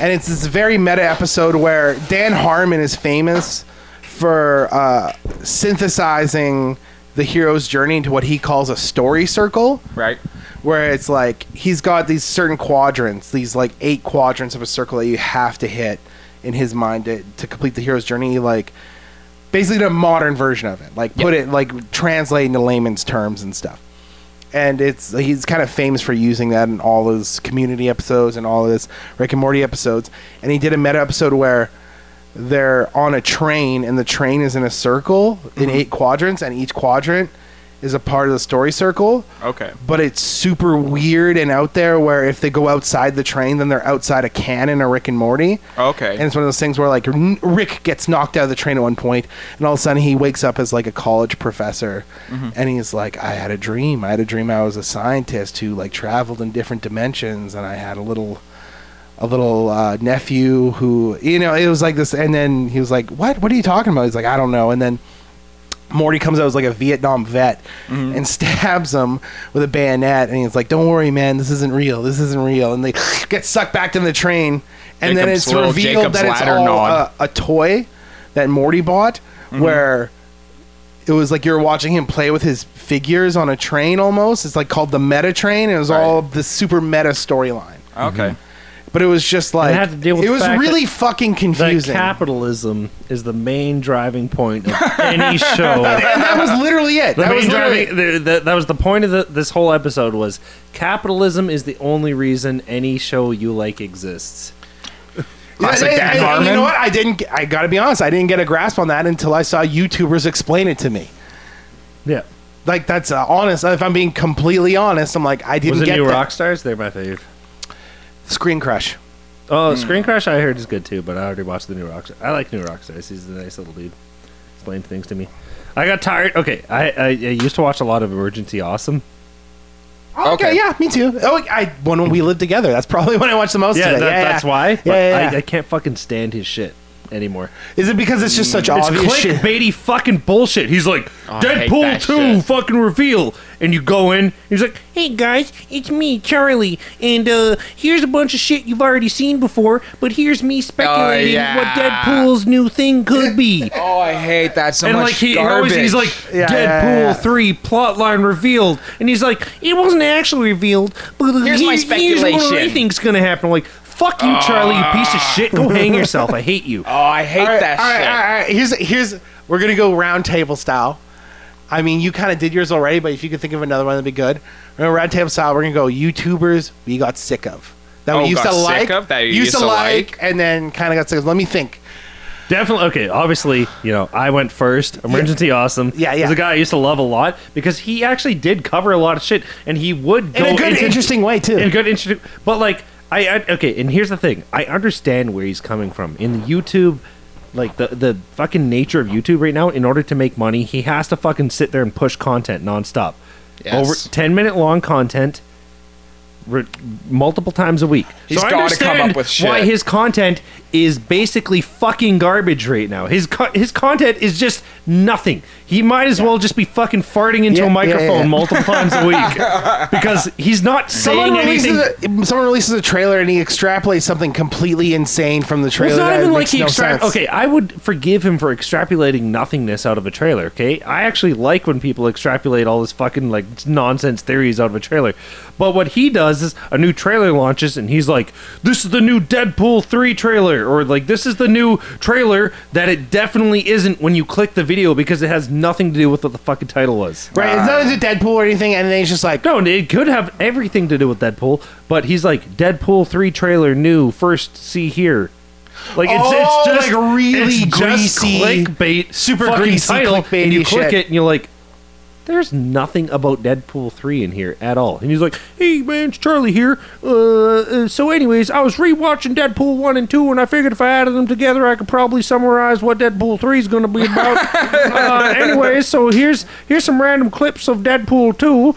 S1: and it's this very meta episode where Dan Harmon is famous for uh, synthesizing the hero's journey into what he calls a story circle
S4: Right.
S1: where it's like he's got these certain quadrants, these like eight quadrants of a circle that you have to hit in his mind to, to complete the hero's journey. Like basically the modern version of it, like put it like translate into layman's terms and stuff. And it's he's kind of famous for using that in all his community episodes and all his Rick and Morty episodes. And he did a meta episode where they're on a train and the train is in a circle in eight quadrants, and each quadrant is a part of the story circle
S4: Okay.
S1: but it's super weird and out there where if they go outside the train then they're outside a canon or rick and morty
S4: Okay.
S1: and it's one of those things where like N- rick gets knocked out of the train at one point and all of a sudden he wakes up as like a college professor and he's like i had a dream i had a dream i was a scientist who like traveled in different dimensions and i had a little a little uh, nephew who you know it was like this and then he was like what what are you talking about he's like i don't know and then Morty comes out as like a Vietnam vet
S4: Mm-hmm.
S1: and [laughs] stabs him with a bayonet, and he's like, "Don't worry, man, this isn't real. This isn't real." And they [laughs] get sucked back in the train, and then
S4: Jacob's
S1: it's
S4: little
S1: revealed
S4: Jacob's
S1: that it's
S4: ladder
S1: all
S4: nod. Mm-hmm.
S1: a, a toy that Morty bought, where it was like you're watching him play with his figures on a train almost. It's like called the Meta Train. and It was all the super meta storyline,
S4: Okay.
S1: but it was just like
S2: had to deal with
S1: it
S2: the
S1: was
S2: fact
S1: really fucking
S2: That
S1: confusing.
S2: capitalism is the main driving point of [laughs] any
S1: and [laughs]
S2: show.
S1: that was literally it.
S2: [laughs] The
S1: that
S2: main
S1: was literally
S2: driving, the, the, that was the point of the, this whole episode was capitalism is the only reason any show you like exists.
S4: Classic Dan
S1: and- and- and You
S4: Harmon.
S1: know what? I didn't. get- I gotta be honest. I didn't get a grasp on that until I saw YouTubers explain it to me.
S2: Yeah.
S1: Like that's uh, honest. If I'm being completely honest, I'm like I didn't
S2: Was it
S1: get
S2: New
S1: that.
S2: Rock Stars? They're my fave.
S1: Screen Crush.
S2: Oh,
S1: Hmm.
S2: Screen Crash I heard is good too, but I already watched the New Rock I like New Rock Stars. He's a nice little dude. Explained things to me. I got tired. Okay, I, I, I used to watch a lot of Emergency Awesome.
S1: Oh, okay.
S4: Okay.
S1: yeah, me too. Oh, I when we lived together, that's [laughs] probably when I watched the most.
S2: Yeah,
S1: of it.
S2: that,
S1: yeah,
S2: that's why.
S1: Yeah,
S2: But
S1: yeah,
S2: I,
S1: yeah.
S2: I can't fucking stand his shit anymore.
S1: Is it because it's just such obvious
S2: it's
S1: shit? Oh,
S2: clickbaity fucking bullshit. He's like,
S4: hate
S2: Deadpool
S4: that
S2: 2
S4: shit.
S2: fucking reveal. And you go in, he's like,
S5: Hey guys, it's me, Charlie, and uh, here's a bunch of shit you've already seen before, but here's me speculating
S1: Oh,
S4: yeah.
S5: what Deadpool's new thing could
S1: [laughs]
S5: be.
S4: Oh, I hate that so
S2: and
S4: much.
S2: like he, he
S4: garbage.
S2: always he's like
S1: Yeah,
S2: Deadpool
S1: yeah, yeah.
S2: 3 plotline revealed and he's like
S5: It wasn't actually revealed, but uh,
S4: Here's
S5: here-
S4: my
S5: Here's what I
S4: speculation.
S5: think's
S2: gonna
S5: gonna
S2: happen I'm like fuck you Charlie you piece of shit go hang yourself I hate you
S4: [laughs] oh, I hate
S1: All right,
S4: that
S1: all right,
S4: shit.
S1: all right, all right. Here's here's we're gonna go round table style. I mean, you kind of did yours already, but if you could think of another one, that'd be good. We're gonna round table style. We're gonna go YouTubers we got sick of that
S4: Oh,
S1: we used
S4: got
S1: to
S4: sick
S1: like,
S4: of? That you used to like?
S1: and then kind of got sick of. Let me think.
S2: definitely okay obviously you know I went first emergency awesome
S1: Yeah,
S2: He's
S1: yeah.
S2: a guy I used to love a lot because he actually did cover a lot of shit and he would go
S1: in a good,
S2: into-
S1: interesting way too.
S2: in a good interesting but like I, I okay and here's the thing I understand where he's coming from in the YouTube like the the fucking nature of YouTube right now in order to make money he has to fucking sit there and push content nonstop
S4: Yes.
S2: over 10 minute long content re- multiple times a week
S4: He's gotta
S2: I
S4: come
S2: understand
S4: up with shit.
S2: why his content is basically fucking garbage right now his co- his content is just nothing he might as well just be fucking farting into
S1: Yeah,
S2: a
S1: yeah,
S2: microphone
S1: yeah.
S2: multiple times
S1: [laughs]
S2: a week because he's not
S1: Someone
S2: saying anything
S1: releases, a, someone releases a trailer and he extrapolates something completely insane from the
S2: Well,
S1: trailer.
S2: it's not
S1: that
S2: even like
S1: makes
S2: he
S1: no
S2: extra-
S1: sense.
S2: Okay, I would forgive him for extrapolating nothingness out of a trailer. Okay, I actually like when people extrapolate all this fucking like nonsense theories out of a trailer. But what he does is a new trailer launches and he's like, "This is the new Deadpool three trailer," or like, "This is the new trailer that it definitely isn't when you click the video because it has nothing to do with what the fucking title was."
S1: Right,
S4: Ah.
S1: it's not as a Deadpool or anything, and then he's just like,
S2: No, and it could have everything to do with Deadpool, but he's like Deadpool three trailer new. First, see here. Like it's
S1: Oh,
S2: it's just
S1: like really
S2: it's just
S1: greasy,
S2: clickbait,
S1: super
S2: fucking
S1: greasy
S2: title, and you
S1: clickbaity
S2: click
S1: shit.
S2: it, and you're like, "There's nothing about Deadpool three in here at all." And he's like, "Hey man, it's Charlie here. Uh, uh, so, anyways, I was rewatching Deadpool one and two, and I figured if I added them together, I could probably summarize what Deadpool three is going to be [laughs] about. uh, anyways, so here's here's some random clips of Deadpool two,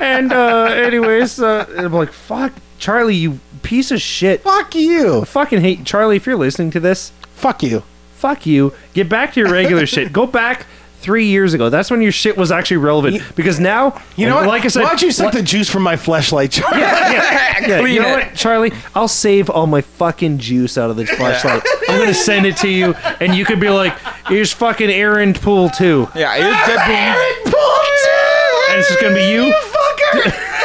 S2: and uh, anyways, uh, and I'm like, fuck, Charlie, you piece of shit.
S1: "Fuck you,
S2: I fucking hate Charlie. If you're listening to this,
S1: fuck you."
S2: fuck you. Get back to your
S1: [laughs]
S2: regular shit. Go back three years ago. That's when your shit was actually relevant. Because now,
S1: You know
S2: and
S1: what?
S2: Like I said,
S1: why don't you suck
S2: what-
S1: the juice from my fleshlight? Charlie?
S2: yeah,
S4: Clean
S2: you know
S4: it.
S2: what, Charlie? I'll save all my fucking juice out of this flashlight. I'm gonna send it to you, and you could be like, "Here's fucking errand pool too,"
S4: Yeah, it's [laughs] Deadpool.
S2: and it's just gonna be you.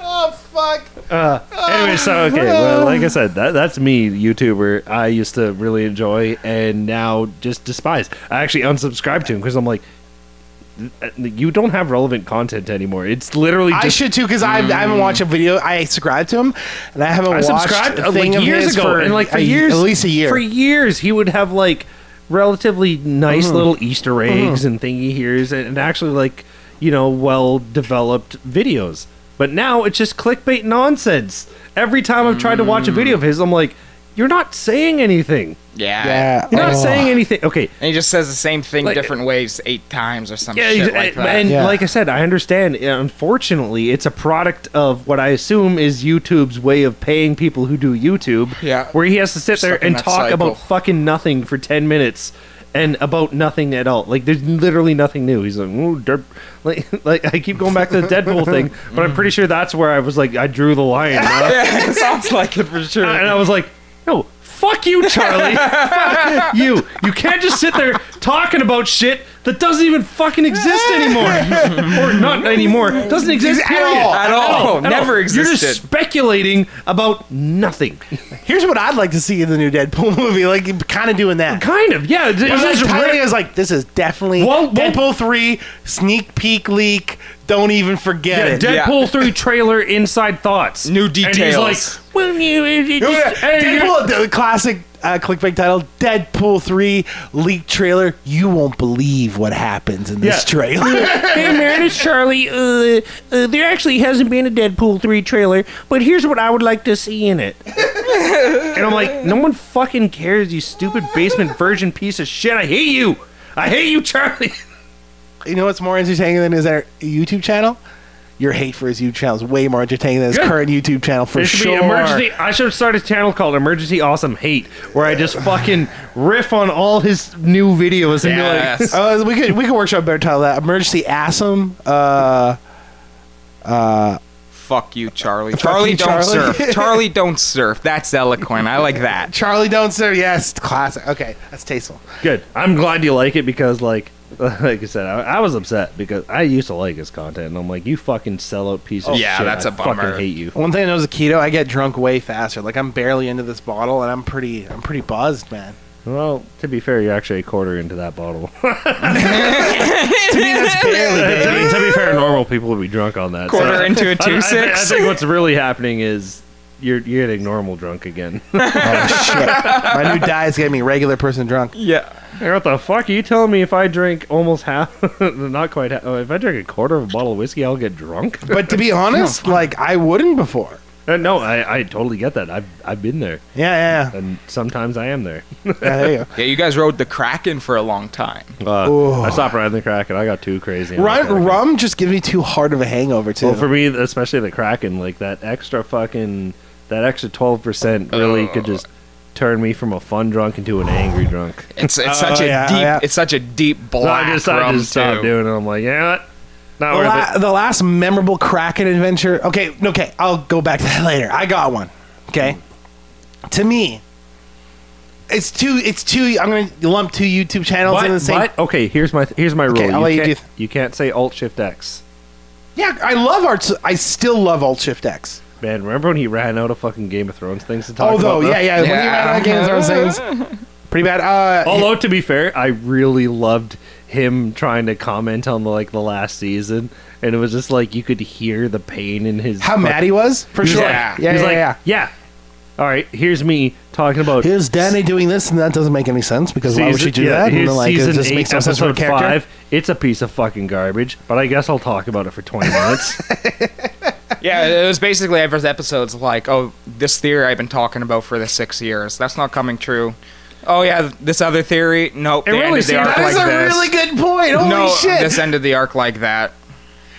S1: oh fuck!
S2: Anyway, so okay, well, like I said, that, that's me, YouTuber. I used to really enjoy and now just despise. I actually unsubscribed to him because I'm like, uh, you don't have relevant content anymore. It's literally just.
S1: I should too because I haven't watched a video. I subscribed to him, and I haven't
S2: I
S1: watched
S2: subscribed
S1: a
S2: uh,
S1: thing
S2: like
S1: of
S2: years
S1: his
S2: ago,
S1: for
S2: and like for
S1: a-
S2: years,
S1: at least a year.
S2: For years, he would have like relatively nice
S1: Mm-hmm.
S2: little Easter eggs and thingy here's, and, and actually like you know well developed
S1: Mm.
S2: videos. But now it's just clickbait nonsense. Every time I've tried to watch a video of his, I'm like, you're not saying anything.
S4: Yeah.
S1: Yeah.
S2: You're not
S1: Oh.
S2: saying anything. Okay.
S4: And he just says the same thing
S2: Like-
S4: different ways eight times or some
S2: Yeah,
S4: shit
S2: exa-
S4: like that.
S2: and
S1: Yeah.
S2: like I said, I understand. eh, Unfortunately, it's a product of what I assume is YouTube's way of paying people who do YouTube.
S4: Yeah.
S2: where he has to sit
S4: Stuck
S2: there
S4: in
S2: and
S4: that
S2: talk
S4: cycle.
S2: about fucking nothing for ten minutes and about nothing at all. Like there's literally nothing new. He's like, Ooh, derp. [laughs] like, like I keep going back to the Deadpool thing,
S4: [laughs]
S2: but I'm pretty sure that's where I was like, I drew the line, [laughs] huh?
S4: yeah, it sounds like it for sure.
S2: and I was like, no. Fuck you, Charlie. Fuck you. You can't just sit there talking about shit that doesn't even fucking exist anymore. or not anymore. Doesn't exist
S1: At
S2: period.
S1: all.
S4: At all. Never
S2: You're just
S4: existed.
S2: speculating about nothing.
S1: Here's what I'd like to see in the new Deadpool [laughs] movie, like kind of doing that.
S2: Kind of. Yeah. It was
S1: It was
S2: just
S1: Tyler
S2: random-
S1: was like, "This is definitely
S2: Well, well-
S1: Deadpool three sneak peek leak. Don't even forget
S2: Yeah,
S1: it."
S2: Deadpool 3 trailer inside thoughts.
S4: New
S2: And he's
S4: details.
S2: like, well, you, it, it
S1: Yeah,
S2: just, hey, you're-
S1: uh, Deadpool, the classic uh, clickbait title: Deadpool three leak trailer. You won't believe what happens in this
S2: Yeah.
S1: trailer. [laughs]
S5: Hey man, it's Charlie. Uh, uh, there actually hasn't been a Deadpool 3 trailer, but here's what I would like to see in it.
S2: And I'm like, no one fucking cares, you stupid basement virgin piece of shit. I hate you. I hate you, Charlie.
S1: you know what's more entertaining than his uh, YouTube channel? Your hate for his YouTube channel is way more entertaining than his
S2: Good.
S1: current YouTube channel for
S2: There should
S1: sure.
S2: be emergency. I should have started a channel called Emergency Awesome Hate, where I just fucking riff on all his new videos and
S4: Yes.
S2: be like,
S1: Uh, we could we could workshop a better title than that emergency assum. Uh,
S4: Fuck you, Charlie. Charlie,
S1: you,
S4: don't [laughs]
S1: Charlie.
S4: surf. Charlie, don't surf. That's eloquent. I like that.
S1: Charlie don't serve. Yes, classic. Okay, that's tasteful.
S2: "Good. I'm glad you like it because, like, [laughs] like I said, I, I was upset because I used to like his content, and I'm like, you fucking sellout piece of
S4: Oh, Yeah,
S2: shit.
S4: that's
S2: I
S4: a bummer.
S2: Fucking hate you.
S1: One thing I know as a keto, I get drunk way faster. Like I'm barely into this bottle, and I'm pretty, I'm pretty buzzed,
S2: [laughs]
S1: man.
S2: Well, to be fair, you're actually a quarter into that bottle. [laughs]
S1: [laughs]
S2: to, be, to be fair, normal people would be drunk on that.
S4: Quarter
S2: so-
S4: into a
S2: [laughs] I- I, thi- I,
S4: 2-6?
S2: think [laughs] what's really happening is you're you're getting normal drunk again. [laughs]
S1: Oh shit! My new diet's getting me regular person drunk.
S4: Yeah.
S2: Hey, what the fuck are you telling me? If I drink almost half, [laughs] not quite half. Oh, if I drink a quarter of a bottle of whiskey, I'll get drunk.
S1: But to be honest, like I wouldn't before.
S2: Uh, no, I, I totally get that. I've I've been there,
S1: Yeah,
S2: [laughs]
S1: yeah.
S2: and sometimes I am there.
S1: yeah there you
S4: Yeah, you guys rode the Kraken for a long time.
S2: Uh, I stopped riding the Kraken. I got too crazy.
S1: go.
S2: on the Kraken.
S1: Rum, rum just gives me too hard of a hangover too.
S2: Well, for me, especially the Kraken, like that extra fucking that extra twelve percent really
S4: Uh,
S2: could just turn me from a fun drunk into an angry drunk.
S4: It's it's such
S1: Oh,
S4: a
S1: yeah,
S4: deep
S1: yeah.
S4: it's such a deep [sighs]
S2: So
S4: black
S2: I just I
S4: rum
S2: just stopped
S4: too.
S2: doing it. I'm like, yeah, not
S1: the,
S2: worth it.
S1: la- the last memorable Kraken adventure. Okay, okay, I'll go back to that later. I got one. Okay, to me, it's two. It's two. I'm gonna lump two YouTube channels
S2: But,
S1: in the same.
S2: but- okay, here's my here's my rule.
S1: I'll let you
S2: you, can't,
S1: do th-
S2: you can't say Alt Shift X.
S1: Yeah, I love Art. I still love Alt Shift X.
S2: Man, remember when he ran out of fucking Game of Thrones things to talk
S1: Although,
S2: about?
S1: Oh, yeah, yeah,
S2: though?
S1: When you ran out of Game of Thrones
S2: [laughs]
S1: things, pretty bad. Uh,
S2: Although to be fair, I really loved him trying to comment on the, like the last season, and it was just like you could hear the pain in his.
S1: how mad he was for
S2: He's
S1: sure.
S2: like-
S1: yeah,
S2: he's
S1: yeah,
S2: like,
S1: yeah.
S2: All right, here's me talking about
S1: Here's Danny doing this, and that doesn't make any sense because why would she do
S2: yeah,
S1: that?
S2: here's
S1: And like,
S2: season
S1: it just
S2: eight,
S1: makes no sense for a
S2: episode
S1: character.
S2: Five. It's a piece of fucking garbage, but I guess I'll talk about it for
S1: [laughs]
S2: 20 minutes.
S4: Yeah, it was basically every episode's like, oh, this theory I've been talking about for the six years. That's not coming true. Oh yeah, this other theory. Nope.
S2: It
S4: they
S2: really
S4: ended the
S2: seemed-
S4: arc
S1: That is
S4: like
S1: a
S4: this.
S1: really good point. Holy
S4: no,
S1: shit!
S4: this ended the arc like that.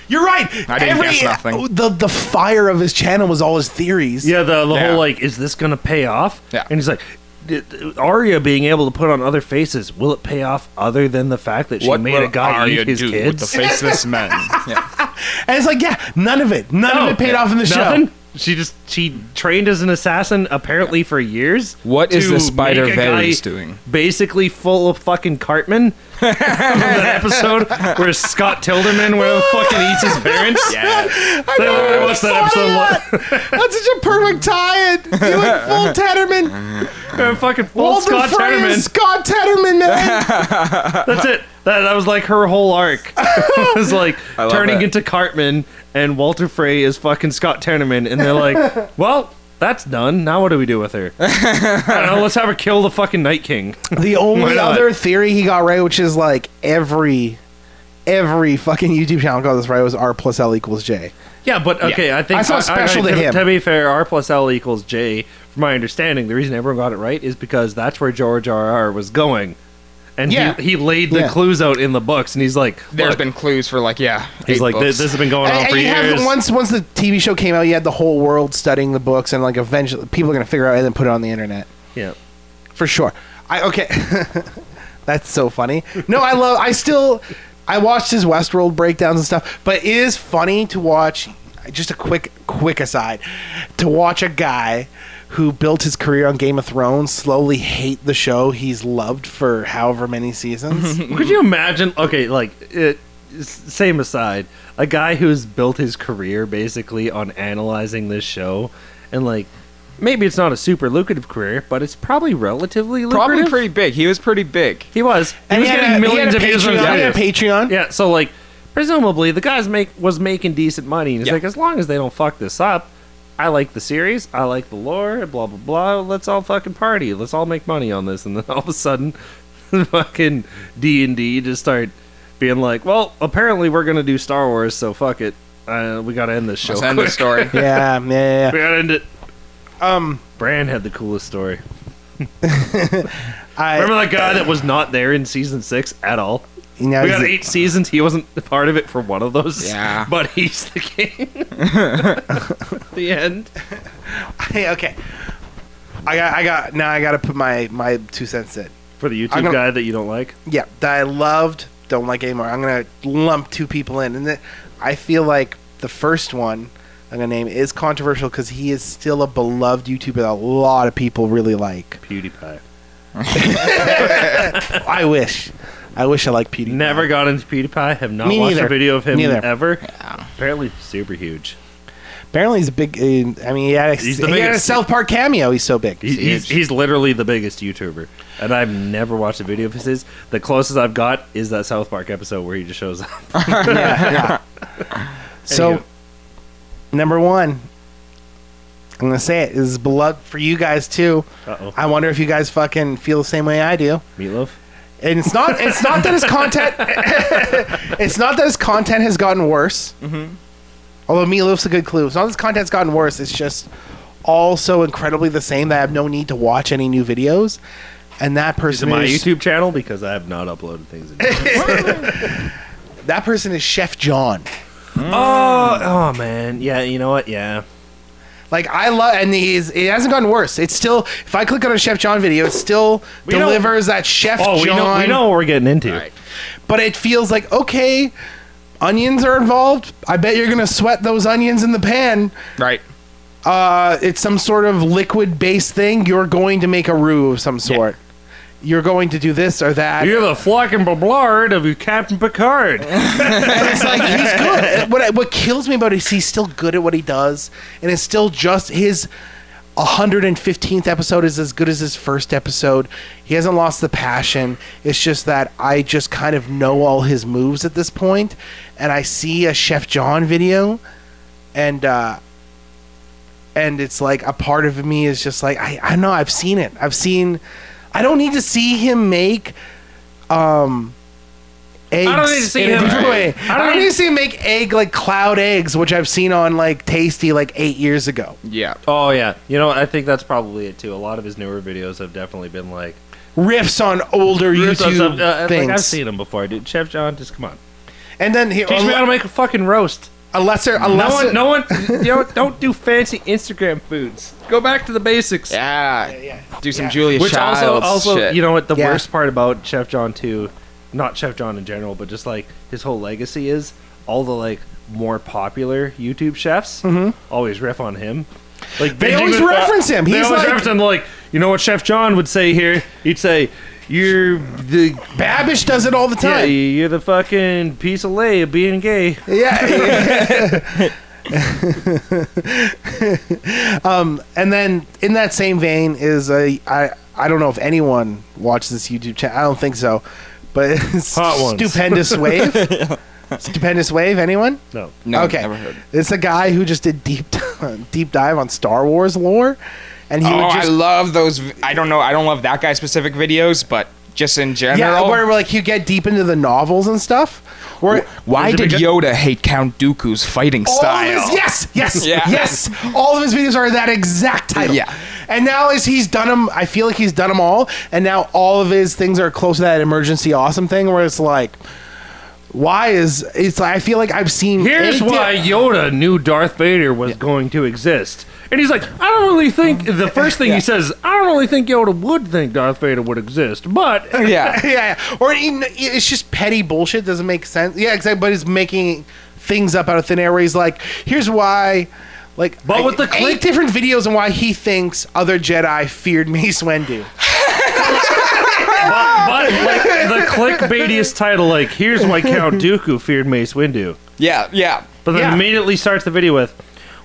S1: You're right.
S4: I didn't
S1: Every,
S4: guess nothing.
S1: The the fire of his channel was all his theories.
S2: yeah, the, the
S4: Yeah.
S2: whole like, is this gonna pay off?
S4: Yeah.
S2: and he's like. "D- d- Arya being able to put on other faces, will it pay off other than the fact that she made a
S4: will
S2: guy
S4: Arya
S2: eat his
S4: do
S2: kids?
S4: with the [laughs] faceless men? yeah.
S1: and it's like, yeah, none of it, none of it paid off in the
S2: Oh, Nothing.
S1: show.
S2: She just she trained as an assassin apparently for years.
S4: What is
S2: to
S4: the spider
S2: make a guy
S4: Varys doing?
S2: Basically full of fucking Cartman.
S4: [laughs]
S2: Remember that episode where Scott Tilderman
S4: [laughs]
S2: where he fucking eats his parents.
S1: I
S2: They-
S1: never
S2: they watched that
S1: thought of
S2: episode
S1: that. [laughs] That's such a perfect tie-in. You
S2: [laughs]
S1: went full Tetterman,
S2: Uh, fucking full
S1: Walter
S2: Scott
S1: Frey
S2: Tilderman.
S1: is Scott Tetterman, man.
S2: [laughs] That's it. That, that was like her whole arc. [laughs] it
S1: [laughs]
S2: was like
S4: love
S2: turning
S4: that.
S2: into Cartman and Walter Frey is fucking Scott Tenorman, and
S1: [laughs]
S2: they're like, well. That's done. Now what do we do with her? I don't know. Let's have her kill the fucking Night King. [laughs]
S1: The
S2: Why
S1: only
S2: not?
S1: other theory he got right, which is like every every fucking YouTube channel got this right, was R plus L equals J.
S2: Yeah, but okay, I
S1: I
S2: think
S1: saw special to him.
S2: To be fair, R plus L equals J. From my understanding, the reason everyone got it right is because that's where George R R was going, and
S1: Yeah.
S2: he, he laid the
S1: Yeah.
S2: clues out in the books, and he's like,
S4: There's
S2: "Look,"
S4: been clues for like yeah.
S2: he's
S4: eight
S2: like,
S4: books.
S2: this, this has been going on
S1: And,
S2: for
S1: and you have
S2: years.
S1: the- once once the TV show came out, you had the whole world studying the books, and like eventually people are gonna figure out and then put it on the internet
S2: yeah,
S1: for sure. I okay, [laughs] that's so funny. No, I love. I still I watched his Westworld breakdowns and stuff, but it is funny to watch. Just a quick quick aside to watch a guy who built his career on Game of Thrones slowly hate the show he's loved for however many seasons.
S2: Could you imagine? Okay, like it, s- same aside, a guy who's built his career basically on analyzing this show, and like maybe it's not a super lucrative career, but it's probably relatively lucrative.
S4: probably pretty big. He was pretty big.
S2: He was. He was
S1: had
S2: getting
S1: a- he
S2: millions
S1: had
S2: of
S1: a
S2: views on his
S1: Patreon- he
S2: videos.
S1: had a Patreon.
S2: Yeah, so like presumably the guys make was making decent money. And it's
S4: Yeah.
S2: like as long as they don't fuck this up, I like the series, I like the lore, blah blah blah. Let's all fucking party. Let's all make money on this. And then [laughs] all of a sudden, fucking D and D just start being like, well, apparently we're gonna do Star Wars, so fuck it. Uh, we gotta end this show.
S4: Let's end the
S2: quick.
S4: story.
S1: [laughs] yeah, yeah, yeah.
S2: [laughs] we gotta end it.
S1: Um,
S2: Bran had the coolest story.
S1: I
S2: Remember that guy that was not there in season six at all?
S1: you know,
S2: we
S1: he's
S2: got
S1: a-
S2: eight seasons. He wasn't a part of it for one of those.
S4: Yeah.
S2: [laughs] But he's the [laughs] king. the end.
S1: Hey, [laughs] okay. I got, I got. Now I got to put my my two cents in.
S2: For the YouTube
S1: I'm gonna-
S2: guy that you don't like.
S1: Yeah, that I loved, don't like anymore. I'm gonna lump two people in, and then I feel like the first one I'm gonna name is controversial because he is still a beloved YouTuber that a lot of people really
S2: [laughs]
S1: like.
S2: PewDiePie.
S1: I wish, I wish I liked PewDiePie.
S2: Never got into PewDiePie. Have not
S1: Me
S2: watched
S1: neither.
S2: a video of him
S1: Neither.
S2: ever. Apparently super huge.
S1: Apparently, he's a big. Uh, I mean, he had a,
S2: He's the
S1: he had a
S2: biggest.
S1: South Park cameo. He's so big.
S2: He- He's, he's literally the biggest YouTuber. And I've never watched a video of his. The closest I've got is that South Park episode where he just shows up. [laughs]
S1: yeah.
S2: Anywho.
S1: So, number one, I'm gonna say it is beloved for you guys too.
S2: Uh-oh.
S1: I wonder if you guys fucking feel the same way I do.
S2: Meatloaf?
S1: And it's not it's not that his content [laughs] it's not that his content has gotten worse. Mm-hmm. Although Meatloaf's a good clue. It's not that his content's gotten worse. It's just all so incredibly the same that I have no need to watch any new videos. And that
S2: To
S1: person
S2: my
S1: is
S2: YouTube channel because I have not uploaded
S1: [laughs]
S2: things. In oh,
S1: that person is Chef John.
S2: oh, man. Yeah, you know what? Yeah.
S1: Like I love, and he's it hasn't gotten worse. It's still if I click on a Chef John video, it still
S2: We don't-
S1: delivers that Chef
S2: Oh,
S1: John.
S2: we know, we know what we're getting into.
S4: Right.
S1: But it feels like okay, onions are involved. I bet you're gonna sweat those onions in the pan.
S4: Right.
S1: Uh, it's some sort of liquid based thing. You're going to make a roux of some sort. You're going to do this or that.
S2: You're the flocking blard of your Captain Picard.
S1: It's like he's good. What I- what kills me about it is he's still good at what he does, and it's still just his 115th episode is as good as his first episode. He hasn't lost the passion. It's just that I just kind of know all his moves at this point, and I see a Chef John video, and uh, and it's like a part of me is just like I I know I've seen it. I've seen. I don't need to see him make um, eggs.
S2: don't need to see
S1: in a
S2: him-
S1: different way.
S2: I
S1: I
S2: don't
S1: don't
S2: need-
S1: need to see him make egg like cloud eggs, which I've seen on like Tasty like eight years ago.
S4: Yeah.
S2: [laughs] oh yeah, you know I think that's probably it too. A lot of his newer videos have definitely been like
S1: Riffs on older YouTube
S2: uh,
S1: things.
S2: Like I've seen them before, dude. Chef John, just come on,
S1: And then he,
S2: teach me how to
S1: a,
S2: make a fucking roast.
S1: a lesser, a
S2: No
S1: lesser.
S2: one,
S1: [laughs]
S2: no one, you know, what? don't do fancy Instagram foods. Go back to the basics.
S4: Yeah. Do some
S1: Yeah.
S4: Julia
S2: Which also,
S4: Childs
S2: also,
S4: shit.
S2: you know what? The
S1: Yeah.
S2: worst part about Chef John too, not Chef John in general, but just like his whole legacy is all the like more popular YouTube chefs always riff on him. Like
S1: Mm-hmm. They
S2: binging
S1: always
S2: with-
S1: reference him.
S2: They
S1: He's
S2: always
S1: like-
S2: reference him. Like you know what Chef John would say here? He'd say, "You're the
S1: Babish does it all the
S2: yeah,
S1: time.
S2: you're the fucking piece of lay of being gay."
S1: Yeah.
S2: [laughs]
S1: [laughs] um, and then in that same vein is a I I don't know if anyone watches this YouTube channel. I don't think so, but [laughs] it's
S2: Hot ones. [laughs]
S1: stupendous wave. stupendous wave. Anyone?
S2: No,
S4: no,
S1: okay.
S4: Never heard.
S1: It's a guy who just did deep [laughs] deep dive on Star Wars lore, and he
S4: Oh,
S1: would
S4: I
S1: just
S4: love those. v- I don't know. I don't love that guy's specific videos, but
S3: just in general.
S1: yeah, where like you get deep into the novels and stuff. Where
S3: Why
S2: There's a
S3: did
S2: big-
S3: Yoda hate Count Dooku's fighting
S1: all
S3: style?
S1: Of his, yes, yes,
S3: Yeah.
S1: yes. All of his videos are that exact title.
S3: Yeah.
S1: And now as he's done them, I feel like he's done them all. And now all of his things are close to that emergency awesome thing where it's like, why is it's? Like, I feel like I've seen.
S2: Here's
S1: eight di- [laughs]
S2: why Yoda knew Darth Vader was going to exist. And he's like, I don't really think the first thing he says, I don't really think Yoda would think Darth Vader would exist, but
S3: [laughs] Yeah.
S1: yeah, yeah. Or even, it's just petty bullshit. Doesn't make sense. Yeah, exactly. But it's making things up out of thin air. Where he's like, here's why. Like,
S2: But
S1: like,
S2: with the click-
S1: eight different videos and why he thinks other Jedi feared Mace Windu.
S2: but, but like the clickbaitiest title, like here's why
S3: [laughs]
S2: Count Dooku feared Mace Windu.
S3: Yeah, yeah.
S2: But then
S1: Yeah.
S2: immediately starts the video with,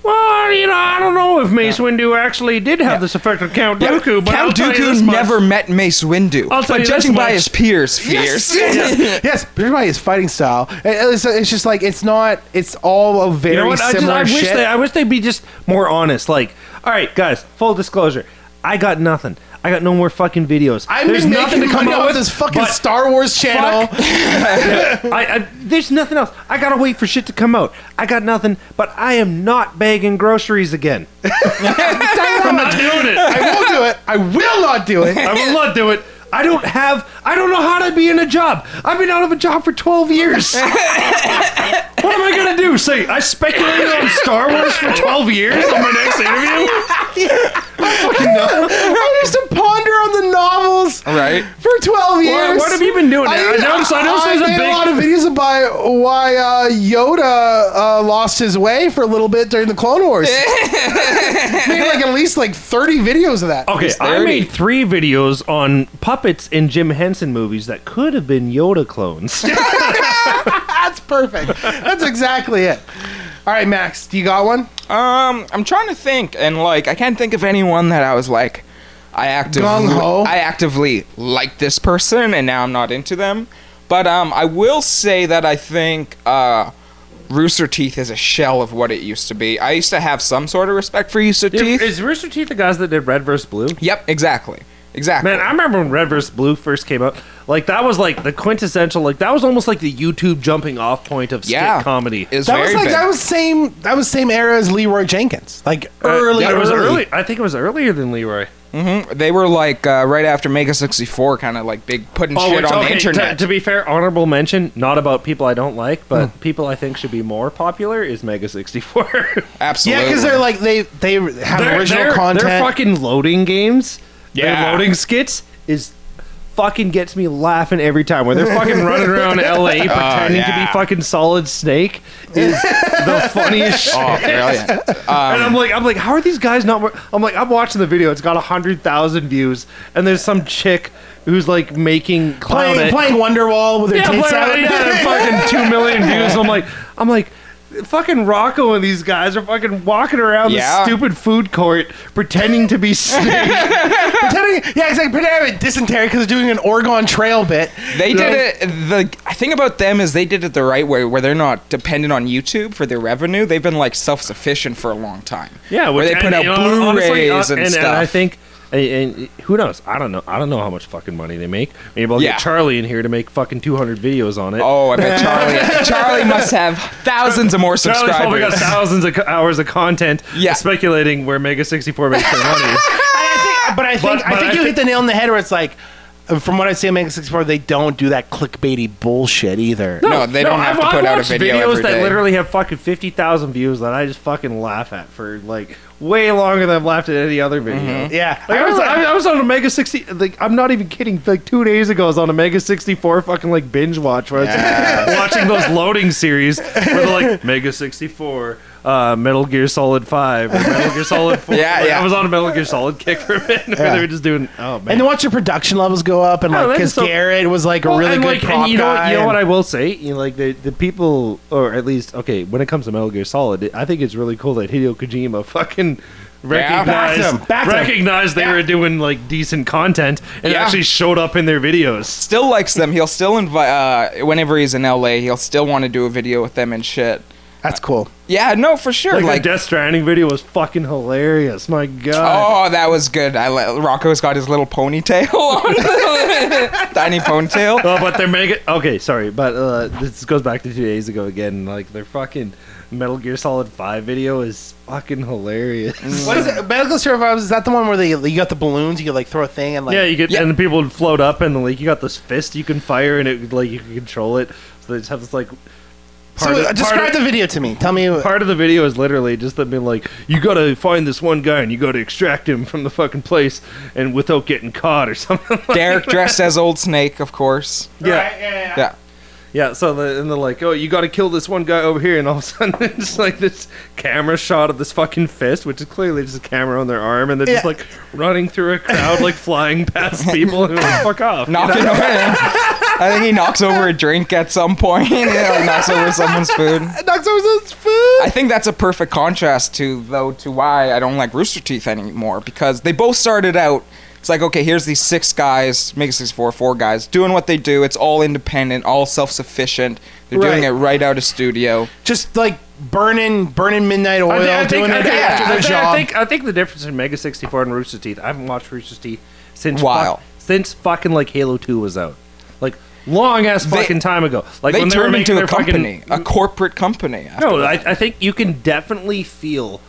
S2: well, you know, I don't know if Mace Windu actually did have this effect on Count Dooku, but I'll
S3: Count
S2: tell you this
S3: Dooku
S2: much.
S3: never met Mace Windu.
S2: I'll tell
S3: but
S2: you this
S3: judging by
S2: much.
S3: his peers, fierce.
S1: yes, [laughs] yes. But here's why his fighting style. It- It's, it's just like it's not. It's all a very
S2: You know what? I, just,
S1: similar
S2: I wish
S1: shit.
S2: they, I wish they'd be just more honest. Like, all right, guys, full disclosure, I got nothing. I got no more fucking videos.
S1: I've
S2: there's
S1: been
S2: nothing
S1: making
S2: to come
S1: money
S2: up
S1: off
S2: with
S1: this fucking
S2: but [laughs]
S1: Star Wars channel.
S2: I, I, there's nothing else. I gotta wait for shit to come out. I got nothing, but I am not bagging groceries again. I'm not doing it.
S1: I will do it. I will not do it.
S2: [laughs] I will not do it. I don't have. I don't know how to be in a job. I've been out of a job for 12 years. what am I gonna do? Say I speculated on Star Wars for 12 years on my [laughs] next interview?
S1: I used to ponder on the novels
S3: Right.
S1: for 12 years.
S2: what have you been doing? I noticed- I noticed there's a
S1: made
S2: big-
S1: lot of videos about why uh, Yoda uh, lost his way for a little bit during the Clone
S2: [laughs]
S1: Wars. made like at least like 30 videos of that.
S2: Okay, I
S3: 30.
S2: made three videos on puppets in Jim Henson movies that could have been Yoda clones.
S1: That's perfect. That's exactly it. All right, Max, do you got one?
S3: Um, I'm trying to think, and like, I can't think of anyone that I was like, I actively,
S1: Gung-ho.
S3: I actively like this person, and now I'm not into them. But um, I will say that I think uh, Rooster Teeth is a shell of what it used to be. I used to have some sort of respect for Rooster Teeth.
S2: Is Rooster Teeth the guys that did Red vs. Blue?
S3: yep, exactly, exactly.
S2: Man, I remember when Red vs. Blue first came out. Like that was like the quintessential. Like that was almost like the YouTube jumping off point of skit
S3: yeah,
S2: comedy.
S3: It was
S1: That
S3: very
S1: was like
S3: big.
S1: that was same that was same era as Leroy Jenkins. Like
S2: Uh,
S1: early,
S2: yeah, it was
S1: early.
S2: early. I think it was earlier than Leroy.
S3: They were like uh, right after Mega sixty four, kind of like big putting shit
S2: which-
S3: on
S2: Oh, okay,
S3: the internet. Hmm.
S2: To, to be fair, honorable mention, not about people I don't like, but people I think should be more popular is Mega sixty four. [laughs]
S3: Absolutely.
S1: Yeah, because they're like they they have original content.
S2: Their fucking loading games,
S3: Yeah.
S2: their loading skits is fucking gets me laughing every time. Where they're fucking running
S3: [laughs]
S2: around LA pretending to
S3: Oh, yeah.
S2: be fucking Solid Snake is
S3: [laughs]
S2: the funniest shit.
S3: Oh, um, brilliant.
S2: [laughs] and I'm like, I'm like, how are these guys not? More? I'm like, I'm watching the video. It's got hundred thousand views, and there's some chick who's like making clown
S1: playing
S2: it.
S1: playing Wonderwall with their
S2: Yeah,
S1: tits
S2: but-
S1: out.
S2: yeah, they're fucking two million views. I'm like, I'm like, fucking Rocco and these guys are fucking walking around
S3: Yeah.
S2: the stupid food court pretending
S3: [laughs]
S2: to be snakes.
S1: pretending, [laughs] yeah, exactly. Pretending I have a uh, dysentery because they're doing an Oregon Trail bit.
S3: They did it. The thing about them is they did it the right way, where they're not dependent on YouTube for their revenue. They've been like self-sufficient for a long time. where
S2: which-
S3: they put
S2: and,
S3: out
S2: you know, honestly,
S3: Blu-rays
S2: uh,
S3: and, stuff.
S2: I think. And, and who knows? I don't know. I don't know how much fucking money they make. Maybe I'll
S3: Yeah.
S2: get Charlie in here to make fucking 200 videos on it.
S3: oh,
S2: [laughs]
S3: I bet Charlie. Charlie must have thousands of more
S2: Charlie's probably got
S3: subscribers.
S2: thousands of co- hours of content
S3: Yeah.
S2: speculating where Mega 64 makes their
S3: [laughs]
S2: money.
S1: But I think
S2: But-
S1: I
S2: but
S1: think
S2: I
S1: you
S2: thi-
S1: hit the nail on the head where it's like, uh, from what I see on Mega 64, they don't do that clickbaity bullshit either.
S3: No, they don't have
S2: I've-
S3: to put
S2: I've
S3: out a
S2: watched
S3: video
S2: videos
S3: every
S2: that
S3: day.
S2: literally have fucking 50,000 views that I just fucking laugh at for like way longer than I've laughed at any other video.
S3: Mm-hmm.
S1: Yeah,
S2: Like, I, was, I, I was on a Mega 60, like, I'm not even kidding. Like, two days ago, I was on a Mega 64 fucking, like, binge watch where I was like, [laughs] watching those loading series where they're
S3: [laughs]
S2: like, Mega 64, uh, Metal Gear Solid 5, or Metal Gear Solid 4.
S3: [laughs] Yeah,
S2: Like,
S3: yeah.
S2: I was on a Metal Gear Solid kick [laughs] for a minute where they were just doing, oh, man.
S1: and then watch your production levels go up, and
S2: Oh,
S1: like
S2: that
S1: because
S2: is so-
S1: Garrett was like a
S2: Well,
S1: really
S2: and,
S1: good
S2: like,
S1: prop
S2: and you know,
S1: guy.
S2: You know
S1: and-
S2: what I will say? You know, like the, the people, or at least okay, when it comes to Metal Gear Solid, I think it's really cool that Hideo Kojima fucking recognized
S1: backed him, backed him.
S2: recognized they were doing like decent content and
S3: Yeah.
S2: actually showed up in their videos.
S3: still likes them. He'll still invite uh, whenever he's in LA. He'll still want to do a video with them and shit.
S1: That's cool.
S3: Yeah, no, for sure.
S2: Like,
S3: Like,
S2: the Death Stranding video was fucking hilarious. My god.
S1: Oh.
S3: oh, that was good. I li- Rocco's got his little ponytail [laughs] on. [laughs] Tiny ponytail.
S2: Oh, but they're making. Okay, sorry, but uh, this goes back to two days ago again. Like their fucking Metal Gear Solid Five video is fucking hilarious.
S1: What is it? Medical survivors? Is that the one where they you got the balloons? You could like throw a thing and like
S2: yeah, you get
S3: Yeah.
S2: and the people would float up and like you got this fist you can fire and it like you can control it. So they just have this like.
S1: So
S2: of-
S1: uh, describe
S2: of-
S1: the video to me. Tell me.
S2: Part of the video is literally just them being like, "You gotta find this one guy and you gotta extract him from the fucking place, and without getting caught or [laughs] something."
S3: Derek dressed as old snake, of course.
S2: yeah,
S3: Yeah.
S2: Yeah, so the, and they're like, "Oh, you got to kill this one guy over here," and all of a sudden [laughs] it's like this camera shot of this fucking fist, which is clearly just a camera on their arm, and they're just
S1: Yeah.
S2: like running through a crowd, like flying past people, and they're like, "Fuck off!"
S3: Knocking over. I think he knocks over a drink at some point. [laughs] you know, he knocks over someone's food.
S1: Knocks over someone's food.
S3: I think that's a perfect contrast to though to why I don't like Rooster Teeth anymore because they both started out. It's like okay, here's these six guys, make it six four, four guys doing what they do. It's all independent, all self sufficient. They're doing
S1: Right.
S3: it right out of studio.
S1: Just like burning, burning midnight oil,
S2: I think, I think,
S1: doing
S2: I
S1: it
S2: think-
S1: after
S2: I
S1: their
S2: think-
S1: job.
S2: I think I think the difference in Mega sixty four and Rooster Teeth. I haven't watched Rooster Teeth since
S3: Wow.
S2: fuck- since fucking like Halo two was out, like long ass
S3: They-
S2: fucking time ago. Like
S3: They
S2: when
S3: turned
S2: they were making
S3: into a
S2: their fucking-
S3: company, a corporate company.
S2: No, I, I think you can definitely feel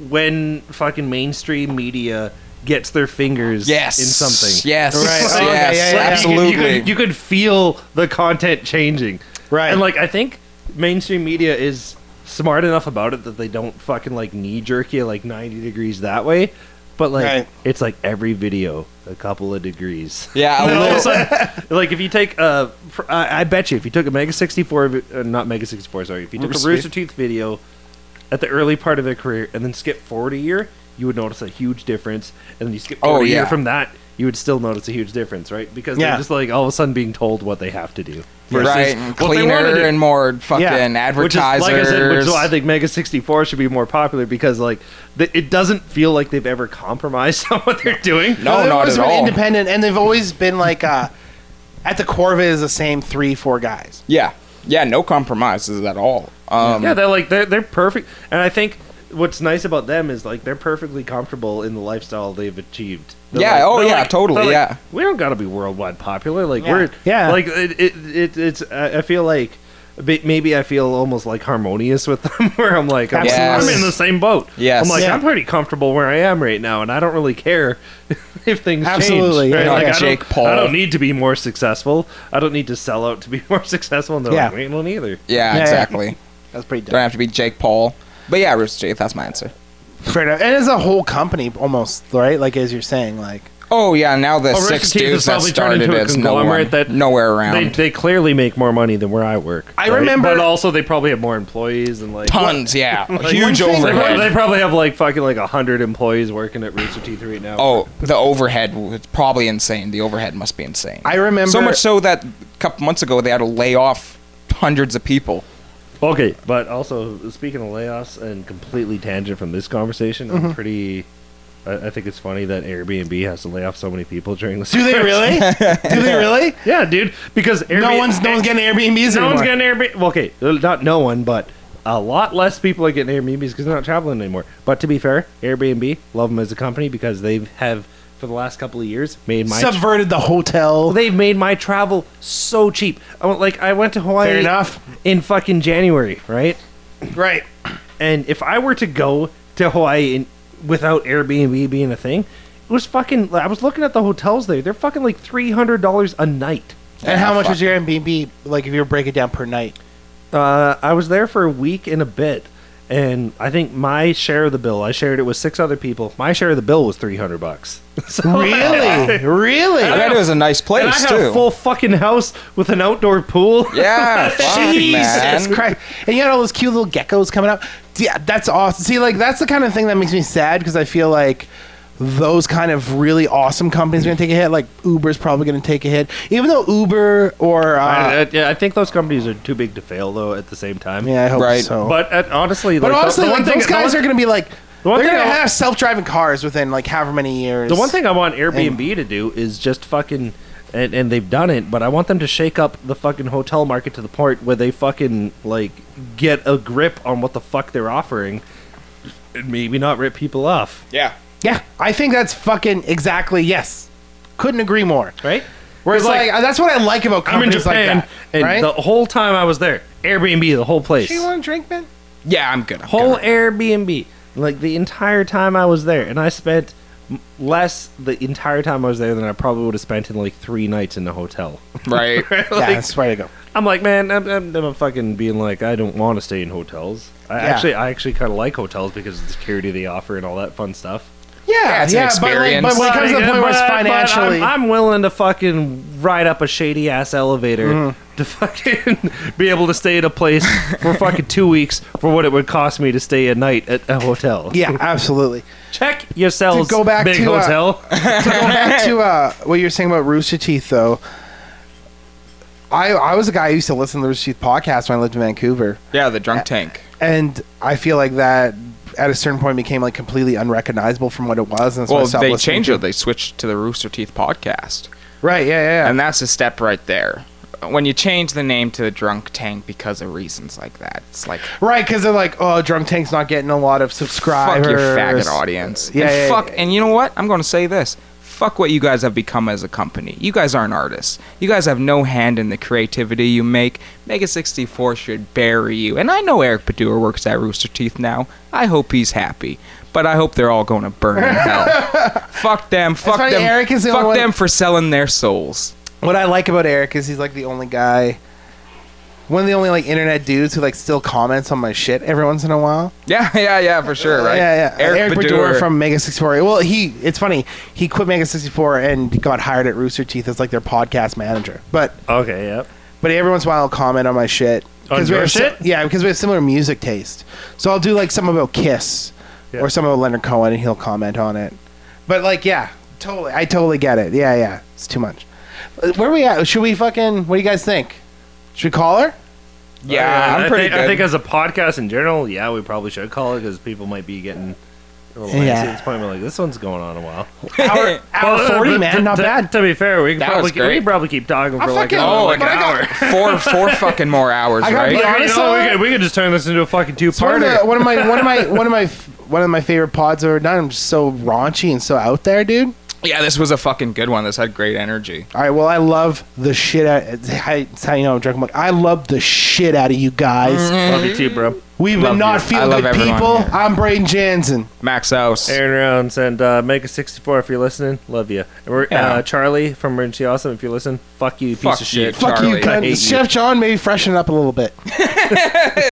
S2: when fucking mainstream media gets their fingers
S3: Yes.
S2: in something.
S3: Yes.
S1: Right.
S2: Oh,
S1: Okay,
S3: Yes.
S1: yeah, yeah, yeah.
S3: Absolutely.
S2: You could, you, could, you could feel the content changing.
S1: Right.
S2: And like I think mainstream media is smart enough about it that they don't fucking like knee jerk you like 90 degrees that way. But like
S1: Right.
S2: it's like every video a couple of degrees.
S3: yeah. A
S2: And all of
S3: little,
S2: a sudden,
S3: [laughs]
S2: like if you take uh, pr- I, I bet you if you took a Mega 64, vi- uh, not Mega 64, sorry, if you took
S3: Rooster
S2: a Rooster Teeth video at the early part of their career and then skip forward a year, you would notice a huge difference. And then you skip
S3: Oh,
S2: forward a year
S3: yeah.
S2: from that, you would still notice a huge difference, right? Because
S1: Yeah.
S2: they're just like all of a sudden being told what they have to do. versus
S3: right. And
S2: what they wanna
S3: cleaner
S2: do.
S3: and more fucking
S2: Which is,
S3: advertisers.
S2: like I said, which is why I think Mega 64 should be more popular because like th- it doesn't feel like they've ever compromised [laughs] on what they're doing.
S3: No,
S1: they've
S3: not
S1: always
S3: at
S1: been
S3: all.
S1: Independent, and they've always been like uh, at the core of it is the same three, four guys.
S3: yeah. Yeah. No compromises at all. Um,
S2: yeah, they're like they're they're perfect, and I think what's nice about them is like they're perfectly comfortable in the lifestyle they've achieved. They're
S3: Yeah,
S2: like-
S3: oh,
S2: they're
S3: yeah,
S2: like-
S3: totally,
S2: they're like,
S3: yeah.
S2: we don't gotta be worldwide popular. Like
S1: Yeah.
S2: we're
S1: Yeah.
S2: like it, it, it it's I I feel like. a bit- Maybe I feel almost like harmonious with them, [laughs] where I'm like, I'm,
S3: Yes.
S2: I'm in the same boat.
S3: Yes.
S2: I'm like,
S1: Yeah.
S2: I'm pretty comfortable where I am right now, and I don't really care [laughs] if things
S1: Absolutely,
S2: change. right?
S1: yeah.
S2: Like,
S1: Yeah.
S2: I don't-
S3: Jake Paul.
S2: I don't need to be more successful. I don't need to sell out to be [laughs] more successful. And they're
S1: Yeah.
S2: like, we don't either.
S3: Yeah,
S1: Yeah,
S3: exactly.
S1: That's pretty
S3: Don't
S1: dope.
S3: have to be Jake Paul. But yeah, Rooster Teeth, that's my answer.
S1: Fair enough. And it's a whole company almost, right? Like as you're saying, like
S3: Oh yeah, now the
S2: Oh, Rooster
S3: six
S2: Teeth has
S3: dudes that
S2: probably turned
S3: started
S2: into a
S3: is no one,
S2: conglomerate that-
S3: nowhere around.
S2: They, they clearly make more money than where I work.
S1: I remember-
S2: but also they probably have more employees and like
S3: Tons, yeah,
S2: [laughs] Like,
S3: huge
S1: one thing
S2: They probably,
S3: overhead.
S2: they probably have like fucking like hundred employees working at Rooster Teeth right now.
S3: Oh, the overhead was probably insane. The overhead must be insane.
S1: I remember
S3: so much so that a couple months ago they had to lay off hundreds of people.
S2: okay. But also speaking of layoffs and completely tangent from this conversation,
S1: Mm-hmm.
S2: I'm pretty. I, I think it's funny that Airbnb has to lay off so many people during [laughs] the.
S1: Do they [laughs] really? Do they really?
S2: Yeah, dude. Because Airbnb,
S1: No one's no one's getting Airbnbs anymore.
S2: no one's getting Airbnb. Well, okay, uh, not no one, but a lot less people are getting Airbnbs because they're not traveling anymore. But to be fair, Airbnb love them as a company because they have for the last couple of years made my
S1: subverted the hotel.
S2: they've made my travel so cheap. I went, like I went to Hawaii
S1: Fair enough.
S2: in fucking January, right?
S1: Right.
S2: And if I were to go to Hawaii in, without Airbnb being a thing, it was fucking. I was looking at the hotels there. They're fucking like three hundred dollars a night.
S1: and how
S3: Yeah,
S1: much
S3: fuck.
S1: was your Airbnb like if you were breaking it down per night?
S2: Uh, I was there for a week and a bit, and I think my share of the bill, I shared it with six other people. My share of the bill was three hundred bucks. [laughs] So
S1: Really?
S3: I
S1: really?
S3: bet it was a nice
S2: And I
S3: place
S2: had
S3: too.
S2: a full fucking house with an
S1: [laughs]
S2: outdoor pool. [laughs]
S3: yeah, fuck,
S1: Jesus
S3: man.
S1: Christ! And you had all those cute little geckos coming up. Yeah, that's awesome. See, like that's the kind of thing that makes me sad because I feel like those kind of really awesome companies are going to take a hit. Like Uber's probably going to take a hit, even though Uber or uh,
S2: I, I, yeah, I think those companies are too big to fail though. At the same time,
S1: yeah, I hope
S3: Right.
S1: so.
S2: But uh, honestly,
S1: But
S2: like, the-
S1: honestly,
S2: the one
S1: like
S2: thing-
S1: those
S2: the
S1: guys
S2: one-
S1: are going to be like
S2: the one
S1: they're
S2: thing
S1: going to
S2: I-
S1: have self-driving cars within like however many years.
S2: The one thing I want Airbnb to do is just fucking, and, and they've done it, but I want them to shake up the fucking hotel market to the point where they fucking, like, get a grip on what the fuck they're offering and maybe not rip people off.
S3: Yeah.
S1: yeah, I think that's fucking exactly yes. Couldn't agree more.
S2: right?
S1: Where it's
S2: It's
S1: like,
S2: like,
S1: that's what I like about
S2: I'm in
S1: companies
S2: Japan,
S1: like that,
S2: and
S1: right?
S2: the whole time I was there, Airbnb, the whole place,
S1: Do you want a drink, [laughs] man?
S3: Yeah, I'm good. I'm
S2: whole
S3: good.
S2: Airbnb, like the entire time I was there, and I spent m- less the entire time I was there than I probably would have spent in like three nights in a hotel. [laughs]
S3: right.
S1: yeah, that's where I go.
S2: I'm like, man, I'm, I'm, I'm fucking being like, I don't want to stay in hotels. I
S1: Yeah.
S2: actually, I actually kind of like hotels because of the security they offer and all that fun stuff.
S1: Yeah,
S3: it's an
S1: yeah, but, like, but when it comes to the
S2: But-
S1: point where it's
S2: but- but I'm-
S1: financially,
S2: I'm, willing to fucking ride up a shady ass elevator
S1: Mm-hmm.
S2: to [laughs] fucking be able to stay at a place for fucking two weeks for what it would cost me to stay a night at a hotel.
S1: yeah, absolutely.
S2: check yourselves.
S1: To go back
S2: big
S1: to, uh,
S2: hotel.
S1: to go
S2: [laughs]
S1: back
S3: [laughs]
S1: to uh, what you were saying about Rooster Teeth, though, I I was a guy who used to listen to the Rooster Teeth podcast when I lived in Vancouver,
S3: Yeah, the
S1: Uh,
S3: drunk tank.
S1: and I feel like that at a certain point became like completely unrecognizable from what it was. And so I
S3: Well,
S1: stopped
S3: they
S1: listening
S3: changed
S1: to
S3: it. They switched to the Rooster Teeth podcast,
S1: Right? Yeah, yeah, yeah.
S3: and that's a step right there. When you change the name to the drunk tank because of reasons like that, it's like
S1: right, because they're like, oh, Drunk Tank's not getting a lot of subscribers.
S3: fuck your faggot audience.
S1: Yeah,
S3: and
S1: yeah,
S3: fuck.
S1: yeah.
S3: And you know what? I'm going to say this. Fuck what you guys have become as a company. You guys aren't artists. You guys have no hand in the creativity you make. Mega 64 should bury you. And I know Eric Bedour works at Rooster Teeth now. I hope he's happy. But I hope they're all going to burn
S1: [laughs]
S3: in hell. fuck them. Fuck
S1: funny,
S3: them.
S1: Eric is the
S3: fuck
S1: only one-
S3: them for selling their souls. [laughs]
S1: What I like about Eric is he's like the only guy, one of the only like internet dudes who like still comments on my shit every once in a while.
S3: Yeah, yeah, yeah, for sure, right?
S1: Yeah, yeah.
S3: Eric, Bedour,
S1: from Mega 64. Well, he it's funny. He quit Mega 64 and got hired at Rooster Teeth as like their podcast manager. But
S2: okay, yep.
S1: but every once in a while I'll comment on my shit.
S2: On
S1: 'Cause we
S2: your
S1: have si-
S2: shit?
S1: yeah, because we have similar music taste. So I'll do like some about Kiss
S2: Yeah.
S1: or some about Leonard Cohen and he'll comment on it. But like yeah, totally I totally get it. Yeah, yeah. It's too much. Uh, Where we at? Should we fucking what do you guys think? Should we call her?
S3: Yeah,
S2: I- I
S3: I'm pretty
S2: think,
S3: good.
S2: I think as a podcast in general, yeah, we probably should call it because people might be getting. A little antsy
S1: Yeah.
S2: At this point, we're like, this one's going on a while.
S3: [laughs]
S1: Hour, hour
S2: Well, uh,
S1: 40,
S2: but
S1: man.
S2: to-
S1: not
S2: to-
S1: bad.
S2: To be fair, we could
S3: That
S2: probably
S3: was
S2: we
S3: great.
S2: could probably keep dogging
S1: I
S2: for like,
S1: fucking-
S2: another,
S1: oh,
S2: like
S1: but
S2: an
S1: I got-
S2: hour.
S3: four, four fucking more
S1: [laughs]
S3: hours,
S1: I gotta
S3: right?
S1: be
S2: Like, you
S1: honest,
S2: know,
S1: though-
S2: we, could, we could just turn this into a fucking two
S1: It's one of,
S2: parter.
S1: the, one of my one of my one of my f- one of my favorite pods I've ever done. I'm just so raunchy and so out there, dude.
S3: Yeah, this was a fucking good one. This had great energy.
S1: All right, well, I love the shit out. It's how, it's how you know I'm drunk. I'm like, I love the shit out of you guys.
S2: Love you too, bro.
S1: We've
S3: Love
S1: been not
S3: you. I
S1: feel
S3: love
S1: good
S3: everyone
S1: people.
S3: here.
S1: I'm Braden Jansen.
S3: Max House.
S2: Aaron Rounds and uh, Mega64 if you're listening, love you. And we're,
S3: Yeah.
S2: uh, Charlie from Emergency Awesome if you're listening, fuck you,
S3: Fuck
S2: piece of
S3: you,
S2: shit.
S3: Charlie.
S1: Fuck you,
S3: I
S1: cunt.
S2: hate you.
S1: Chef John. Maybe freshen it up a little bit.